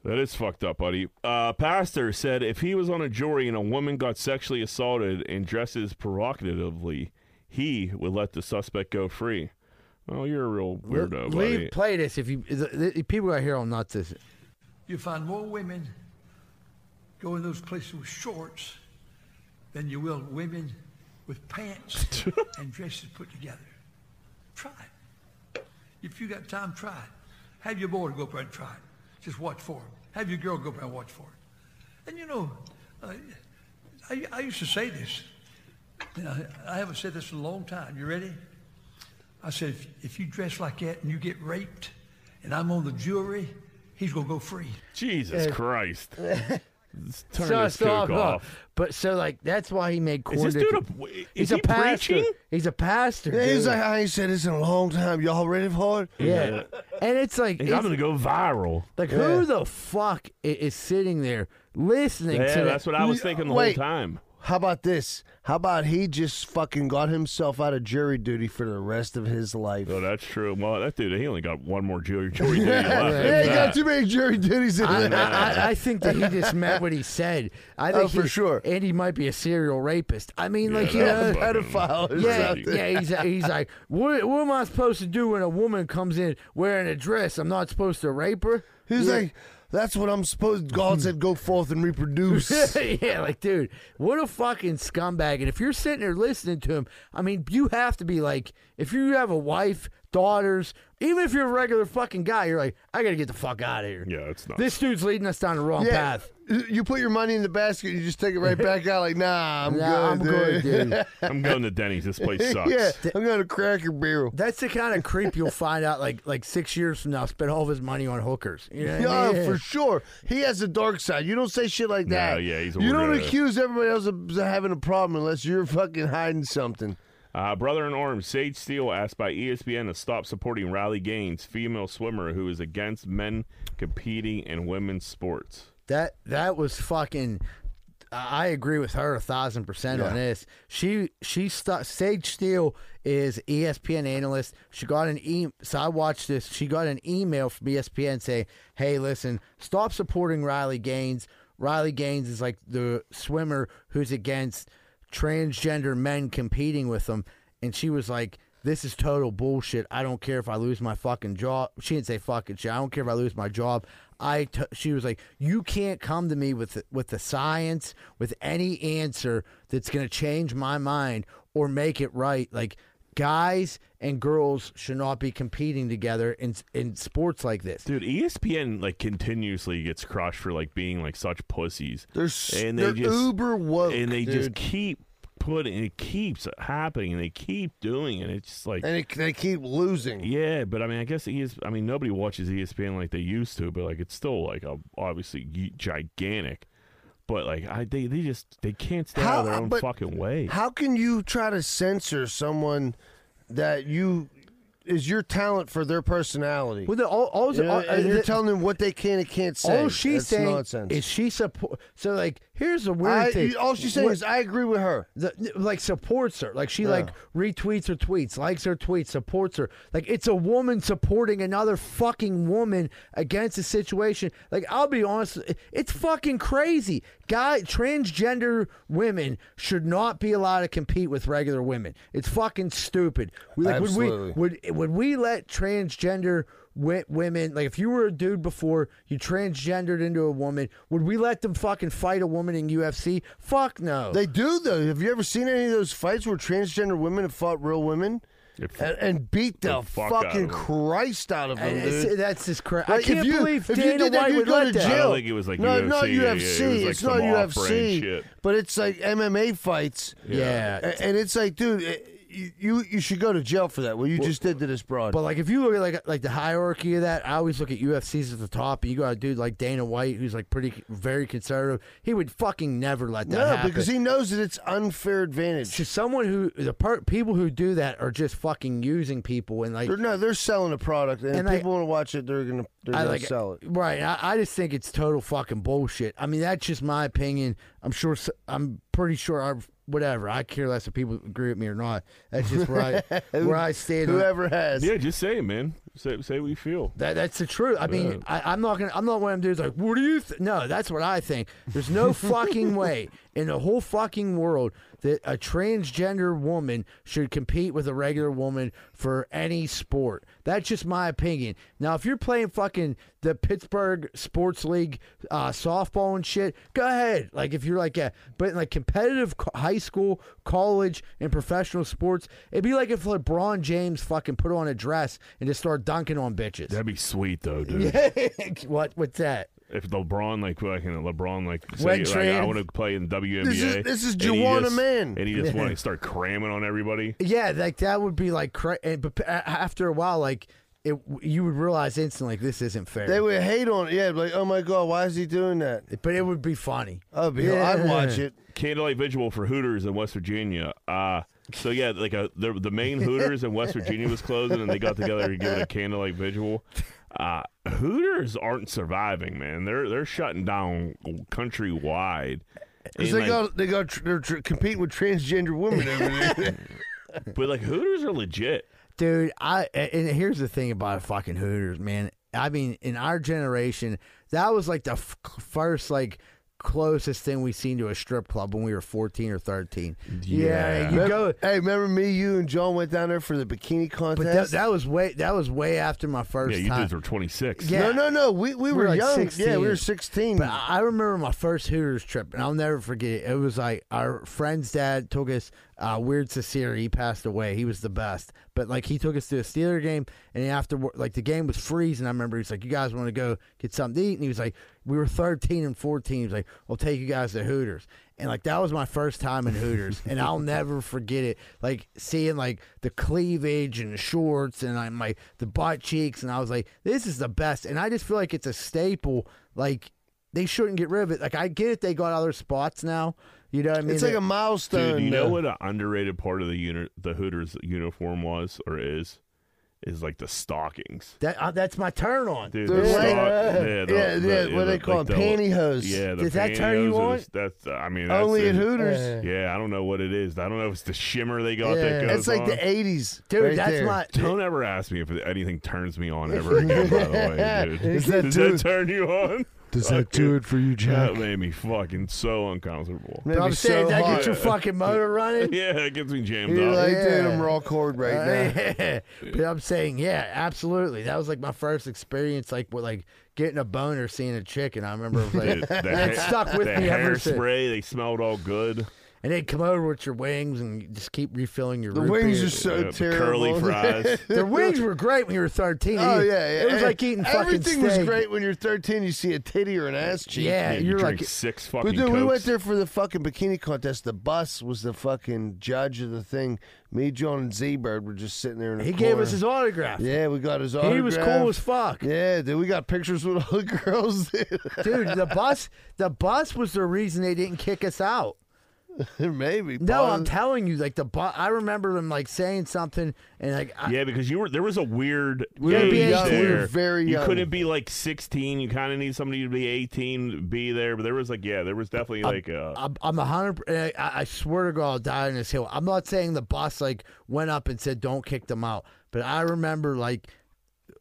Speaker 2: That is fucked up, buddy. Uh, pastor said if he was on a jury and a woman got sexually assaulted and dresses provocatively, he would let the suspect go free. Well, you're a real weirdo, buddy.
Speaker 3: Leave, play this if you the, the, the people out here will not this.
Speaker 12: You find more women go in those places with shorts than you will women with pants and dresses put together. Try it. If you got time, try it. Have your boy go up there and try it. Just watch for him. Have your girl go up there and watch for it. And you know, uh, I, I used to say this. And I, I haven't said this in a long time. You ready? I said, if, if you dress like that and you get raped and I'm on the jury, he's going to go free.
Speaker 2: Jesus
Speaker 4: Eh.
Speaker 3: Yeah.
Speaker 2: Christ. Let's Turn
Speaker 3: So-
Speaker 2: this
Speaker 3: so,
Speaker 2: cook
Speaker 3: uh,
Speaker 2: off.
Speaker 3: But so like that's why he made corn.
Speaker 2: Is this
Speaker 3: dick-
Speaker 2: dude a- is
Speaker 3: he's
Speaker 2: he
Speaker 3: a pastor.
Speaker 2: preaching?
Speaker 3: He's a pastor.
Speaker 4: Yeah, he's
Speaker 3: dude.
Speaker 4: like, I ain't said this in a long time. Y'all ready for it?
Speaker 3: yeah. and it's like
Speaker 2: Hey,
Speaker 3: it's-
Speaker 2: I'm going to go viral.
Speaker 3: like
Speaker 4: Yeah.
Speaker 3: who the fuck i- is sitting there listening
Speaker 2: Yeah,
Speaker 3: to
Speaker 2: that's
Speaker 3: that?
Speaker 2: what I was
Speaker 4: You-
Speaker 2: thinking the
Speaker 4: wait.
Speaker 2: whole time.
Speaker 4: How about this? How about he just fucking got himself out of jury duty for the rest of his life?
Speaker 2: Oh, that's true. Well, that dude, he only got one more jury, jury duty left.
Speaker 4: Yeah,
Speaker 2: That's
Speaker 4: he
Speaker 2: that.
Speaker 4: got too many jury duties in
Speaker 3: I,
Speaker 4: there.
Speaker 3: I, I think that he just meant what he said. I think
Speaker 4: Oh, for
Speaker 3: he-
Speaker 4: sure.
Speaker 3: And he might be a serial rapist. I mean,
Speaker 4: Yeah,
Speaker 3: like, you
Speaker 4: that's
Speaker 3: know,
Speaker 4: fucking pedophile or
Speaker 3: Yeah,
Speaker 4: something.
Speaker 3: yeah. He's, uh, he's like, what, what am I supposed to do when a woman comes in wearing a dress? I'm not supposed to rape her.
Speaker 4: He's
Speaker 3: Yeah.
Speaker 4: like, that's what I'm supposed. God said, go forth and reproduce.
Speaker 3: yeah, like, dude, what a fucking scumbag. And if you're sitting there listening to him, I mean, you have to be like, if you have a wife, daughters, even if you're a regular fucking guy, you're like, I gotta get the fuck out of here.
Speaker 2: Yeah, it's not.
Speaker 3: This dude's leading us down the wrong path.
Speaker 4: You put your money in the basket, you just take it right back out. Like, nah, I'm
Speaker 3: Nah,
Speaker 4: good.
Speaker 3: I'm good,
Speaker 4: dude.
Speaker 3: dude.
Speaker 2: I'm going to Denny's. This place sucks.
Speaker 4: Yeah, I'm gonna crack your barrel.
Speaker 3: That's the kind of creep you'll find out like like six years from now. Spent all of his money on hookers. You know what I
Speaker 4: yeah,
Speaker 3: mean?
Speaker 4: for sure. He has a dark side. You don't say shit like
Speaker 2: No,
Speaker 4: that.
Speaker 2: yeah, he's a
Speaker 4: you don't
Speaker 2: weirdo.
Speaker 4: accuse everybody else of having a problem unless you're fucking hiding something.
Speaker 2: Uh, brother in arms, Sage Steele asked by E ESPN to stop supporting Riley Gaines, female swimmer who is against men competing in women's sports.
Speaker 3: That that was fucking. I I agree with her a thousand percent on this. She she stuck. Sage Steele is E ESPN analyst. She got an e. So I watched this. She got an email from E ESPN saying, "Hey, listen, stop supporting Riley Gaines. Riley Gaines is like the swimmer who's against transgender men competing with them." And she was like, "This is total bullshit. I don't care if I lose my fucking job." She didn't say fucking shit. I don't care if I lose my job. I t- she was like, "You can't come to me with with the science, with any answer that's going to change my mind or make it right." Like guys and girls should not be competing together in in sports like this.
Speaker 2: Dude, E ESPN like continuously gets crushed for like being like such pussies.
Speaker 4: They're s- they're uber woke,
Speaker 2: and they just
Speaker 4: dude.
Speaker 2: keep putting. It keeps happening, and they keep doing it. It's just like
Speaker 4: And it, they keep losing.
Speaker 2: yeah, but I mean, I guess ES. I mean, nobody watches E ESPN like they used to, but like it's still like a, obviously gi- gigantic. But like I, they they just they can't stay out of their
Speaker 4: How-
Speaker 2: own
Speaker 4: but
Speaker 2: fucking way.
Speaker 4: How can you try to censor someone that you is your talent for their personality?
Speaker 3: Well, the- all- all-
Speaker 4: You know,
Speaker 3: all-
Speaker 4: and you're
Speaker 3: the-
Speaker 4: telling them what they can and can't say.
Speaker 3: All she's
Speaker 4: That's
Speaker 3: saying
Speaker 4: nonsense.
Speaker 3: is she support. So like, here's the weird
Speaker 4: I,
Speaker 3: thing.
Speaker 4: you- all she's saying
Speaker 3: What-
Speaker 4: is I agree with her.
Speaker 3: the, like supports her. Like she like
Speaker 4: Yeah.
Speaker 3: retweets her tweets, likes her tweets, supports her. Like it's a woman supporting another fucking woman against a situation. Like I'll be honest, it- it's fucking crazy. Guy transgender women should not be allowed to compete with regular women. It's fucking stupid. We- Like,
Speaker 4: Absolutely.
Speaker 3: Would we would would we let transgender wi- women like if you were a dude before you transgendered into a woman would we let them fucking fight a woman in UFC fuck no
Speaker 4: They do though. Have you ever seen any of those fights where transgender women have fought real women and, and beat the,
Speaker 2: the fuck out
Speaker 4: fucking
Speaker 2: of them.
Speaker 4: Christ out of them,
Speaker 3: And it's-
Speaker 4: dude?
Speaker 3: that's just crazy.
Speaker 4: Like,
Speaker 3: I can't
Speaker 4: if you,
Speaker 3: believe
Speaker 4: if
Speaker 3: Dana
Speaker 4: you did that,
Speaker 3: White
Speaker 4: you'd
Speaker 3: would
Speaker 4: go
Speaker 3: let
Speaker 4: to
Speaker 3: that.
Speaker 4: jail.
Speaker 2: I don't think it was like
Speaker 4: no,
Speaker 2: UFC.
Speaker 4: not
Speaker 2: Yeah, yeah, it
Speaker 4: UFC.
Speaker 2: was like
Speaker 4: it's
Speaker 2: some
Speaker 4: not
Speaker 2: off-brand
Speaker 4: UFC,
Speaker 2: shit.
Speaker 4: but it's like MMA fights.
Speaker 3: Yeah.
Speaker 4: A- and it's like, dude, it, you- you you should go to jail for that. What you just did to this broad.
Speaker 3: But like, if you look at like like the hierarchy of that, I always look at UFCs at the top, and you got a dude like Dana White, who's like pretty very conservative. He would fucking never let that
Speaker 4: no,
Speaker 3: happen.
Speaker 4: because he knows that it's unfair advantage.
Speaker 3: to someone who the per- people who do that are just fucking using people and like
Speaker 4: They're, no, they're selling a product, and,
Speaker 3: And
Speaker 4: if
Speaker 3: I-
Speaker 4: people want to watch it. They're gonna they're
Speaker 3: I
Speaker 4: gonna
Speaker 3: like
Speaker 4: sell it.
Speaker 3: Right. I, I just think it's total fucking bullshit. I mean, that's just my opinion. I'm sure. s- I'm pretty sure. I whatever. I care less if people agree with me or not. That's just where I where I stand. on-
Speaker 4: Whoever has.
Speaker 2: Yeah, just say it, man. Say say what you feel.
Speaker 3: That, that's the truth. I mean, I, I'm not gonna. I'm not one of them dudes like, what do you? Th-? No, that's what I think. There's no fucking way in the whole fucking world that a transgender woman should compete with a regular woman for any sport. That's just my opinion. Now, if you're playing fucking the Pittsburgh Sports League uh, softball and shit, go ahead. Like if you're like, yeah, but like competitive co- high school, college, and professional sports, it'd be like if LeBron James fucking put on a dress and just start dunking on bitches.
Speaker 2: That'd be sweet though, dude.
Speaker 3: what? What's that?
Speaker 2: If LeBron like like and LeBron like,
Speaker 3: Went
Speaker 2: say, like I
Speaker 3: trans-
Speaker 2: want to play in WNBA.
Speaker 4: This is- this is
Speaker 2: and he
Speaker 4: Juwan
Speaker 2: just-
Speaker 4: Man.
Speaker 2: and he just want to start cramming on everybody.
Speaker 3: Yeah, like that would be like, cra- and- but a- after a while, like it, you would realize instantly, like, this isn't fair.
Speaker 4: They would hate on it. Yeah, like, oh my god, why is he doing that?
Speaker 3: but it would be funny.
Speaker 4: Oh, be- I'd watch it.
Speaker 2: Candlelight visual for Hooters in West Virginia. Uh so yeah, like a, the the main Hooters in West Virginia was closing, and they got together to give it a candlelight visual. Uh, Hooters aren't surviving, man. They're they're shutting down countrywide,
Speaker 4: 'Cause
Speaker 2: And,
Speaker 4: they
Speaker 2: like-
Speaker 4: got oh, they got tr- they're tr- competing with transgender women over there.
Speaker 2: But like Hooters are legit.
Speaker 3: Dude, I a- and here's the thing about fucking Hooters, man. I mean, in our generation, that was like the f- first like closest thing we seen to a strip club when we were 14 or 13. Yeah, you
Speaker 4: Remem-
Speaker 3: go
Speaker 4: Hey, remember me, you, and John went down there for the bikini contest?
Speaker 3: But that, that was way that was way after my first
Speaker 2: Yeah, you
Speaker 3: time.
Speaker 2: dudes were 26.
Speaker 3: Yeah.
Speaker 4: No, no, no. We we were,
Speaker 3: like
Speaker 4: young. Yeah, we
Speaker 3: 16.
Speaker 4: were 16.
Speaker 3: But I I remember my first Hooters trip, and I'll never forget it. It was like our friend's dad took us. Uh, Weird Cesare, he passed away. He was the best. But like he took us to a Steeler game, and after like the game was freezing. I remember he's like, "You guys want to go get something to eat?" And he was like, "We were 13 and 14." He was like, "We'll take you guys to Hooters." And like that was my first time in Hooters, and I'll never forget it. Like seeing like the cleavage and the shorts and like my the butt cheeks, and I was like, "This is the best." And I just feel like it's a staple. Like they shouldn't get rid of it. Like I get it, they got other spots now. You know what I mean? They-
Speaker 2: Dude, you know what an underrated part of the uni- the Hooters uniform was or is? Is like the stockings.
Speaker 3: That uh, that's my turn on.
Speaker 2: Dude, the stock- yeah, the- the- yeah, the- like the- Yeah, the
Speaker 3: Does that turn you
Speaker 2: pantyhose
Speaker 3: on?
Speaker 2: is- That's uh, I mean that's
Speaker 4: Only
Speaker 2: it.
Speaker 4: at Hooters.
Speaker 2: Yeah, I don't know what it is. I don't know if it's the shimmer they got that
Speaker 4: Yeah.
Speaker 2: goes
Speaker 4: It's like
Speaker 2: on.
Speaker 4: the 80s.
Speaker 3: Dude,
Speaker 4: right
Speaker 3: that's
Speaker 4: there.
Speaker 3: my-
Speaker 2: Don't ever ask me if anything turns me on ever again. By the way, dude,
Speaker 4: Is that
Speaker 2: does that
Speaker 4: dude-
Speaker 2: turn you on?
Speaker 4: Does that do it for you, Jack?
Speaker 2: That made me fucking so uncomfortable.
Speaker 4: Made But I'm me saying, so
Speaker 3: that gets
Speaker 4: hot.
Speaker 3: your fucking motor running.
Speaker 2: Yeah, it gets me jammed
Speaker 4: You're
Speaker 2: up.
Speaker 4: like, dude, I'm raw cord right now.
Speaker 3: Uh, yeah. But I'm saying, yeah, absolutely. That was like my first experience, like with like getting a boner seeing a chick, and I remember it was like
Speaker 2: Dude, that
Speaker 3: and it
Speaker 2: ha-
Speaker 3: stuck with
Speaker 2: that
Speaker 3: me ever since.
Speaker 2: hairspray, they smelled all good.
Speaker 3: And they'd come over with your wings and you just keep refilling your.
Speaker 4: The
Speaker 3: root
Speaker 4: wings
Speaker 3: beer.
Speaker 4: are so Yeah, the
Speaker 2: terrible. Uh, curly fries.
Speaker 3: the wings were great when you were thirteen.
Speaker 4: Oh
Speaker 3: You-
Speaker 4: yeah, yeah.
Speaker 3: It was like eating fucking
Speaker 4: Everything was
Speaker 3: steak.
Speaker 4: great when you're 13. You see a titty or an ass cheek.
Speaker 3: Yeah, Yeah, you you're drink like-
Speaker 2: six
Speaker 4: But dude, we went there for the fucking bikini contest. The bus was the fucking judge of the thing. Me, John, and Z Bird were just sitting there. In a
Speaker 3: He gave us
Speaker 4: corner.
Speaker 3: his autograph.
Speaker 4: Yeah, we got his autograph.
Speaker 3: He was cool as fuck.
Speaker 4: Yeah, dude, we got pictures with all the girls.
Speaker 3: Dude, the bus the bus was the reason they didn't kick us out.
Speaker 4: Maybe.
Speaker 3: No, I'm telling you, like the bus I remember them like saying something and like I,
Speaker 2: Yeah, because you were there was a weird
Speaker 3: We were
Speaker 2: age
Speaker 3: being young. We were
Speaker 2: there.
Speaker 4: very
Speaker 2: You
Speaker 4: young.
Speaker 2: couldn't be like 16. You kind of need somebody to be 18 to be there. But there was like yeah, there was definitely like uh,
Speaker 3: I'm, I'm a hundred. I, I swear to God, I'll die on this hill. I'm not saying the boss like went up and said don't kick them out, but I remember like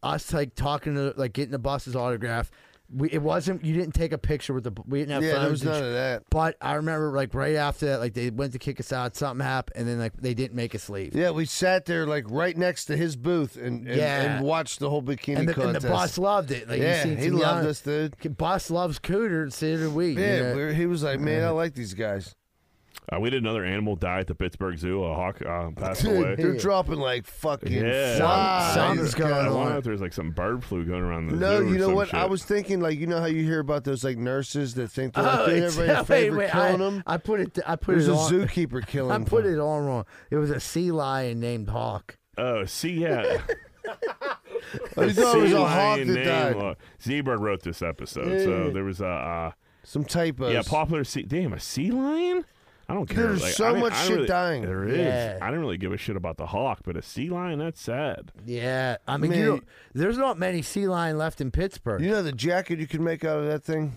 Speaker 3: us like talking to like getting the boss's autograph. We, it wasn't you didn't take a picture with the we didn't have
Speaker 4: Yeah, there
Speaker 3: phones
Speaker 4: was
Speaker 3: and
Speaker 4: none
Speaker 3: sh-
Speaker 4: of that.
Speaker 3: But I remember like right after that, like they went to kick us out, something happened, and then like they didn't make us leave.
Speaker 4: Yeah, we sat there like right next to his booth and and,
Speaker 3: Yeah.
Speaker 4: and watched the whole bikini
Speaker 3: And the, and the
Speaker 4: contest.
Speaker 3: boss loved it. Like, you
Speaker 4: yeah,
Speaker 3: seen
Speaker 4: he
Speaker 3: some
Speaker 4: loved
Speaker 3: young-
Speaker 4: us, dude.
Speaker 3: Boss loves Cooter, and so do we.
Speaker 4: Yeah,
Speaker 3: you know?
Speaker 4: we're- he was like, man, I like these guys.
Speaker 2: uh, we did another animal die at the Pittsburgh Zoo. A hawk uh, passed away.
Speaker 4: Dude, they're dropping like fucking
Speaker 2: yeah,
Speaker 4: flies.
Speaker 2: I
Speaker 4: God.
Speaker 2: wonder if there's like some bird flu going around. The
Speaker 4: No,
Speaker 2: zoo or
Speaker 4: you know
Speaker 2: some
Speaker 4: what? I
Speaker 2: shit.
Speaker 4: was thinking, like, you know how you hear about those like nurses that think they're
Speaker 3: Oh,
Speaker 4: like, doing
Speaker 3: it's-
Speaker 4: everybody a
Speaker 3: wait,
Speaker 4: favor
Speaker 3: wait,
Speaker 4: killing
Speaker 3: I,
Speaker 4: them.
Speaker 3: I put it. I put
Speaker 4: There's
Speaker 3: it
Speaker 4: a
Speaker 3: on.
Speaker 4: zookeeper killing
Speaker 3: I put it on wrong. It was a sea lion named Hawk.
Speaker 2: Oh, see, yeah.
Speaker 4: I
Speaker 2: The
Speaker 4: thought it was
Speaker 2: sea
Speaker 4: a hawk
Speaker 2: lion
Speaker 4: that
Speaker 2: name,
Speaker 4: died.
Speaker 2: uh, Z-Bird wrote this episode, so
Speaker 4: Yeah.
Speaker 2: there was a uh,
Speaker 4: Some typos.
Speaker 2: yeah popular sea. Damn, a sea lion. I don't care.
Speaker 4: There's
Speaker 2: like,
Speaker 4: so
Speaker 2: I mean,
Speaker 4: much
Speaker 2: I don't
Speaker 4: shit
Speaker 2: really-
Speaker 4: dying.
Speaker 2: There is.
Speaker 3: Yeah.
Speaker 2: I didn't really give a shit about the hawk, but a sea lion. That's sad.
Speaker 3: Yeah, I mean,
Speaker 4: Man.
Speaker 3: you don't, there's not many sea lion left in Pittsburgh.
Speaker 4: You know the jacket you can make out of that thing?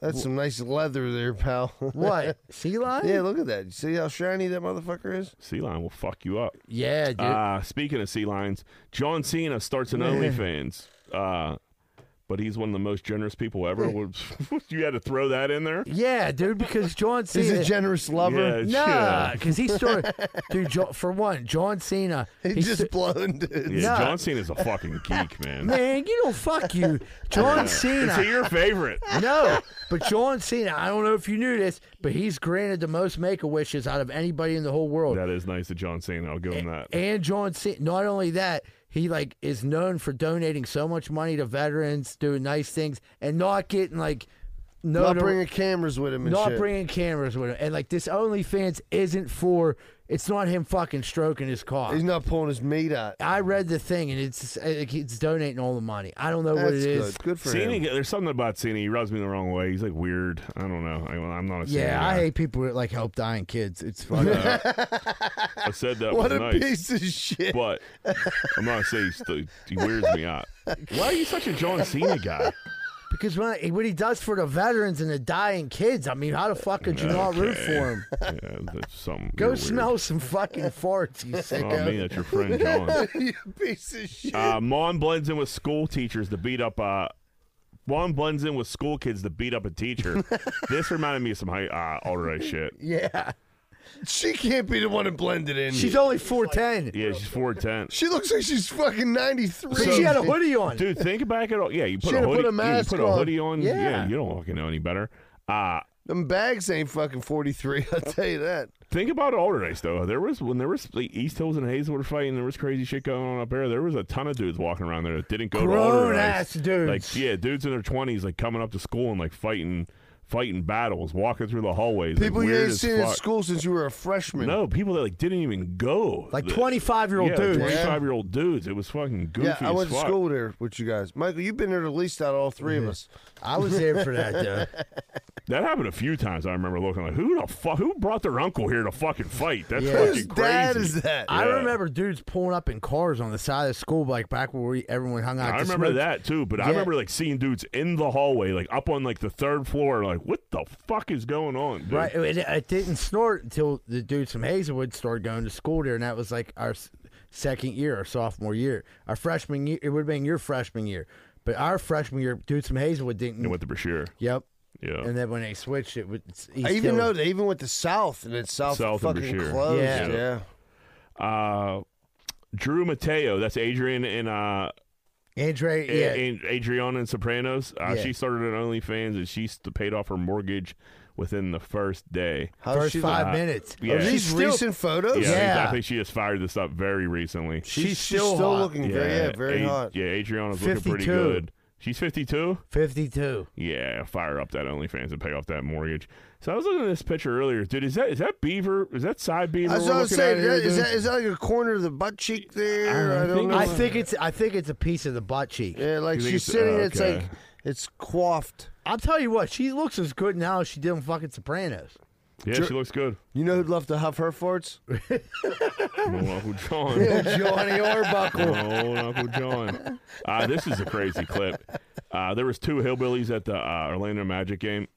Speaker 4: That's some nice leather there, pal.
Speaker 3: What sea lion?
Speaker 4: yeah, look at that. You see how shiny that motherfucker is?
Speaker 2: Sea lion will fuck you up.
Speaker 3: yeah, dude.
Speaker 2: Uh, speaking of sea lions, John Cena starts an OnlyFans. Uh, but he's one of the most generous people ever. you had to throw that in there.
Speaker 3: yeah, dude. Because John Cena.
Speaker 4: He's a generous lover.
Speaker 2: Yeah,
Speaker 3: Nah,
Speaker 2: yeah.
Speaker 3: because he started, dude. Jo- for one, John Cena.
Speaker 4: He
Speaker 3: he's
Speaker 4: just blown, dude.
Speaker 2: Yeah,
Speaker 3: Nah.
Speaker 2: John Cena's a fucking geek, man.
Speaker 3: man, you don't fuck you, John Cena.
Speaker 2: Is he your favorite?
Speaker 3: No, but John Cena, I don't know if you knew this, but he's granted the most make a wishes out of anybody in the whole world.
Speaker 2: That is nice of John Cena. I'll give him that.
Speaker 3: And John Cena, not only that, he like is known for donating so much money to veterans, doing nice things, and not getting like no
Speaker 4: Not bringing cameras with him and
Speaker 3: not
Speaker 4: shit.
Speaker 3: bringing cameras with him. And like this OnlyFans isn't for it's not him fucking stroking his car.
Speaker 4: He's not pulling his meat out.
Speaker 3: I read the thing and it's it's donating all the money. I don't know what it
Speaker 4: That's
Speaker 3: is.
Speaker 4: good. Good for
Speaker 2: Cena,
Speaker 4: him.
Speaker 2: there's something about Cena. He rubs me the wrong way. He's like weird. I don't know. I, I'm not a Cena.
Speaker 3: Yeah, I
Speaker 2: guy.
Speaker 3: hate people that like help dying kids. It's fucking
Speaker 2: I said that.
Speaker 4: What
Speaker 2: was
Speaker 4: a
Speaker 2: nice,
Speaker 4: piece of shit.
Speaker 2: But I'm not saying he's, he weirds me out. Why are you such a John Cena guy?
Speaker 3: Because when, what he does for the veterans and the dying kids, I mean, how the fuck could you not root for him?
Speaker 2: Yeah, that's something.
Speaker 3: Go
Speaker 2: you're Oh,
Speaker 3: smell some fucking farts, you
Speaker 2: Weird.
Speaker 3: sicko.
Speaker 2: Not me, that's your friend John.
Speaker 4: you piece of shit.
Speaker 2: Uh, Mon blends in with school teachers to beat up. Uh, Mon blends in with school kids to beat up a teacher. this reminded me of some high, uh, all right shit.
Speaker 3: yeah.
Speaker 4: She can't be the one that blended in.
Speaker 2: She's
Speaker 3: only four ten.
Speaker 2: Yeah, she's four ten.
Speaker 4: She looks like she's fucking ninety three.
Speaker 2: dude. Think back at all. Yeah, you put
Speaker 4: She
Speaker 2: a
Speaker 4: had to
Speaker 2: hoodie.
Speaker 4: put a
Speaker 2: you
Speaker 4: mask
Speaker 2: put a
Speaker 4: on.
Speaker 2: hoodie on. Yeah.
Speaker 4: Yeah.
Speaker 2: you don't fucking know any better. Uh
Speaker 4: Them bags ain't fucking forty three. I'll tell you that.
Speaker 2: Think about older days though. There was when there was like, East Hills and Hazel were fighting. There was crazy shit going on up there. There was a ton of dudes walking around there that didn't go to older
Speaker 3: Grown-ass dudes.
Speaker 2: Like yeah, dudes in their twenties like coming up to school and like fighting, fighting battles, walking through the hallways. like,
Speaker 4: People you
Speaker 2: weird
Speaker 4: ain't
Speaker 2: as
Speaker 4: seen in
Speaker 2: fuck.
Speaker 4: school since you were a freshman.
Speaker 2: No, people that like didn't even go.
Speaker 4: Like
Speaker 2: The-
Speaker 4: 25-year-old
Speaker 2: yeah,
Speaker 4: dudes.
Speaker 2: Twenty five year old dudes. It was fucking goofy.
Speaker 4: yeah, I
Speaker 2: as
Speaker 4: went to
Speaker 2: fuck.
Speaker 4: school there with you guys. Michael, you've been there the least out of all three of us.
Speaker 3: I was there for that, dude.
Speaker 2: That happened a few times. I remember looking like, who the fuck? Who brought their uncle here to fucking fight? That's
Speaker 3: Yeah.
Speaker 2: fucking crazy. Yeah.
Speaker 3: I remember dudes pulling up in cars on the side of the school, like back where we, everyone hung out.
Speaker 2: I
Speaker 3: to
Speaker 2: remember
Speaker 3: smoke.
Speaker 2: that too, but I
Speaker 3: Yeah.
Speaker 2: remember like seeing dudes in the hallway, like up on like the third floor, like what the fuck is going on? Dude?
Speaker 3: Right, it, it didn't snort until the dudes from Hazelwood started going to school there, and that was like our s- second year, our sophomore year, our freshman year. It would have been your freshman year, but our freshman year, dudes from Hazelwood didn't.
Speaker 2: And with the Brashear.
Speaker 3: Yep.
Speaker 2: Yeah.
Speaker 3: And then when they switched, it was
Speaker 4: Oh. I even know they even went to South and it's South,
Speaker 2: South and
Speaker 4: fucking
Speaker 2: Brashear.
Speaker 4: closed.
Speaker 2: Yeah.
Speaker 4: Yeah.
Speaker 2: Uh, Drew Mateo, that's Adrian and uh,
Speaker 3: Andre,
Speaker 2: A-
Speaker 3: yeah,
Speaker 2: and Adriana and Sopranos. Uh,
Speaker 3: Yeah.
Speaker 2: She started at OnlyFans and she st- paid off her mortgage within the first day.
Speaker 4: How's First she look? five minutes.
Speaker 3: Oh,
Speaker 4: Are these
Speaker 2: She's still-
Speaker 4: recent photos?
Speaker 2: Yeah,
Speaker 4: Yeah.
Speaker 2: I think she just fired this up very recently.
Speaker 4: She's She's still still hot. looking very- yeah, very
Speaker 2: Ad-
Speaker 4: hot.
Speaker 2: Yeah, Adriana's looking pretty
Speaker 3: 52.
Speaker 2: good. She's 52?
Speaker 3: 52.
Speaker 2: Yeah, fire up that OnlyFans and pay off that mortgage. So I was looking at this picture earlier. Dude, is that is that beaver? Is that side beaver?
Speaker 4: That's
Speaker 2: we're
Speaker 4: what I was
Speaker 2: looking
Speaker 4: saying.
Speaker 2: at here,
Speaker 4: That- Is
Speaker 2: dude?
Speaker 4: that, is that like a corner of the butt cheek there? I, don't know.
Speaker 3: I think it's I think it's a piece of the butt cheek.
Speaker 4: Yeah, like
Speaker 3: You think
Speaker 4: she's
Speaker 3: it's-
Speaker 2: uh,
Speaker 4: sitting.
Speaker 3: oh,
Speaker 4: It's
Speaker 3: okay.
Speaker 4: like it's quaffed.
Speaker 3: I'll tell you what, she looks as good now as she did on fucking Sopranos.
Speaker 2: Yeah,
Speaker 4: Dr-
Speaker 2: she looks good.
Speaker 4: You know who'd love to huff her farts?
Speaker 2: Little Uncle John.
Speaker 4: Johnny Arbuckle.
Speaker 2: Old Uncle John. Uh, this is a crazy clip. Uh, there was two hillbillies at the uh, Orlando Magic game.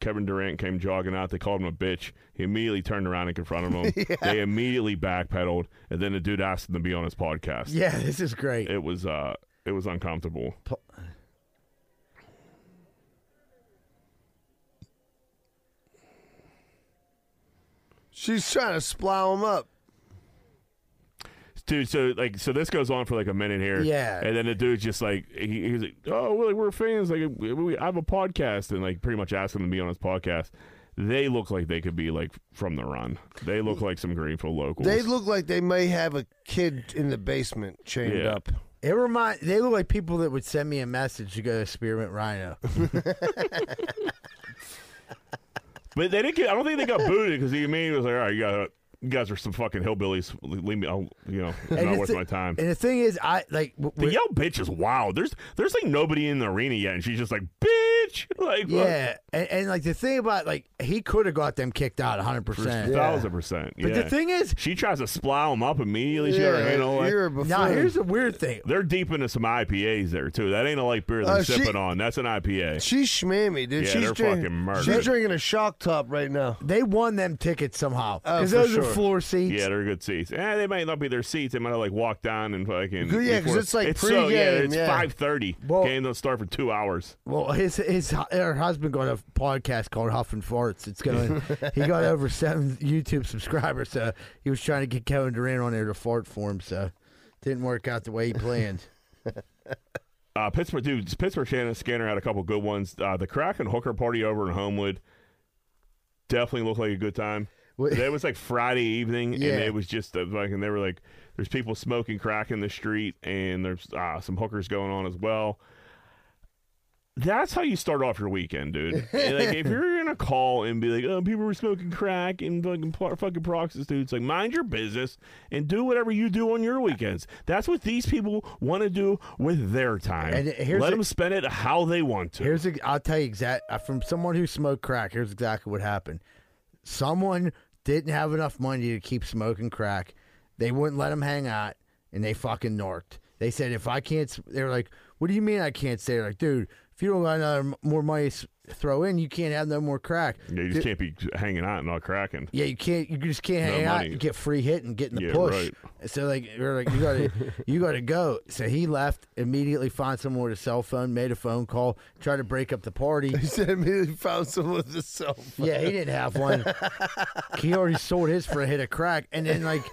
Speaker 2: Kevin Durant came jogging out. They called him a bitch. He immediately turned around and confronted him.
Speaker 3: Yeah.
Speaker 2: They immediately backpedaled, and then the dude asked him to be on his podcast.
Speaker 3: Yeah, this is great.
Speaker 2: It was uh, it was uncomfortable.
Speaker 4: She's trying to splow him up.
Speaker 2: dude. So like, so this goes on for like a minute here.
Speaker 4: Yeah.
Speaker 2: And then the dude's just like, he, he's like, oh, well, like, we're fans. Like, we, we- I have a podcast, and like, pretty much asked him to be on his podcast. They look like they could be like from the run. They look like some Greenfield locals.
Speaker 4: They look like they may have a kid in the basement chained
Speaker 2: Yeah.
Speaker 4: up.
Speaker 3: It remind they look like people that would send me a message to go to Spearmint Rhino.
Speaker 2: but they didn't. Get, I don't think they got booted because he immediately was like, all right, you got. You guys are some fucking hillbillies. Leave me. I'll, you know, it's
Speaker 3: And
Speaker 2: not
Speaker 3: the
Speaker 2: worth
Speaker 3: thi-
Speaker 2: my time.
Speaker 3: And the thing is, I like w-
Speaker 2: The
Speaker 3: w-
Speaker 2: yell bitch is wild. There's there's like nobody in the arena yet, and she's just like bitch. Like what?
Speaker 3: yeah, and, and like the thing about like he could have got them kicked out 100. percent
Speaker 2: thousand percent.
Speaker 3: But the
Speaker 2: yeah.
Speaker 3: thing is,
Speaker 2: she tries to splow them up immediately. She
Speaker 3: Yeah,
Speaker 2: got her hand all that.
Speaker 3: you're a buffoon. Now, here's the weird thing.
Speaker 2: They're deep into some IPAs there too. That ain't a light beer they're
Speaker 4: Uh, she-
Speaker 2: sipping on. That's an IPA.
Speaker 4: She's shmammy, dude.
Speaker 2: Yeah,
Speaker 4: she's
Speaker 2: they're
Speaker 4: drink-
Speaker 2: fucking murdered.
Speaker 4: She's drinking a shock top right now.
Speaker 3: They won them tickets somehow
Speaker 4: Oh,
Speaker 3: because
Speaker 4: for
Speaker 3: those
Speaker 4: sure.
Speaker 3: are floor seats.
Speaker 2: Yeah, they're good seats. Eh, they might not be their seats. They might have like walked down and fucking.
Speaker 3: Good, yeah, 'cause
Speaker 2: before-
Speaker 3: it's, like,
Speaker 2: so- yeah,
Speaker 3: pregame,
Speaker 2: it's
Speaker 3: yeah.
Speaker 2: five thirty. Game don't start for two hours.
Speaker 3: Well, his his her husband got a podcast called Huff and Farts. It's going. he got over seven YouTube subscribers, so he was trying to get Kevin Durant on there to fart for him. So didn't work out the way he planned.
Speaker 2: Uh, Pittsburgh, dude, Pittsburgh Shannon Scanner had a couple good ones. Uh, the Crack and Hooker party over in Homewood definitely looked like a good time. That was like Friday evening,
Speaker 3: Yeah.
Speaker 2: and it was just uh, like, and they were like, there's people smoking crack in the street, and there's uh, some hookers going on as well. That's how you start off your weekend, dude. And, like, if you're gonna call and be like, "Oh, people were smoking crack and fucking pl- fucking prostitutes," like, mind your business and do whatever you do on your weekends. That's what these people want to do with their time.
Speaker 3: And here's
Speaker 2: Let
Speaker 3: the-
Speaker 2: them spend it how they want to.
Speaker 3: Here's a, I'll tell you exact uh, from someone who smoked crack. Here's exactly what happened. Someone didn't have enough money to keep smoking crack. They wouldn't let him hang out, and they fucking narked. They said, "If I can't," s-" they were like, What do you mean I can't say? it?" Like, dude, if you don't got another m- more money to s- throw in, you can't have no more crack.
Speaker 2: Yeah, you
Speaker 3: Dude-
Speaker 2: just can't be hanging out and not cracking.
Speaker 3: Yeah, you can't. You just can't
Speaker 2: No
Speaker 3: hang out
Speaker 2: money.
Speaker 3: and get free hit and get in the
Speaker 2: Yeah,
Speaker 3: push.
Speaker 2: right.
Speaker 3: So like, we're like, you gotta, you gotta go. So he left immediately. Found someone with a cell phone, made a phone call, tried to break up the party.
Speaker 4: He said immediately found someone with a cell phone.
Speaker 3: Yeah, he didn't have one. he already sold his for a hit of crack, and then like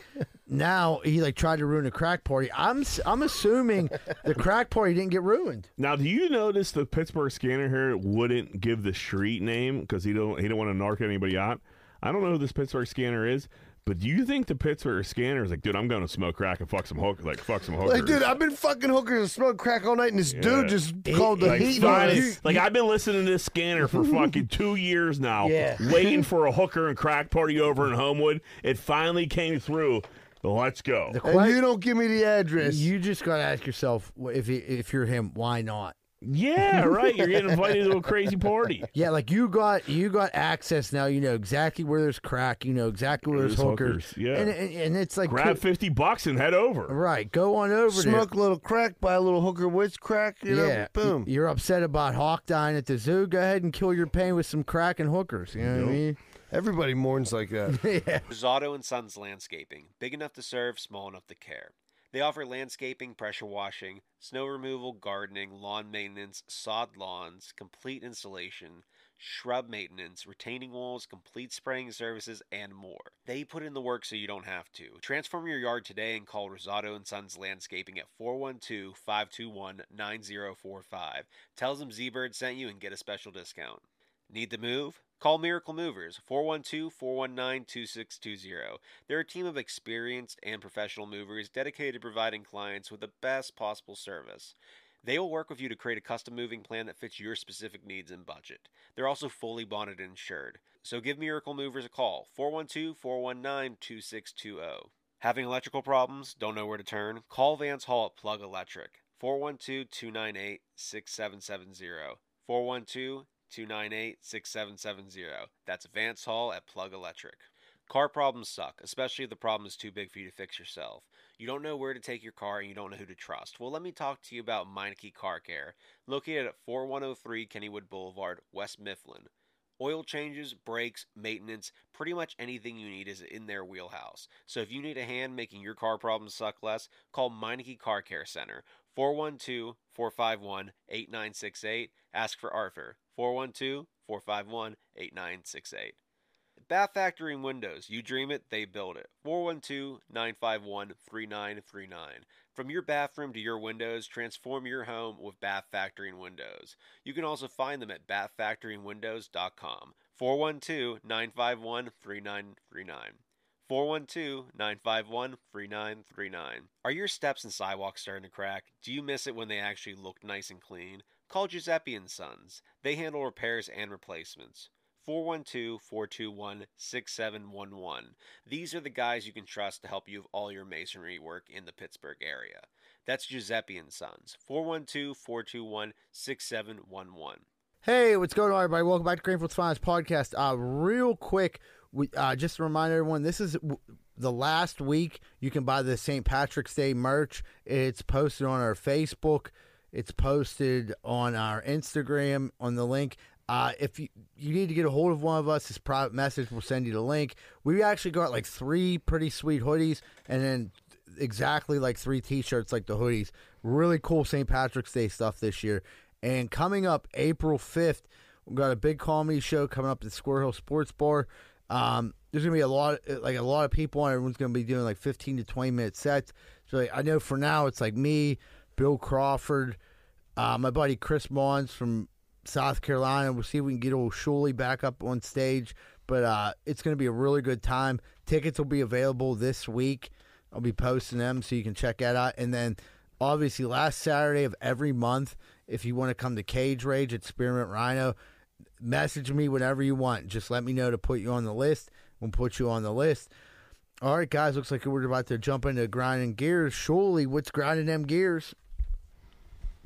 Speaker 3: now he like tried to ruin a crack party. I'm s- I'm assuming the crack party didn't get ruined.
Speaker 2: Now, do you notice the Pittsburgh scanner here wouldn't give the street name because he don't he don't want to narc anybody out? I don't know who this Pittsburgh scanner is, but do you think the Pittsburgh scanner is like, dude, I'm going to smoke crack and fuck some hook, like fuck some hookers?
Speaker 4: Like, dude, I've been fucking hookers and smoke crack all night, and this dude just called the
Speaker 2: like,
Speaker 4: heat.
Speaker 2: fine,
Speaker 4: on us.
Speaker 2: it's- like I've been listening to this scanner for fucking two years now,
Speaker 4: Yeah.
Speaker 2: waiting for a hooker and crack party over in Homewood. It finally came through. Let's go.
Speaker 4: and you don't give me the address.
Speaker 3: You just gotta ask yourself wh- if he, if you're him, why not?
Speaker 2: Yeah, right. You're getting invited to a crazy party.
Speaker 3: Yeah, like you got you got access now. You know exactly where there's crack. You know exactly where there's,
Speaker 2: There's
Speaker 3: hookers.
Speaker 2: hookers, yeah.
Speaker 3: and, and, and it's like
Speaker 2: Grab fifty bucks and head over.
Speaker 3: Right, go on over. there.
Speaker 4: Smoke a little crack, buy a little hooker witch crack, you know,
Speaker 3: yeah,
Speaker 4: boom.
Speaker 3: y- You're upset about Hawk dying at the zoo. Go ahead and kill your pain with some crack and hookers. You know what I
Speaker 4: Yep.
Speaker 3: mean?
Speaker 4: Everybody mourns like that.
Speaker 3: yeah.
Speaker 1: Rosado and Sons Landscaping, big enough to serve, small enough to care. They offer landscaping, pressure washing, snow removal, gardening, lawn maintenance, sod lawns, complete installation, shrub maintenance, retaining walls, complete spraying services, and more. They put in the work so you don't have to. Transform your yard today and call Rosado and Sons Landscaping at 412-521-9045. Tell them Z-Bird sent you and get a special discount. Need to move? Call Miracle Movers 412 419 2620. They're a team of experienced and professional movers dedicated to providing clients with the best possible service. They will work with you to create a custom moving plan that fits your specific needs and budget. They're also fully bonded and insured. So give Miracle Movers a call 412 419 2620. Having electrical problems? Don't know where to turn? Call Vance Hall at Plug Electric 412 298 6770. 412 298 6770. That's Vance Hall at Plug Electric. Car problems suck, especially if the problem is too big for you to fix yourself. You don't know where to take your car and you don't know who to trust. Well, let me talk to you about Meineke Car Care, located at 4103 Kennywood Boulevard, West Mifflin. Oil changes, brakes, maintenance, pretty much anything you need is in their wheelhouse. So if you need a hand making your car problems suck less, call Meineke Car Care Center, 412 451 8968. Ask for Arthur, 412 451 8968. Bath Factory and Windows. You dream it, they build it. 412 951 3939. From your bathroom to your windows, transform your home with Bath Factory and Windows. You can also find them at bathfactoryandwindows.com. 412 951 3939. 412 951 3939. Are your steps and sidewalks starting to crack? Do you miss it when they actually look nice and clean? Call Giuseppe and Sons. They handle repairs and replacements. 412 421 6711. These are the guys you can trust to help you with all your masonry work in the Pittsburgh area. That's Giuseppe and Sons. 412 421 6711.
Speaker 3: Hey, what's going on, everybody? Welcome back to Greenfield's Finest Podcast. Uh, real quick, we, uh, just to remind everyone, this is w- the last week you can buy the St. Patrick's Day merch. It's posted on our Facebook. It's posted on our Instagram on the link. Uh, if you, you need to get a hold of one of us, this private message will send you the link. We actually got like three pretty sweet hoodies, and then exactly like three t-shirts like the hoodies really cool st patrick's day stuff this year and coming up april 5th we've got a big comedy show coming up at square hill sports bar um, there's gonna be a lot like a lot of people and everyone's gonna be doing like 15 to 20 minute sets so like, i know for now it's like me bill crawford uh, my buddy Chris Mons from South Carolina. We'll see if we can get old Shuley back up on stage. But uh, it's going to be a really good time. Tickets will be available this week. I'll be posting them so you can check that out. And then, obviously, last Saturday of every month, if you want to come to Cage Rage at Spearmint Rhino, message me whenever you want. Just let me know to put you on the list. We'll put you on the list. All right, guys. Looks like we're about to jump into grinding gears. Shuley, what's grinding them gears?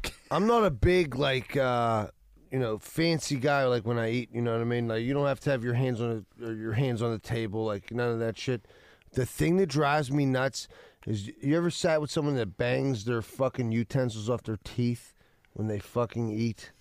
Speaker 4: I'm not a big like uh you know fancy guy like when I eat. You know what I mean? Like you don't have to have your hands on a, or your hands on the table. Like none of that shit. The thing that drives me nuts is you ever sat with someone that bangs their fucking utensils off their teeth when they fucking eat,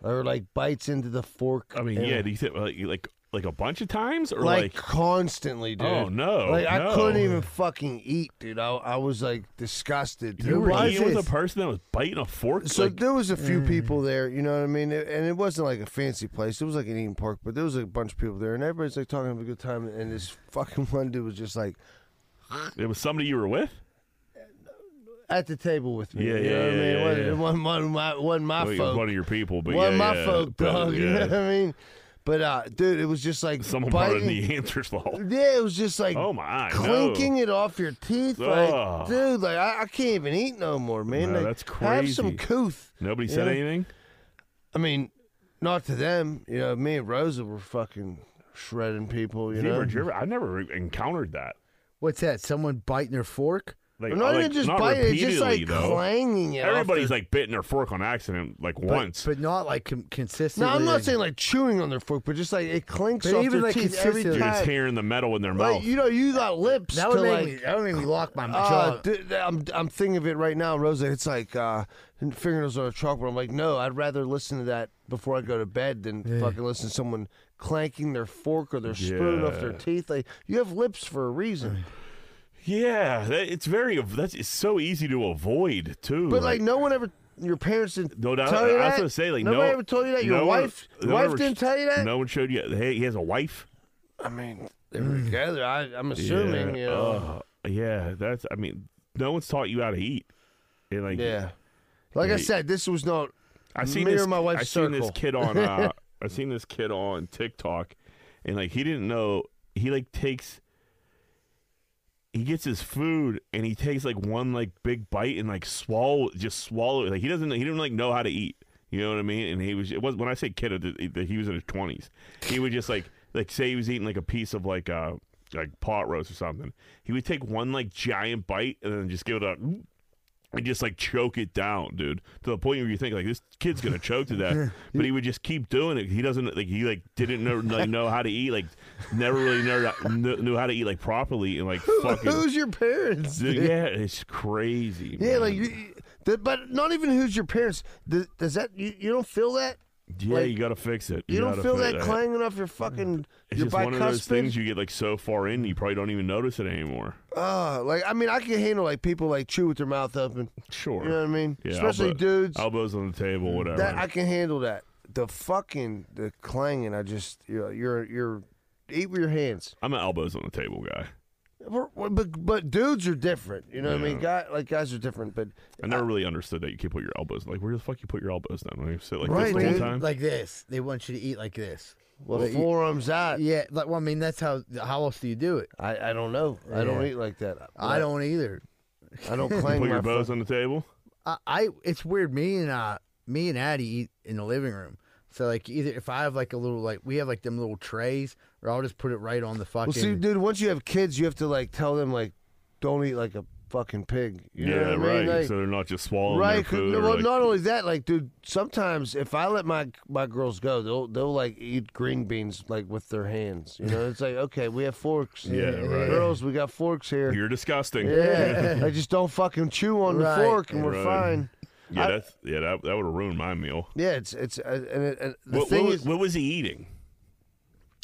Speaker 4: or like bites into the fork.
Speaker 2: I mean,
Speaker 4: and-
Speaker 2: yeah. Do you think like like like a bunch of times or
Speaker 4: like,
Speaker 2: like,
Speaker 4: constantly, dude.
Speaker 2: Oh, no,
Speaker 4: Like I
Speaker 2: no.
Speaker 4: couldn't even fucking eat, dude. I, I was like disgusted.
Speaker 2: you were eating with
Speaker 4: this?
Speaker 2: a person that was biting a fork?
Speaker 4: So
Speaker 2: like,
Speaker 4: there was a few
Speaker 2: Mm.
Speaker 4: people there, you know what I mean, It- and it wasn't like a fancy place. It was like an eating park, but there was a bunch of people there, and everybody's like talking have a good time. And this fucking one dude was just like
Speaker 2: it was somebody you were with.
Speaker 4: at the table with me.
Speaker 2: Yeah,
Speaker 4: you
Speaker 2: yeah,
Speaker 4: know
Speaker 2: yeah,
Speaker 4: what I mean?
Speaker 2: yeah,
Speaker 4: Wasn't-
Speaker 2: yeah.
Speaker 4: wasn't- wasn't my, wasn't my
Speaker 2: Well,
Speaker 4: folk.
Speaker 2: one of your people, but
Speaker 4: wasn't
Speaker 2: yeah,
Speaker 4: my
Speaker 2: yeah,
Speaker 4: folk,
Speaker 2: but,
Speaker 4: dog. You
Speaker 2: yeah.
Speaker 4: know what I mean? But uh, dude, it was just like
Speaker 2: Someone brought
Speaker 4: biting,
Speaker 2: in the answers law.
Speaker 4: Yeah, it was just like
Speaker 2: Oh my, no.
Speaker 4: clinking it off your teeth, like
Speaker 2: Ugh.
Speaker 4: dude, like I, I can't even eat no more, man.
Speaker 2: No,
Speaker 4: Like,
Speaker 2: that's
Speaker 4: Have some
Speaker 2: crazy.
Speaker 4: couth.
Speaker 2: Nobody
Speaker 4: you
Speaker 2: said
Speaker 4: know?
Speaker 2: anything.
Speaker 4: I mean, not to them. You know, me and Rosa were fucking shredding people. You
Speaker 2: Have you
Speaker 4: know,
Speaker 2: ever- you ever- I've never encountered that.
Speaker 3: What's that? Someone biting their fork?
Speaker 2: Like,
Speaker 4: Not even just biting, it's just,
Speaker 2: repeatedly,
Speaker 4: like,
Speaker 2: though.
Speaker 4: clanging it off
Speaker 2: Everybody's
Speaker 4: their-
Speaker 2: like bitten their fork on accident, like
Speaker 3: But-
Speaker 2: once.
Speaker 3: but not like com- consistently.
Speaker 4: no, I'm not saying like chewing on their fork, but just like it clinks
Speaker 3: But
Speaker 4: off
Speaker 3: even,
Speaker 4: their
Speaker 3: like,
Speaker 4: teeth every
Speaker 2: You're
Speaker 4: time.
Speaker 2: just hearing the metal in their
Speaker 4: Like,
Speaker 2: mouth.
Speaker 4: you know, you got lips.
Speaker 3: That would
Speaker 4: to,
Speaker 3: make
Speaker 4: like,
Speaker 3: me- that would make me lock my
Speaker 4: uh,
Speaker 3: jaw.
Speaker 4: d- I'm I'm thinking of it right now, Rosa. It's like uh, fingernails on a chalkboard. I'm like, no, I'd rather listen to that before I go to bed than fucking listen to someone clanking their fork or their spoon off their
Speaker 2: Yeah.
Speaker 4: teeth. Like you have lips for a reason.
Speaker 2: yeah, that, it's very. That's it's so easy to avoid too.
Speaker 4: But like, no one ever. Your parents didn't
Speaker 2: No, no,
Speaker 4: tell you
Speaker 2: I was
Speaker 4: that.
Speaker 2: gonna say like
Speaker 4: nobody
Speaker 2: no,
Speaker 4: ever told you that. Your
Speaker 2: no one-
Speaker 4: wife, your
Speaker 2: no one
Speaker 4: wife
Speaker 2: ever-
Speaker 4: didn't tell you that.
Speaker 2: No one showed you. Hey, he has a wife.
Speaker 4: I mean, they
Speaker 3: Mm.
Speaker 4: were together. I, I'm assuming.
Speaker 2: yeah.
Speaker 4: You know.
Speaker 2: uh, yeah, that's. I mean, no one's taught you how to eat. And like,
Speaker 4: Yeah. Like I said, this was not.
Speaker 2: I seen
Speaker 4: me
Speaker 2: this,
Speaker 4: or my wife's
Speaker 2: I seen this
Speaker 4: circle.
Speaker 2: kid on. Uh, I seen this kid on TikTok, and like he didn't know. He like takes. He gets his food and he takes like one like big bite and like swallow just swallow it. Like he doesn't he didn't like know how to eat. You know what I mean? And he was it was when I say kid, it- it- it- he was in his twenties. He would just like like say he was eating like a piece of like uh like pot roast or something. He would take one like giant bite and then just give it a and just like choke it down, dude, to the point where you think like this kid's gonna choke to that, but he would just keep doing it. He doesn't like he like didn't know like know how to eat, like never really know knew, knew how to eat like properly and like fucking
Speaker 4: Who's your parents?
Speaker 2: Dude,
Speaker 4: dude?
Speaker 2: yeah, it's crazy.
Speaker 4: Yeah,
Speaker 2: man.
Speaker 4: like, you, you- th- but not even who's your parents. Does, does that you, you don't feel that?
Speaker 2: yeah,
Speaker 4: like,
Speaker 2: you gotta fix it.
Speaker 4: You, don't
Speaker 2: gotta
Speaker 4: feel
Speaker 2: fix
Speaker 4: that clanging off your fucking
Speaker 2: It's
Speaker 4: your
Speaker 2: just one of those
Speaker 4: bicuspid?
Speaker 2: things you get like so far in, you probably don't even notice it anymore.
Speaker 4: Uh, like I mean, I can handle like people like chew with their mouth open.
Speaker 2: Sure,
Speaker 4: you know what I mean.
Speaker 2: Yeah,
Speaker 4: Especially
Speaker 2: elbow-
Speaker 4: dudes.
Speaker 2: elbows on the table, whatever.
Speaker 4: That I can handle that. The fucking the clanging. I just you know, you're you're eat with your hands.
Speaker 2: I'm an elbows on the table guy.
Speaker 4: We're- we're- but but dudes are different. You know what I mean?
Speaker 2: Yeah.
Speaker 4: Guy like guys are different. But
Speaker 2: I never really understood that you can't put your elbows. Like, where the fuck you put your elbows down? When you sit like
Speaker 4: Right,
Speaker 2: this the whole
Speaker 4: dude.
Speaker 2: time?
Speaker 3: Like this. They want you to eat like this.
Speaker 4: well,
Speaker 3: Like, you-
Speaker 4: forearms out.
Speaker 3: Yeah, like well, I mean, that's how. How else do you do it?
Speaker 4: I, I don't know. I don't
Speaker 3: Yeah.
Speaker 4: eat like that.
Speaker 3: I don't either.
Speaker 4: I don't
Speaker 2: You
Speaker 4: clang
Speaker 2: put
Speaker 4: my
Speaker 2: your bows
Speaker 4: fu-
Speaker 2: on the table.
Speaker 3: I, I it's weird. Me and uh, me and Addie eat in the living room. So like either if I have like a little like we have like them little trays, or I'll just put it right on the fucking.
Speaker 4: Well, see, dude, once you have kids, you have to like tell them like, don't eat like a fucking pig. You
Speaker 2: yeah,
Speaker 4: know what I
Speaker 2: right.
Speaker 4: mean? Like,
Speaker 2: so they're not just swallowing
Speaker 4: right.
Speaker 2: their
Speaker 4: 'cause-
Speaker 2: food.
Speaker 4: no,
Speaker 2: or,
Speaker 4: well,
Speaker 2: like-
Speaker 4: not only that, like, dude, sometimes if I let my my girls go, they'll they'll like eat green beans like with their hands. You know, it's like okay, we have forks.
Speaker 2: Yeah, right.
Speaker 4: Girls, we got forks here.
Speaker 2: You're disgusting.
Speaker 4: yeah, like just don't fucking chew on
Speaker 3: Right.
Speaker 4: the fork, and we're
Speaker 2: Right.
Speaker 4: fine.
Speaker 2: yeah, that's, yeah. That that would have ruined my meal.
Speaker 4: Yeah, it's it's uh, and, it, and the
Speaker 2: What,
Speaker 4: thing
Speaker 2: what,
Speaker 4: is,
Speaker 2: what was he eating?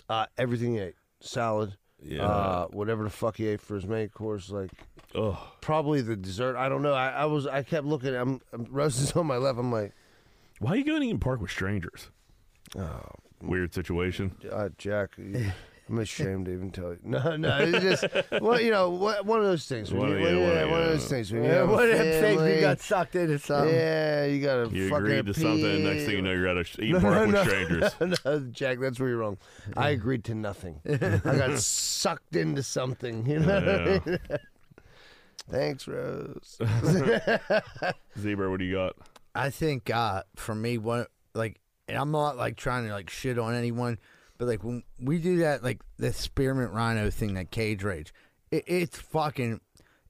Speaker 4: uh, everything he ate salad,
Speaker 2: Yeah.
Speaker 4: uh, whatever the fuck he ate for his main course, like
Speaker 2: Ugh.
Speaker 4: probably the dessert. I don't know. I, I was I kept looking. I'm, I'm Rosa's on my left. I'm like,
Speaker 2: Why are you going to eat in park with strangers?
Speaker 4: Oh.
Speaker 2: Weird situation.
Speaker 4: uh, Jack, you- I'm ashamed to even tell you. No, no, it's just well, you know, what, one of those things. When
Speaker 2: One
Speaker 4: you,
Speaker 2: of-
Speaker 4: when
Speaker 2: yeah,
Speaker 4: you-
Speaker 2: one of-
Speaker 4: yeah, one of those
Speaker 2: yeah.
Speaker 4: things. When you
Speaker 3: yeah,
Speaker 4: have a
Speaker 3: one of them things we
Speaker 4: family,
Speaker 3: got sucked into something.
Speaker 4: Yeah, you got to.
Speaker 2: You
Speaker 4: fucking
Speaker 2: agreed to something.
Speaker 4: pee.
Speaker 2: Next thing you know, you're at a sh- eating
Speaker 4: No,
Speaker 2: park
Speaker 4: no,
Speaker 2: with
Speaker 4: no.
Speaker 2: strangers.
Speaker 4: no, Jack, that's where you're wrong. I agreed to nothing. I got sucked into something. You know.
Speaker 2: Yeah.
Speaker 4: What I mean? Thanks, Rose.
Speaker 2: Zebra, what do you got?
Speaker 3: I think uh, for me, one like, and I'm not like trying to like shit on anyone, but like when we do that, like the spearmint rhino thing, that cage rage, it, it's fucking,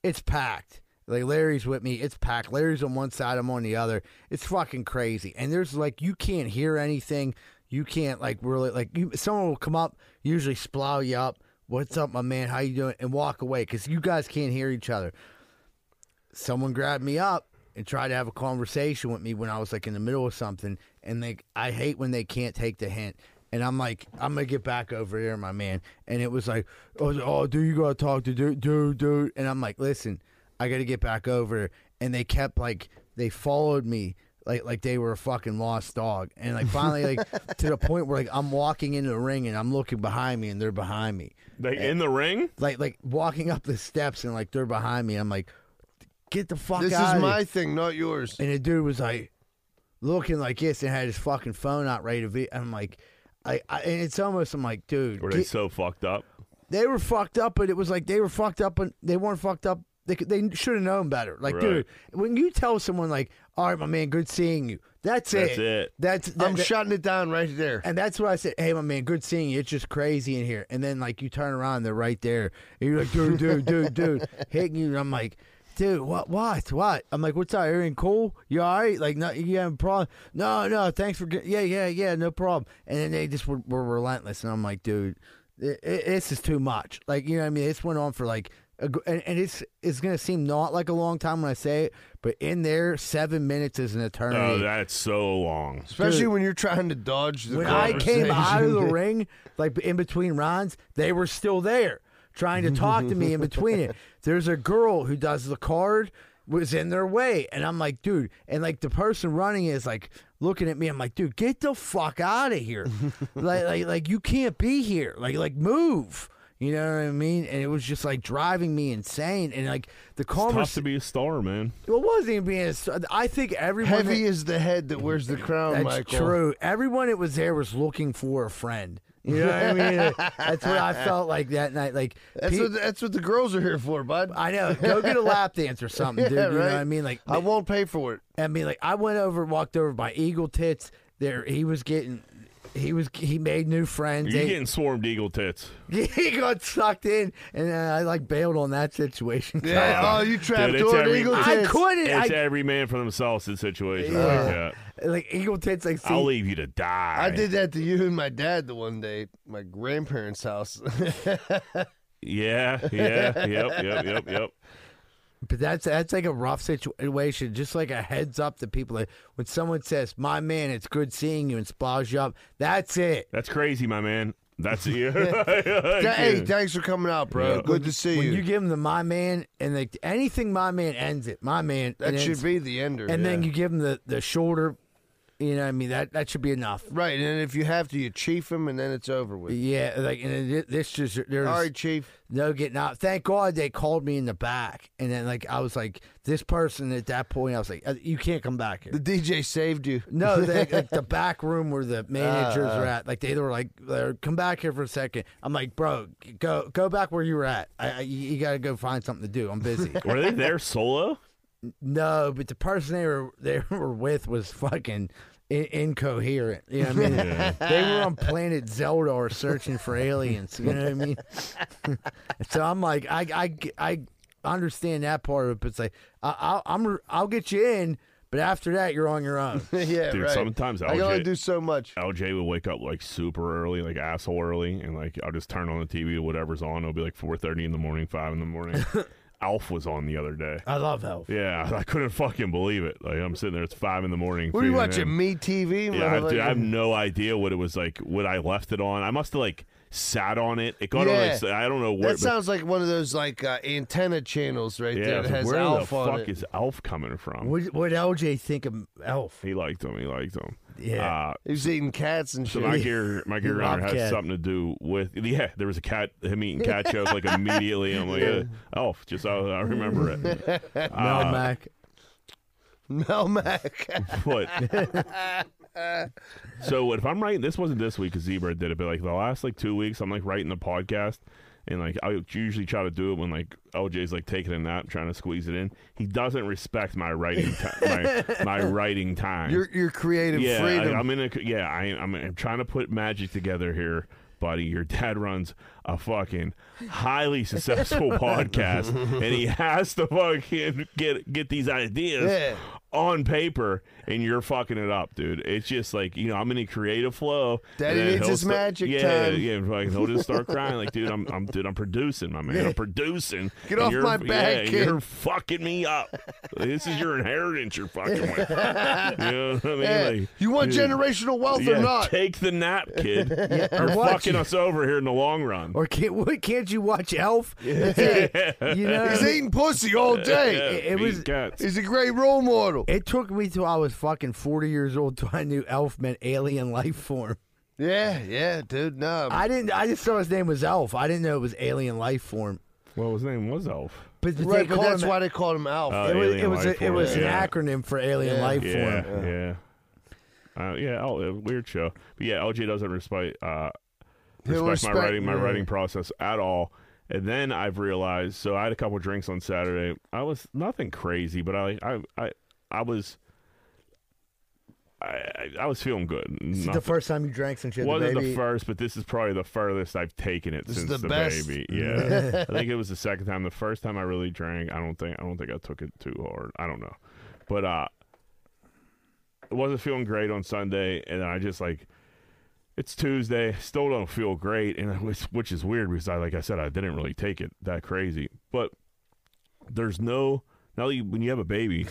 Speaker 3: it's packed. Like Larry's with me, it's packed. Larry's on one side, I'm on the other. It's fucking crazy, and there's like you can't hear anything. You can't like really like you. Someone will come up, usually splow you up. What's up, my man? How you doing? And walk away because you guys can't hear each other someone grabbed me up and try to have a conversation with me when I was like in the middle of something. And like, I hate when they can't take the hint. And I'm like, I'm gonna get back over there, my man. And it was like, oh, oh dude, you gotta talk to dude, dude, dude. And I'm like, listen, I gotta get back over. And they kept like, they followed me like like they were a fucking lost dog. And like finally, like to the point where like I'm walking into the ring and I'm looking behind me and they're behind me.
Speaker 2: Like in the ring?
Speaker 3: Like like walking up the steps and like they're behind me. I'm like, get the fuck
Speaker 4: This is
Speaker 3: out.
Speaker 4: my
Speaker 3: thing, not yours. And the dude was like looking like this and had his fucking phone out ready to be. I'm like, I, I and it's almost I'm like, dude,
Speaker 2: Were
Speaker 3: get-
Speaker 2: they so fucked up?
Speaker 3: they were fucked up, but it was like they were fucked up, and they weren't fucked up. They could- they should have known better. Like,
Speaker 2: Right.
Speaker 3: dude, when you tell someone like, "All right, my man, good seeing you," that's it.
Speaker 4: That's it.
Speaker 3: That's
Speaker 4: I'm shutting
Speaker 3: it down right there. And that's what I said. Hey, my man, good seeing you. It's just crazy in here. And then like you turn around, they're right there, and you're like, dude, dude, dude, dude, hitting you. And I'm like. Dude, what, what, what? I'm like, what's up? Everything cool? You all right? Like, no, you having a problem? No, no, thanks for, get- yeah, yeah, yeah, no problem. And then they just were, were relentless, and I'm like, dude, it, it, this is too much. Like you know, what I mean, this went on for like, a, gr- and, and it's it's gonna seem not like a long time when I say it, but in there, seven minutes is an
Speaker 2: Oh,
Speaker 3: eternity.
Speaker 2: that's so long.
Speaker 4: Especially when you're trying to dodge the
Speaker 3: when I came
Speaker 4: conversation.
Speaker 3: out of the ring, like in between rounds, they were still there trying to talk to me in between it. There's a girl who does the card was in their way, and I'm like, dude, and like the person running is like looking at me. I'm like, dude, get the fuck out of here! like, like, like you can't be here. Like, like move. You know what I mean? And it was just like driving me insane. And like the
Speaker 2: It's tough
Speaker 3: conversation.
Speaker 2: to be a star, man.
Speaker 3: Well, it wasn't even being. a star- I think everyone.
Speaker 4: Heavy
Speaker 3: that-
Speaker 4: is the head that wears the crown,
Speaker 3: That's
Speaker 4: Michael.
Speaker 3: true. Everyone that was there was looking for a friend. You know what I mean? That's what I felt like that night. Like
Speaker 4: That's what, that's what the girls are here for, bud.
Speaker 3: I know. Go get a lap dance or something, dude.
Speaker 4: Yeah,
Speaker 3: You know what I
Speaker 4: right.
Speaker 3: mean? Like I won't pay for it. I mean, like I went over, walked over by Eagle Tits. There, he was getting, he was he made new friends.
Speaker 2: You're
Speaker 3: They-
Speaker 2: getting swarmed eagle tits.
Speaker 3: he got sucked in, and uh, I like bailed on that situation.
Speaker 4: oh,
Speaker 2: Dude, it's every-
Speaker 3: I couldn't.
Speaker 2: It's
Speaker 3: I,
Speaker 2: every man for themselves in situations
Speaker 4: Yeah.
Speaker 2: like that.
Speaker 3: like Eagle Tits, like
Speaker 2: I'll
Speaker 4: See,
Speaker 2: leave you to die.
Speaker 4: I did that to you and my dad the one day, at my grandparents' house.
Speaker 2: Yeah, yeah, yep, yep, yep, yep.
Speaker 3: But that's that's like a rough situation. Just like a heads up to people. Like when someone says, "My man, it's good seeing you," and spas you up, that's it.
Speaker 2: That's crazy, my man. That's you.
Speaker 4: hey, thanks for coming out, bro.
Speaker 2: Yeah.
Speaker 4: Good to see
Speaker 3: When
Speaker 4: you.
Speaker 3: you give them the "my man" and like anything "my man" ends it. My man.
Speaker 4: That
Speaker 3: it
Speaker 4: should
Speaker 3: ends-
Speaker 4: be the ender,
Speaker 3: And then
Speaker 4: yeah.
Speaker 3: you give them the the shoulder. You know, what I mean that that should be enough.
Speaker 4: Right, and if you have to, you chief him, and then it's over with.
Speaker 3: Yeah, like and it, this just there's
Speaker 4: All right, Chief.
Speaker 3: No getting out. Thank God they called me in the back, and then like I was like this person at that point. I was like, "Uh, you can't come back here.
Speaker 4: The DJ saved you.
Speaker 3: No, they, like the back room where the managers
Speaker 4: Ah.
Speaker 3: are at. Like they were like, they're, "Come back here for a second. I'm like, "Bro, go go back where you were at. I, I, you you gotta go find something to do. I'm busy."
Speaker 2: Were they there solo?
Speaker 3: No, but the person they were they were with was fucking in- incoherent. You know what I mean?
Speaker 2: Yeah.
Speaker 3: They were on planet Zelda or searching for aliens. You know what I mean? so I'm like, I I I understand that part of it, but it's like I, I'll I'm I'll get you in. But after that, you're on your own.
Speaker 4: yeah,
Speaker 2: Dude, sometimes LJ,
Speaker 4: so much.
Speaker 2: LJ would wake up like super early, like asshole early, and like I'll just turn on the TV to whatever's on. It'll be like four thirty in the morning, five in the morning. Alf was on the other day.
Speaker 3: I love Alf.
Speaker 2: Yeah, I couldn't fucking believe it. Like I'm sitting there, it's five in the morning.
Speaker 4: What are you
Speaker 2: 3 a.m.
Speaker 4: watching? Me TV?
Speaker 2: Yeah, I, dude, I have
Speaker 4: Motherfucker.
Speaker 2: no idea what it was like. What I left it on, I must have like sat on it. It got on.
Speaker 4: Yeah.
Speaker 2: Like, s- I don't know where.
Speaker 4: That sounds like one of those like uh, antenna channels right
Speaker 2: yeah, I
Speaker 4: there
Speaker 2: was
Speaker 4: that
Speaker 2: like,
Speaker 4: has
Speaker 2: where
Speaker 4: Alf
Speaker 2: the
Speaker 4: on
Speaker 2: fuck
Speaker 4: it.
Speaker 2: is Alf coming from?
Speaker 3: What what LJ think of Elf?
Speaker 2: He liked him. He liked him.
Speaker 3: Yeah.
Speaker 2: Uh,
Speaker 4: he was eating cats and
Speaker 2: so
Speaker 4: shit.
Speaker 2: my gear, my gear runner has something to do with. Yeah, there was a cat. Him eating cat shows like immediately. I'm like,
Speaker 4: Yeah.
Speaker 2: uh, Alf. Just I, I remember it.
Speaker 4: Mel
Speaker 2: Uh,
Speaker 3: Mac.
Speaker 4: Mel Mac.
Speaker 2: What? So if I'm writing, this wasn't this week because Zebra did it, but like the last like two weeks, I'm like writing the podcast, and like I usually try to do it when like LJ's like taking a nap, trying to squeeze it in. He doesn't respect my writing time. my, my writing time.
Speaker 4: your your creative
Speaker 2: yeah, I,
Speaker 4: freedom.
Speaker 2: I'm in a yeah. I, I'm, I'm trying to put magic together here, buddy. Your dad runs a fucking highly successful podcast, and he has to fucking get get these ideas
Speaker 4: Yeah.
Speaker 2: on paper, and you're fucking it up, dude. It's just like you know, I'm in a creative flow.
Speaker 4: Daddy
Speaker 2: and then
Speaker 4: needs
Speaker 2: he'll
Speaker 4: his
Speaker 2: sta-
Speaker 4: magic
Speaker 2: yeah,
Speaker 4: time.
Speaker 2: Yeah, fucking, he'll just start crying, like, dude, I'm, I'm, dude, I'm producing, my man,
Speaker 4: Yeah.
Speaker 2: I'm producing.
Speaker 4: Get
Speaker 2: and
Speaker 4: off
Speaker 2: you're-
Speaker 4: my back,
Speaker 2: yeah,
Speaker 4: kid.
Speaker 2: You're fucking me up. this is your inheritance. You're fucking with. you know what I mean?
Speaker 4: Yeah.
Speaker 2: Like,
Speaker 4: You want
Speaker 2: dude,
Speaker 4: generational wealth or
Speaker 2: yeah,
Speaker 4: not?
Speaker 2: Take the nap, kid.
Speaker 3: Yeah,
Speaker 2: You're
Speaker 3: watch
Speaker 2: fucking
Speaker 3: you.
Speaker 2: us over here in the long run.
Speaker 3: Or can't what- can't you watch Elf? You know,
Speaker 4: He's eating pussy all day.
Speaker 3: It, it was.
Speaker 4: He's a great role model.
Speaker 3: It took me till I was fucking forty years old till I knew Elf meant alien life form.
Speaker 4: Yeah, yeah, dude. No,
Speaker 3: I didn't. I just thought his name was Elf. I didn't know it was alien life form.
Speaker 2: Well, his name was Elf.
Speaker 3: But they
Speaker 4: right, but
Speaker 3: called
Speaker 4: that's
Speaker 3: him-
Speaker 4: why they called him Alf.
Speaker 2: Oh,
Speaker 3: it was
Speaker 2: alien
Speaker 3: it was,
Speaker 2: life
Speaker 3: a, it
Speaker 2: form,
Speaker 3: was
Speaker 2: yeah.
Speaker 3: an acronym for alien life
Speaker 2: yeah,
Speaker 3: form.
Speaker 2: Yeah. Yeah. Uh, yeah, I'll- uh, weird show. But yeah, LG doesn't respect uh, respect, my
Speaker 4: He'll respect-
Speaker 2: writing my
Speaker 4: yeah.
Speaker 2: writing process at all. And then I've realized. So I had a couple drinks on Saturday. I was nothing crazy, but I I I, I was. I, I- I was feeling good.
Speaker 3: This is
Speaker 2: Nothing-
Speaker 3: the first time you drank since you had
Speaker 2: wasn't
Speaker 3: the baby.
Speaker 2: the first, but this is probably the furthest I've taken it
Speaker 4: This is
Speaker 2: since
Speaker 4: the best.
Speaker 2: baby. Yeah, I think it was the second time. The first time I really drank, I don't think I don't think I took it too hard. I don't know, but uh, it wasn't feeling great on Sunday, and I just like it's Tuesday, still don't feel great, and I was, which is weird because I like I said I didn't really take it that crazy, but there's no now that you, when you have a baby.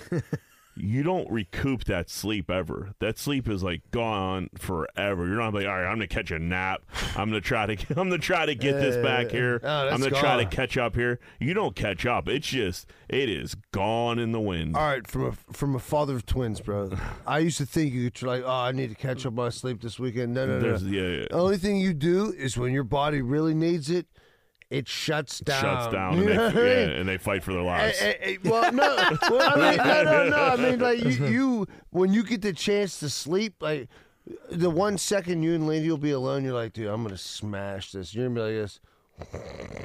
Speaker 2: You don't recoup that sleep ever. That sleep is like gone forever. You're not like, all right, I'm gonna catch a nap. I'm gonna try to, I'm gonna try to get this back here.
Speaker 4: Oh, that's
Speaker 2: I'm gonna try to
Speaker 4: gone.
Speaker 2: catch up here. You don't catch up. It's just, it is gone in the wind.
Speaker 4: All right, from a from a father of twins, bro. I used to think you could like, oh, I need to catch up on my sleep this weekend. No, no, no.
Speaker 2: There's- yeah, yeah.
Speaker 4: The only thing you do is when your body really needs it, it shuts down.
Speaker 2: Shuts down,
Speaker 4: You
Speaker 2: and they,
Speaker 4: know what I mean?
Speaker 2: yeah, and they fight for their lives.
Speaker 4: Eh, eh, eh, well, no, well, I mean, no, no, no. I mean, like you, you, when you get the chance to sleep, like the one second you and Lindy will be alone, you're like, dude, I'm gonna smash this. You're gonna be like this.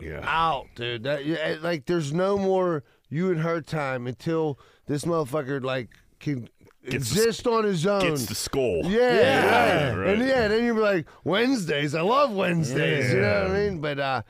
Speaker 2: Yeah.
Speaker 4: Out, dude. That, yeah, eh, like, there's no more you and her time until this motherfucker like can
Speaker 2: Gets the-
Speaker 4: exist on his own.
Speaker 2: Gets the skull.
Speaker 4: Yeah,
Speaker 2: Yeah,
Speaker 4: right.
Speaker 2: right.
Speaker 4: And yeah, then you're like Wednesdays. I love Wednesdays. You know what I mean? But uh,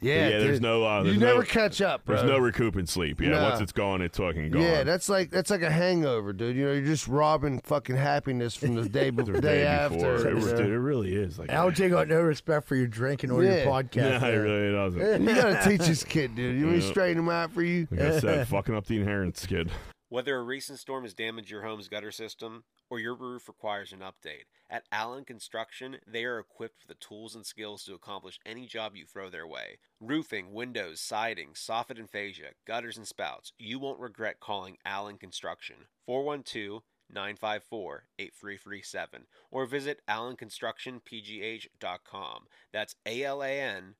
Speaker 4: yeah,
Speaker 2: Yeah, there's
Speaker 4: dude,
Speaker 2: no, uh,
Speaker 4: you
Speaker 2: there's no-
Speaker 4: never catch up. Bro.
Speaker 2: There's no recouping sleep. Yeah,
Speaker 4: Nah.
Speaker 2: once it's gone, it's fucking gone.
Speaker 4: Yeah, that's like that's like a hangover, dude. You know, you're just robbing fucking happiness from the day before,
Speaker 2: The
Speaker 4: day, after.
Speaker 2: It, was-
Speaker 4: Yeah.
Speaker 2: dude, it really is like.
Speaker 3: LJ got no respect for your drinking or
Speaker 4: Yeah.
Speaker 3: your podcast.
Speaker 2: Nah, it really doesn't.
Speaker 4: you gotta teach this kid, dude. You want
Speaker 2: Yeah.
Speaker 4: to straighten him out for you?
Speaker 2: Like I said, fucking up the inheritance, kid.
Speaker 1: Whether a recent storm has damaged your home's gutter system or your roof requires an update, at Allen Construction, they are equipped with the tools and skills to accomplish any job you throw their way. Roofing, windows, siding, soffit and fascia, gutters and spouts. You won't regret calling Allen Construction. 412 954 8337 or visit allenconstructionpgh.com. That's A L A N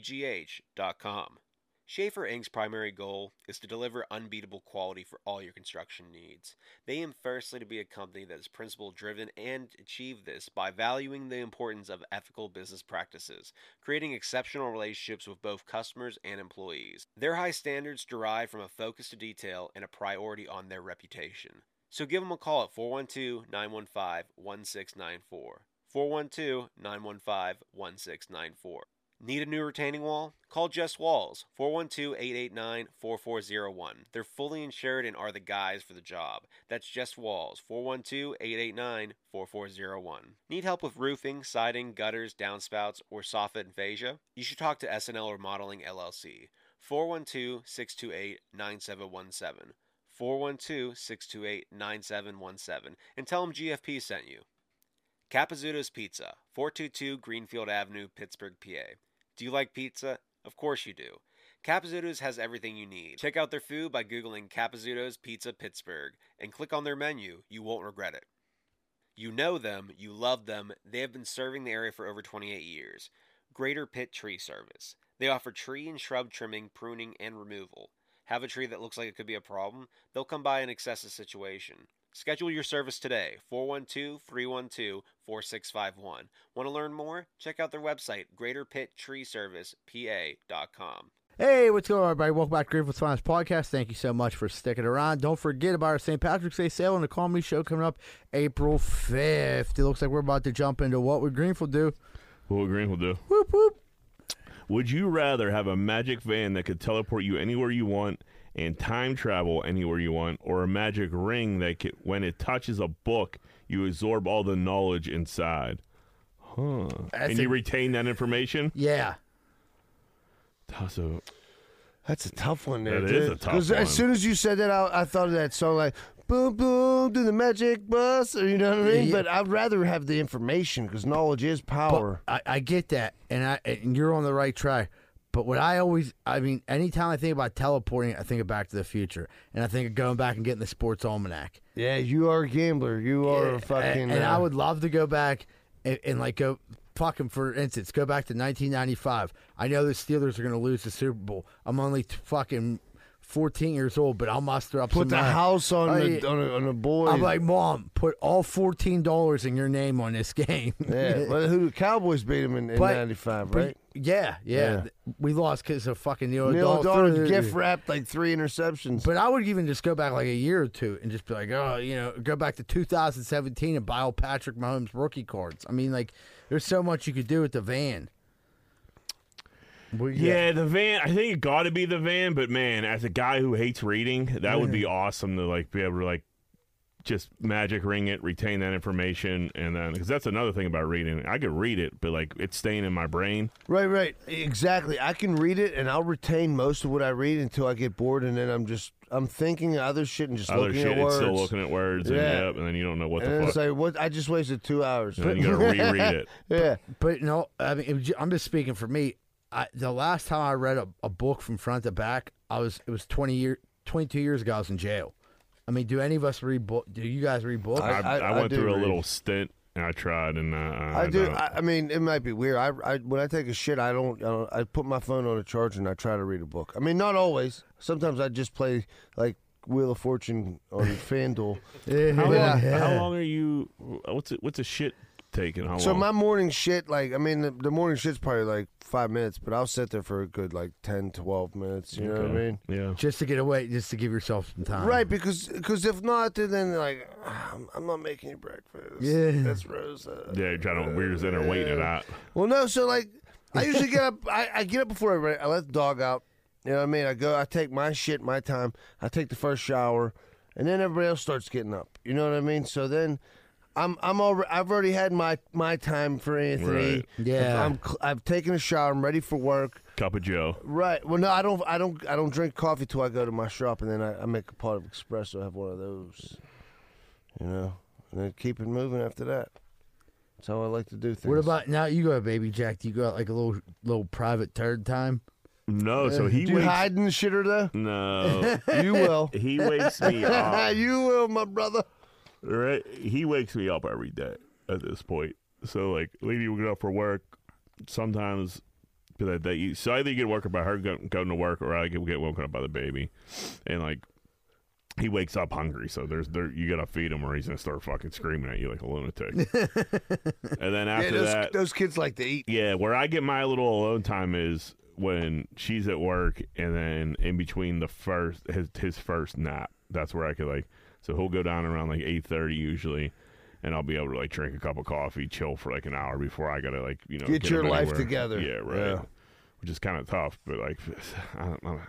Speaker 1: constructionpgh.com. Schaefer Inc.'s primary goal is to deliver unbeatable quality for all your construction needs. They aim firstly to be a company that is principle driven and achieve this by valuing the importance of ethical business practices, creating exceptional relationships with both customers and employees. Their high standards derive from a focus to detail and a priority on their reputation. So give them a call at 412 915 1694. 412 915 1694. Need a new retaining wall? Call Just Walls, 412 889 4401. They're fully insured and are the guys for the job. That's Just Walls, 412 889 4401. Need help with roofing, siding, gutters, downspouts, or soffit and fascia? You should talk to SNL Remodeling LLC, 412 628 9717. 412 628 9717 and tell them GFP sent you. Capizzuto's Pizza, 422 Greenfield Avenue, Pittsburgh, PA. Do you like pizza? Of course you do. Capizzuto's has everything you need. Check out their food by Googling Capizzuto's Pizza Pittsburgh and click on their menu. You won't regret it. You know them, you love them, they have been serving the area for over 28 years. Greater Pitt Tree Service. They offer tree and shrub trimming, pruning, and removal. Have a tree that looks like it could be a problem? They'll come by and assess the situation. Schedule your service today, 412 312 4651. Want to learn more? Check out their website, greaterpittreeservicepa.com.
Speaker 3: Hey, what's going on, everybody? Welcome back to Grateful Smiles Podcast. Thank you so much for sticking around. Don't forget about our St. Patrick's Day sale and the comedy show coming up April 5th. It looks like we're about to jump into what would Greenfield do?
Speaker 2: What Green will do.
Speaker 3: Whoop whoop.
Speaker 2: Would you rather have a magic van that could teleport you anywhere you want and time travel anywhere you want, or a magic ring that could, when it touches a book, you absorb all the knowledge inside? Huh.
Speaker 3: That's
Speaker 2: and
Speaker 3: a-
Speaker 2: you retain that information?
Speaker 3: Yeah.
Speaker 2: So
Speaker 4: That's a tough one there.
Speaker 2: That
Speaker 4: dude.
Speaker 2: is a tough
Speaker 4: 'Cause
Speaker 2: one.
Speaker 4: As soon as you said that, I, I thought of that song like "Boom Boom" do the magic bus, or you know what I mean.
Speaker 3: Yeah.
Speaker 4: But I'd rather have the information because knowledge is power.
Speaker 3: I, I get that, and I and you're on the right track. But what I always, I mean, anytime I think about teleporting, I think of Back to the Future, and I think of going back and getting the sports almanac.
Speaker 4: yeah, you are a gambler. You are a fucking.
Speaker 3: and, and
Speaker 4: uh,
Speaker 3: I would love to go back and, and like go fucking for instance, go back to 1995. I know the Steelers are going to lose the Super Bowl. I'm only t- fucking 14 years old, but I'll muster up.
Speaker 4: put
Speaker 3: some
Speaker 4: the
Speaker 3: money.
Speaker 4: house on
Speaker 3: I-
Speaker 4: the on a, on a boy.
Speaker 3: I'm like, mom, put all 14 dollars in your name on this game.
Speaker 4: yeah. Well, who the Cowboys beat him in
Speaker 3: But-
Speaker 4: '95,
Speaker 3: but-
Speaker 4: right?
Speaker 3: yeah, yeah, We lost because of fucking Neil
Speaker 4: Neil
Speaker 3: O'Donnell.
Speaker 4: Darnold
Speaker 3: threw-
Speaker 4: gift wrapped like three interceptions.
Speaker 3: But I would even just go back like a year or two and just be like, oh, you know, go back to 2017 and buy all Patrick Mahomes rookie cards. I mean, like, there's so much you could do with the van. Well,
Speaker 2: Yeah. the van. I think it got to be the van, but man, as a guy who hates reading, that would be awesome to like be able to like just magic ring it, retain that information, and then because that's another thing about reading. I could read it, but like it's staying in my brain.
Speaker 4: Right, right, exactly. I can read it, and I'll retain most of what I read until I get bored, and then I'm just I'm thinking other shit and just
Speaker 2: Other
Speaker 4: looking
Speaker 2: shit,
Speaker 4: at words.
Speaker 2: it's still looking at words,
Speaker 4: Yeah.
Speaker 2: and, yep, and then you don't know what
Speaker 4: and then
Speaker 2: the fuck.
Speaker 4: it's like, what? I just wasted two hours.
Speaker 2: And then you gotta reread it.
Speaker 4: Yeah,
Speaker 3: But no, I mean, it was ju- I'm just speaking for me. I, the last time I read a, a book from front to back, I was it was 20 year, 22 years ago. I was in jail. I mean, do any of us read book? Do you guys read books?
Speaker 2: I, I,
Speaker 4: I- I
Speaker 2: went
Speaker 4: do
Speaker 2: through a
Speaker 4: read.
Speaker 2: little stint, and I tried, and uh,
Speaker 4: I,
Speaker 2: I,
Speaker 4: do.
Speaker 2: don't.
Speaker 4: I, I mean, it might be weird. I, I when I take a shit, I don't, I don't. I put my phone on a charger and I try to read a book. I mean, not always. Sometimes I just play like Wheel of Fortune on FanDuel.
Speaker 2: how, long,
Speaker 4: But
Speaker 2: how long are you? What's it, what's a shit taking? How
Speaker 4: So
Speaker 2: long?
Speaker 4: my morning shit, like I mean, the, the morning shit's probably like five minutes, but I'll sit there for a good like 10, 12 minutes. You know what I
Speaker 2: Okay.
Speaker 4: mean?
Speaker 2: Yeah.
Speaker 3: Just to get away, just to give yourself some time.
Speaker 4: Right, because because if not, then, then like "Ah, I'm, I'm not making you breakfast.
Speaker 3: Yeah.
Speaker 4: that's Rosa.
Speaker 2: Yeah, you're trying to weird us in or waiting it out.
Speaker 4: Well, no, so like I usually get up. I, I get up before everybody. I let the dog out. You know what I mean? I go. I take my shit, my time. I take the first shower, and then everybody else starts getting up. You know what I mean? So then. I'm I'm already I've already had my my time for Anthony.
Speaker 2: Right.
Speaker 3: Yeah.
Speaker 4: I'm cl- I've taken a shower. I'm ready for work.
Speaker 2: Cup of Joe.
Speaker 4: Right. Well, no, I don't. I don't. I don't drink coffee till I go to my shop, and then I, I make a pot of espresso. I have one of those. You know, and then keep it moving after that. That's how I like to do things.
Speaker 3: What about now? You go, baby Jack. Do you go out like a little little private turd time?
Speaker 2: No, so
Speaker 4: Do
Speaker 2: he
Speaker 4: you
Speaker 2: wakes.
Speaker 4: hide in the shitter though?
Speaker 2: no,
Speaker 4: You will.
Speaker 2: he wakes me up.
Speaker 4: you will, my brother.
Speaker 2: Right, he wakes me up every day at this point. So like, lady will get up for work sometimes. But that, that you, so either you get woken up by her go- going to work, or I get, get woken up by the baby, and like. He wakes up hungry, so there's there you gotta feed him, or he's gonna start fucking screaming at you like a lunatic. and then
Speaker 4: Yeah,
Speaker 2: after
Speaker 4: those,
Speaker 2: that,
Speaker 4: those kids like to eat.
Speaker 2: Yeah, where I get my little alone time is when she's at work, and then in between the first his his first nap. That's where I could like. So he'll go down around like eight thirty usually, and I'll be able to like drink a cup of coffee, chill for like an hour before I gotta like you know
Speaker 4: Get your
Speaker 2: up
Speaker 4: life
Speaker 2: anywhere.
Speaker 4: together.
Speaker 2: Yeah, right.
Speaker 4: Yeah.
Speaker 2: Which is kind of tough, but like I don't know.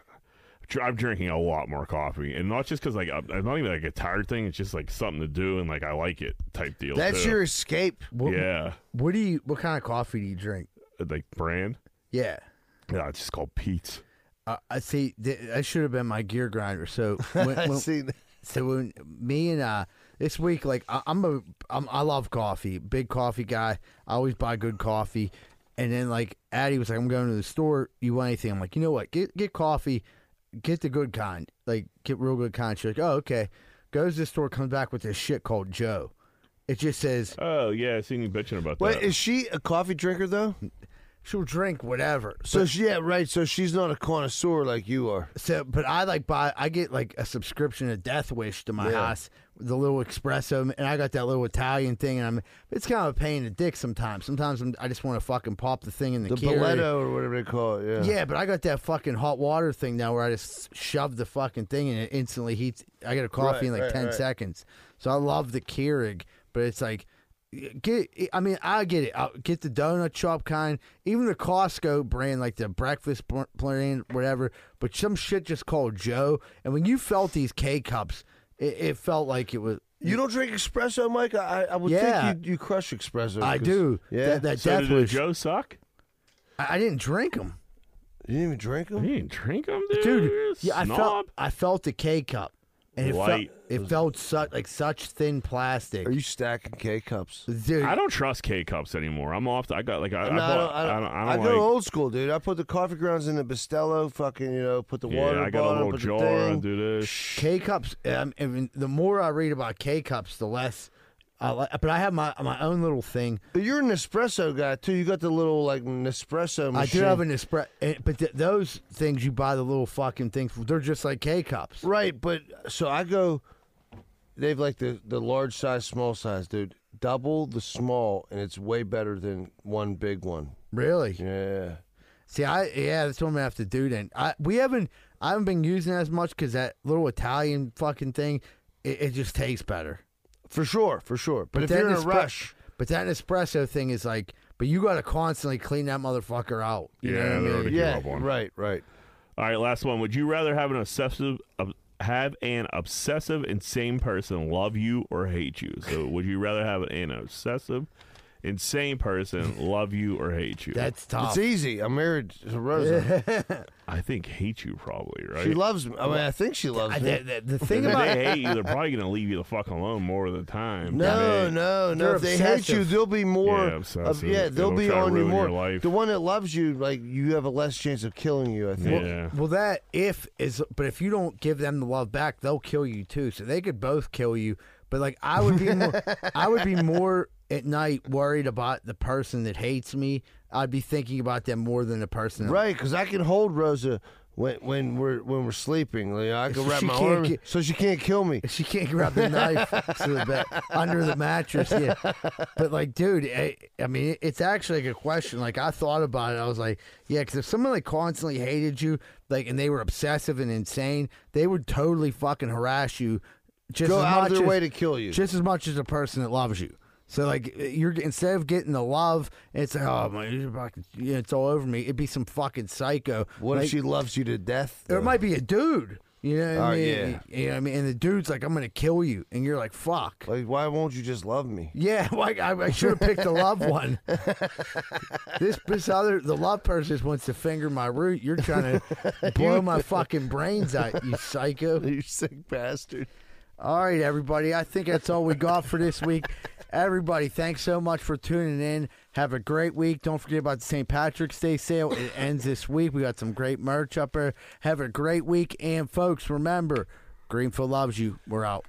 Speaker 2: Dr- I'm drinking a lot more coffee, and not just because like I'm I'm not even like a tired thing. It's just like something to do, and like I like it type deal.
Speaker 4: That's
Speaker 2: too.
Speaker 4: your escape.
Speaker 3: What,
Speaker 2: yeah,
Speaker 3: What do you? What kind of coffee do you drink?
Speaker 2: like brand.
Speaker 3: Yeah.
Speaker 2: No, it's just called Pete's.
Speaker 3: Uh, I see. Th- I should have been my gear grinder. So when,
Speaker 4: I
Speaker 3: when-
Speaker 4: see. that.
Speaker 3: so when me and uh this week, like I, I'm a I'm, I love coffee. Big coffee guy. I always buy good coffee. And then like Addie was like, I'm going to the store. You want anything? I'm like, you know what? Get get coffee. Get the good kind. Like get real good kind. She's like, oh okay. Goes to the store, comes back with this shit called Joe. It just says
Speaker 2: Oh yeah, I seen you bitching about
Speaker 4: Wait,
Speaker 2: that.
Speaker 4: is she a coffee drinker though?
Speaker 3: she'll drink whatever.
Speaker 4: So she, yeah, right. So she's not a connoisseur like you are.
Speaker 3: So, but I like buy. I get like a subscription to Death Wish to my
Speaker 4: Yeah.
Speaker 3: house, the little espresso, and I got that little Italian thing, and I'm. It's kind of a pain in the dick sometimes. Sometimes I'm, I just want to fucking pop the thing in the,
Speaker 4: The
Speaker 3: Keurig.
Speaker 4: Boletto or whatever they call it. Yeah.
Speaker 3: Yeah, but I got that fucking hot water thing now where I just shove the fucking thing and it instantly heats. I get a coffee
Speaker 4: Right,
Speaker 3: in like
Speaker 4: right,
Speaker 3: ten
Speaker 4: right.
Speaker 3: seconds. So I love the Keurig, but it's like get. I mean, I get it. I'll get the donut shop kind, even the Costco brand, like the breakfast br- plan, whatever. But some shit just called Joe. And when you felt these K cups, it, it felt like it was.
Speaker 4: You don't drink espresso, Mike? I, I would
Speaker 3: Yeah.
Speaker 4: think you, you crush espresso.
Speaker 3: I
Speaker 4: 'cause-
Speaker 3: do.
Speaker 4: Yeah.
Speaker 3: That- that So did Death the Wish- Joe
Speaker 2: suck?
Speaker 3: I, I didn't drink them.
Speaker 4: You didn't even drink them.
Speaker 2: You didn't drink them, dude.
Speaker 3: dude. Yeah, I
Speaker 2: Snob.
Speaker 3: felt I felt the K cup, and it felt,
Speaker 2: Light.
Speaker 3: it felt such like such thin plastic. Are
Speaker 4: you stacking K cups,
Speaker 3: dude?
Speaker 2: I don't trust K cups anymore. I'm off. The, I got like I, I,
Speaker 4: No, I
Speaker 2: bought,
Speaker 4: don't- I don't-
Speaker 2: I, don't,
Speaker 4: I
Speaker 2: I don't
Speaker 4: go
Speaker 2: like.
Speaker 4: old school, dude. I put the coffee grounds in the Bustelo, fucking, you know, put the water.
Speaker 2: yeah, I got a
Speaker 4: bottle,
Speaker 2: little
Speaker 4: put
Speaker 2: jar.
Speaker 4: The
Speaker 2: I
Speaker 4: thing.
Speaker 2: do this.
Speaker 3: K cups. Um, I mean, the more I read about K cups, the less. I like, but I have my my own little thing.
Speaker 4: You're an espresso guy too. You got the little like Nespresso machine.
Speaker 3: I do have an espresso, but th- those things you buy the little fucking things. They're just like K cups.
Speaker 4: Right, but so I go. They've like the the large size, small size, dude. Double the small, and it's way better than one big one.
Speaker 3: Really?
Speaker 4: Yeah.
Speaker 3: See, I yeah, that's what I'm gonna have to do then. I we haven't I haven't been using it as much because that little Italian fucking thing, it, it just tastes better.
Speaker 4: For sure, for sure. But, if you're in a rush,
Speaker 3: but that espresso thing is like, but you got to constantly clean that motherfucker out. You
Speaker 2: yeah,
Speaker 3: know
Speaker 2: they're
Speaker 3: what I
Speaker 2: already
Speaker 3: mean?
Speaker 2: give up on.
Speaker 4: Right, right.
Speaker 2: All right, last one. Would you rather have an obsessive, ob- have an obsessive, insane person love you or hate you? So, would you rather have an obsessive, insane person love you or hate you?
Speaker 4: It's easy. I'm married to Rosa.
Speaker 2: I think hate you probably right.
Speaker 4: She loves me. I mean, I think she loves
Speaker 3: I-
Speaker 4: me.
Speaker 3: the- the- the thing
Speaker 2: If
Speaker 3: about-
Speaker 2: they hate you, they're probably gonna leave you the fuck alone more of the time.
Speaker 4: No,
Speaker 2: They-
Speaker 4: no, no.
Speaker 3: They're
Speaker 4: If they hate you,
Speaker 3: obsessive.
Speaker 4: they'll be more.
Speaker 2: Yeah,
Speaker 4: of-
Speaker 2: obsessive.
Speaker 4: yeah, they'll
Speaker 2: It'll
Speaker 4: be
Speaker 2: try to
Speaker 4: on you
Speaker 2: ruin your
Speaker 4: more.
Speaker 2: life.
Speaker 4: The one that loves you, like you have a less chance of killing you. I think.
Speaker 2: Yeah.
Speaker 3: Well, that if is, but if you don't give them the love back, they'll kill you too. So they could both kill you. But like, I would be more, I would be more at night worried about the person that hates me. I'd be thinking about them more than the person. that-
Speaker 4: Right, because I can hold Rosa when when we're when we're sleeping. Like, I can
Speaker 3: So
Speaker 4: wrap
Speaker 3: she
Speaker 4: my
Speaker 3: can't
Speaker 4: arm,
Speaker 3: get-
Speaker 4: so she can't kill me.
Speaker 3: She can't grab the knife to the bed, under the mattress. Yeah. But like, dude, I, I mean, it's actually like a question. Like, I thought about it. I was like, yeah, because if someone like constantly hated you, like, and they were obsessive and insane, they would totally fucking harass you. Just
Speaker 4: Go
Speaker 3: as
Speaker 4: out of
Speaker 3: much
Speaker 4: their
Speaker 3: as-
Speaker 4: way to kill you.
Speaker 3: Just as much as a person that loves you. So like eh, you're instead of getting the love, it's like oh my, you're fucking- yeah, it's all over me. It'd be some fucking psycho.
Speaker 4: What
Speaker 3: like,
Speaker 4: if she loves you to death?
Speaker 3: or it might be a dude. You know what I
Speaker 4: Oh,
Speaker 3: mean?
Speaker 4: yeah.
Speaker 3: You know what I mean? And the dude's like, I'm going to kill you. And you're like, fuck.
Speaker 4: Like, why won't you just love me?
Speaker 3: Yeah, like I, I should have picked the love one. this this other the love person just wants to finger my root. You're trying to blow my fucking brains out, you psycho.
Speaker 4: You sick bastard.
Speaker 3: All right, everybody. I think that's all we got for this week. Everybody, thanks so much for tuning in. Have a great week. Don't forget about the St. Patrick's Day sale. It ends this week. We got some great merch up there. Have a great week. And, folks, remember Greenfield loves you. We're out.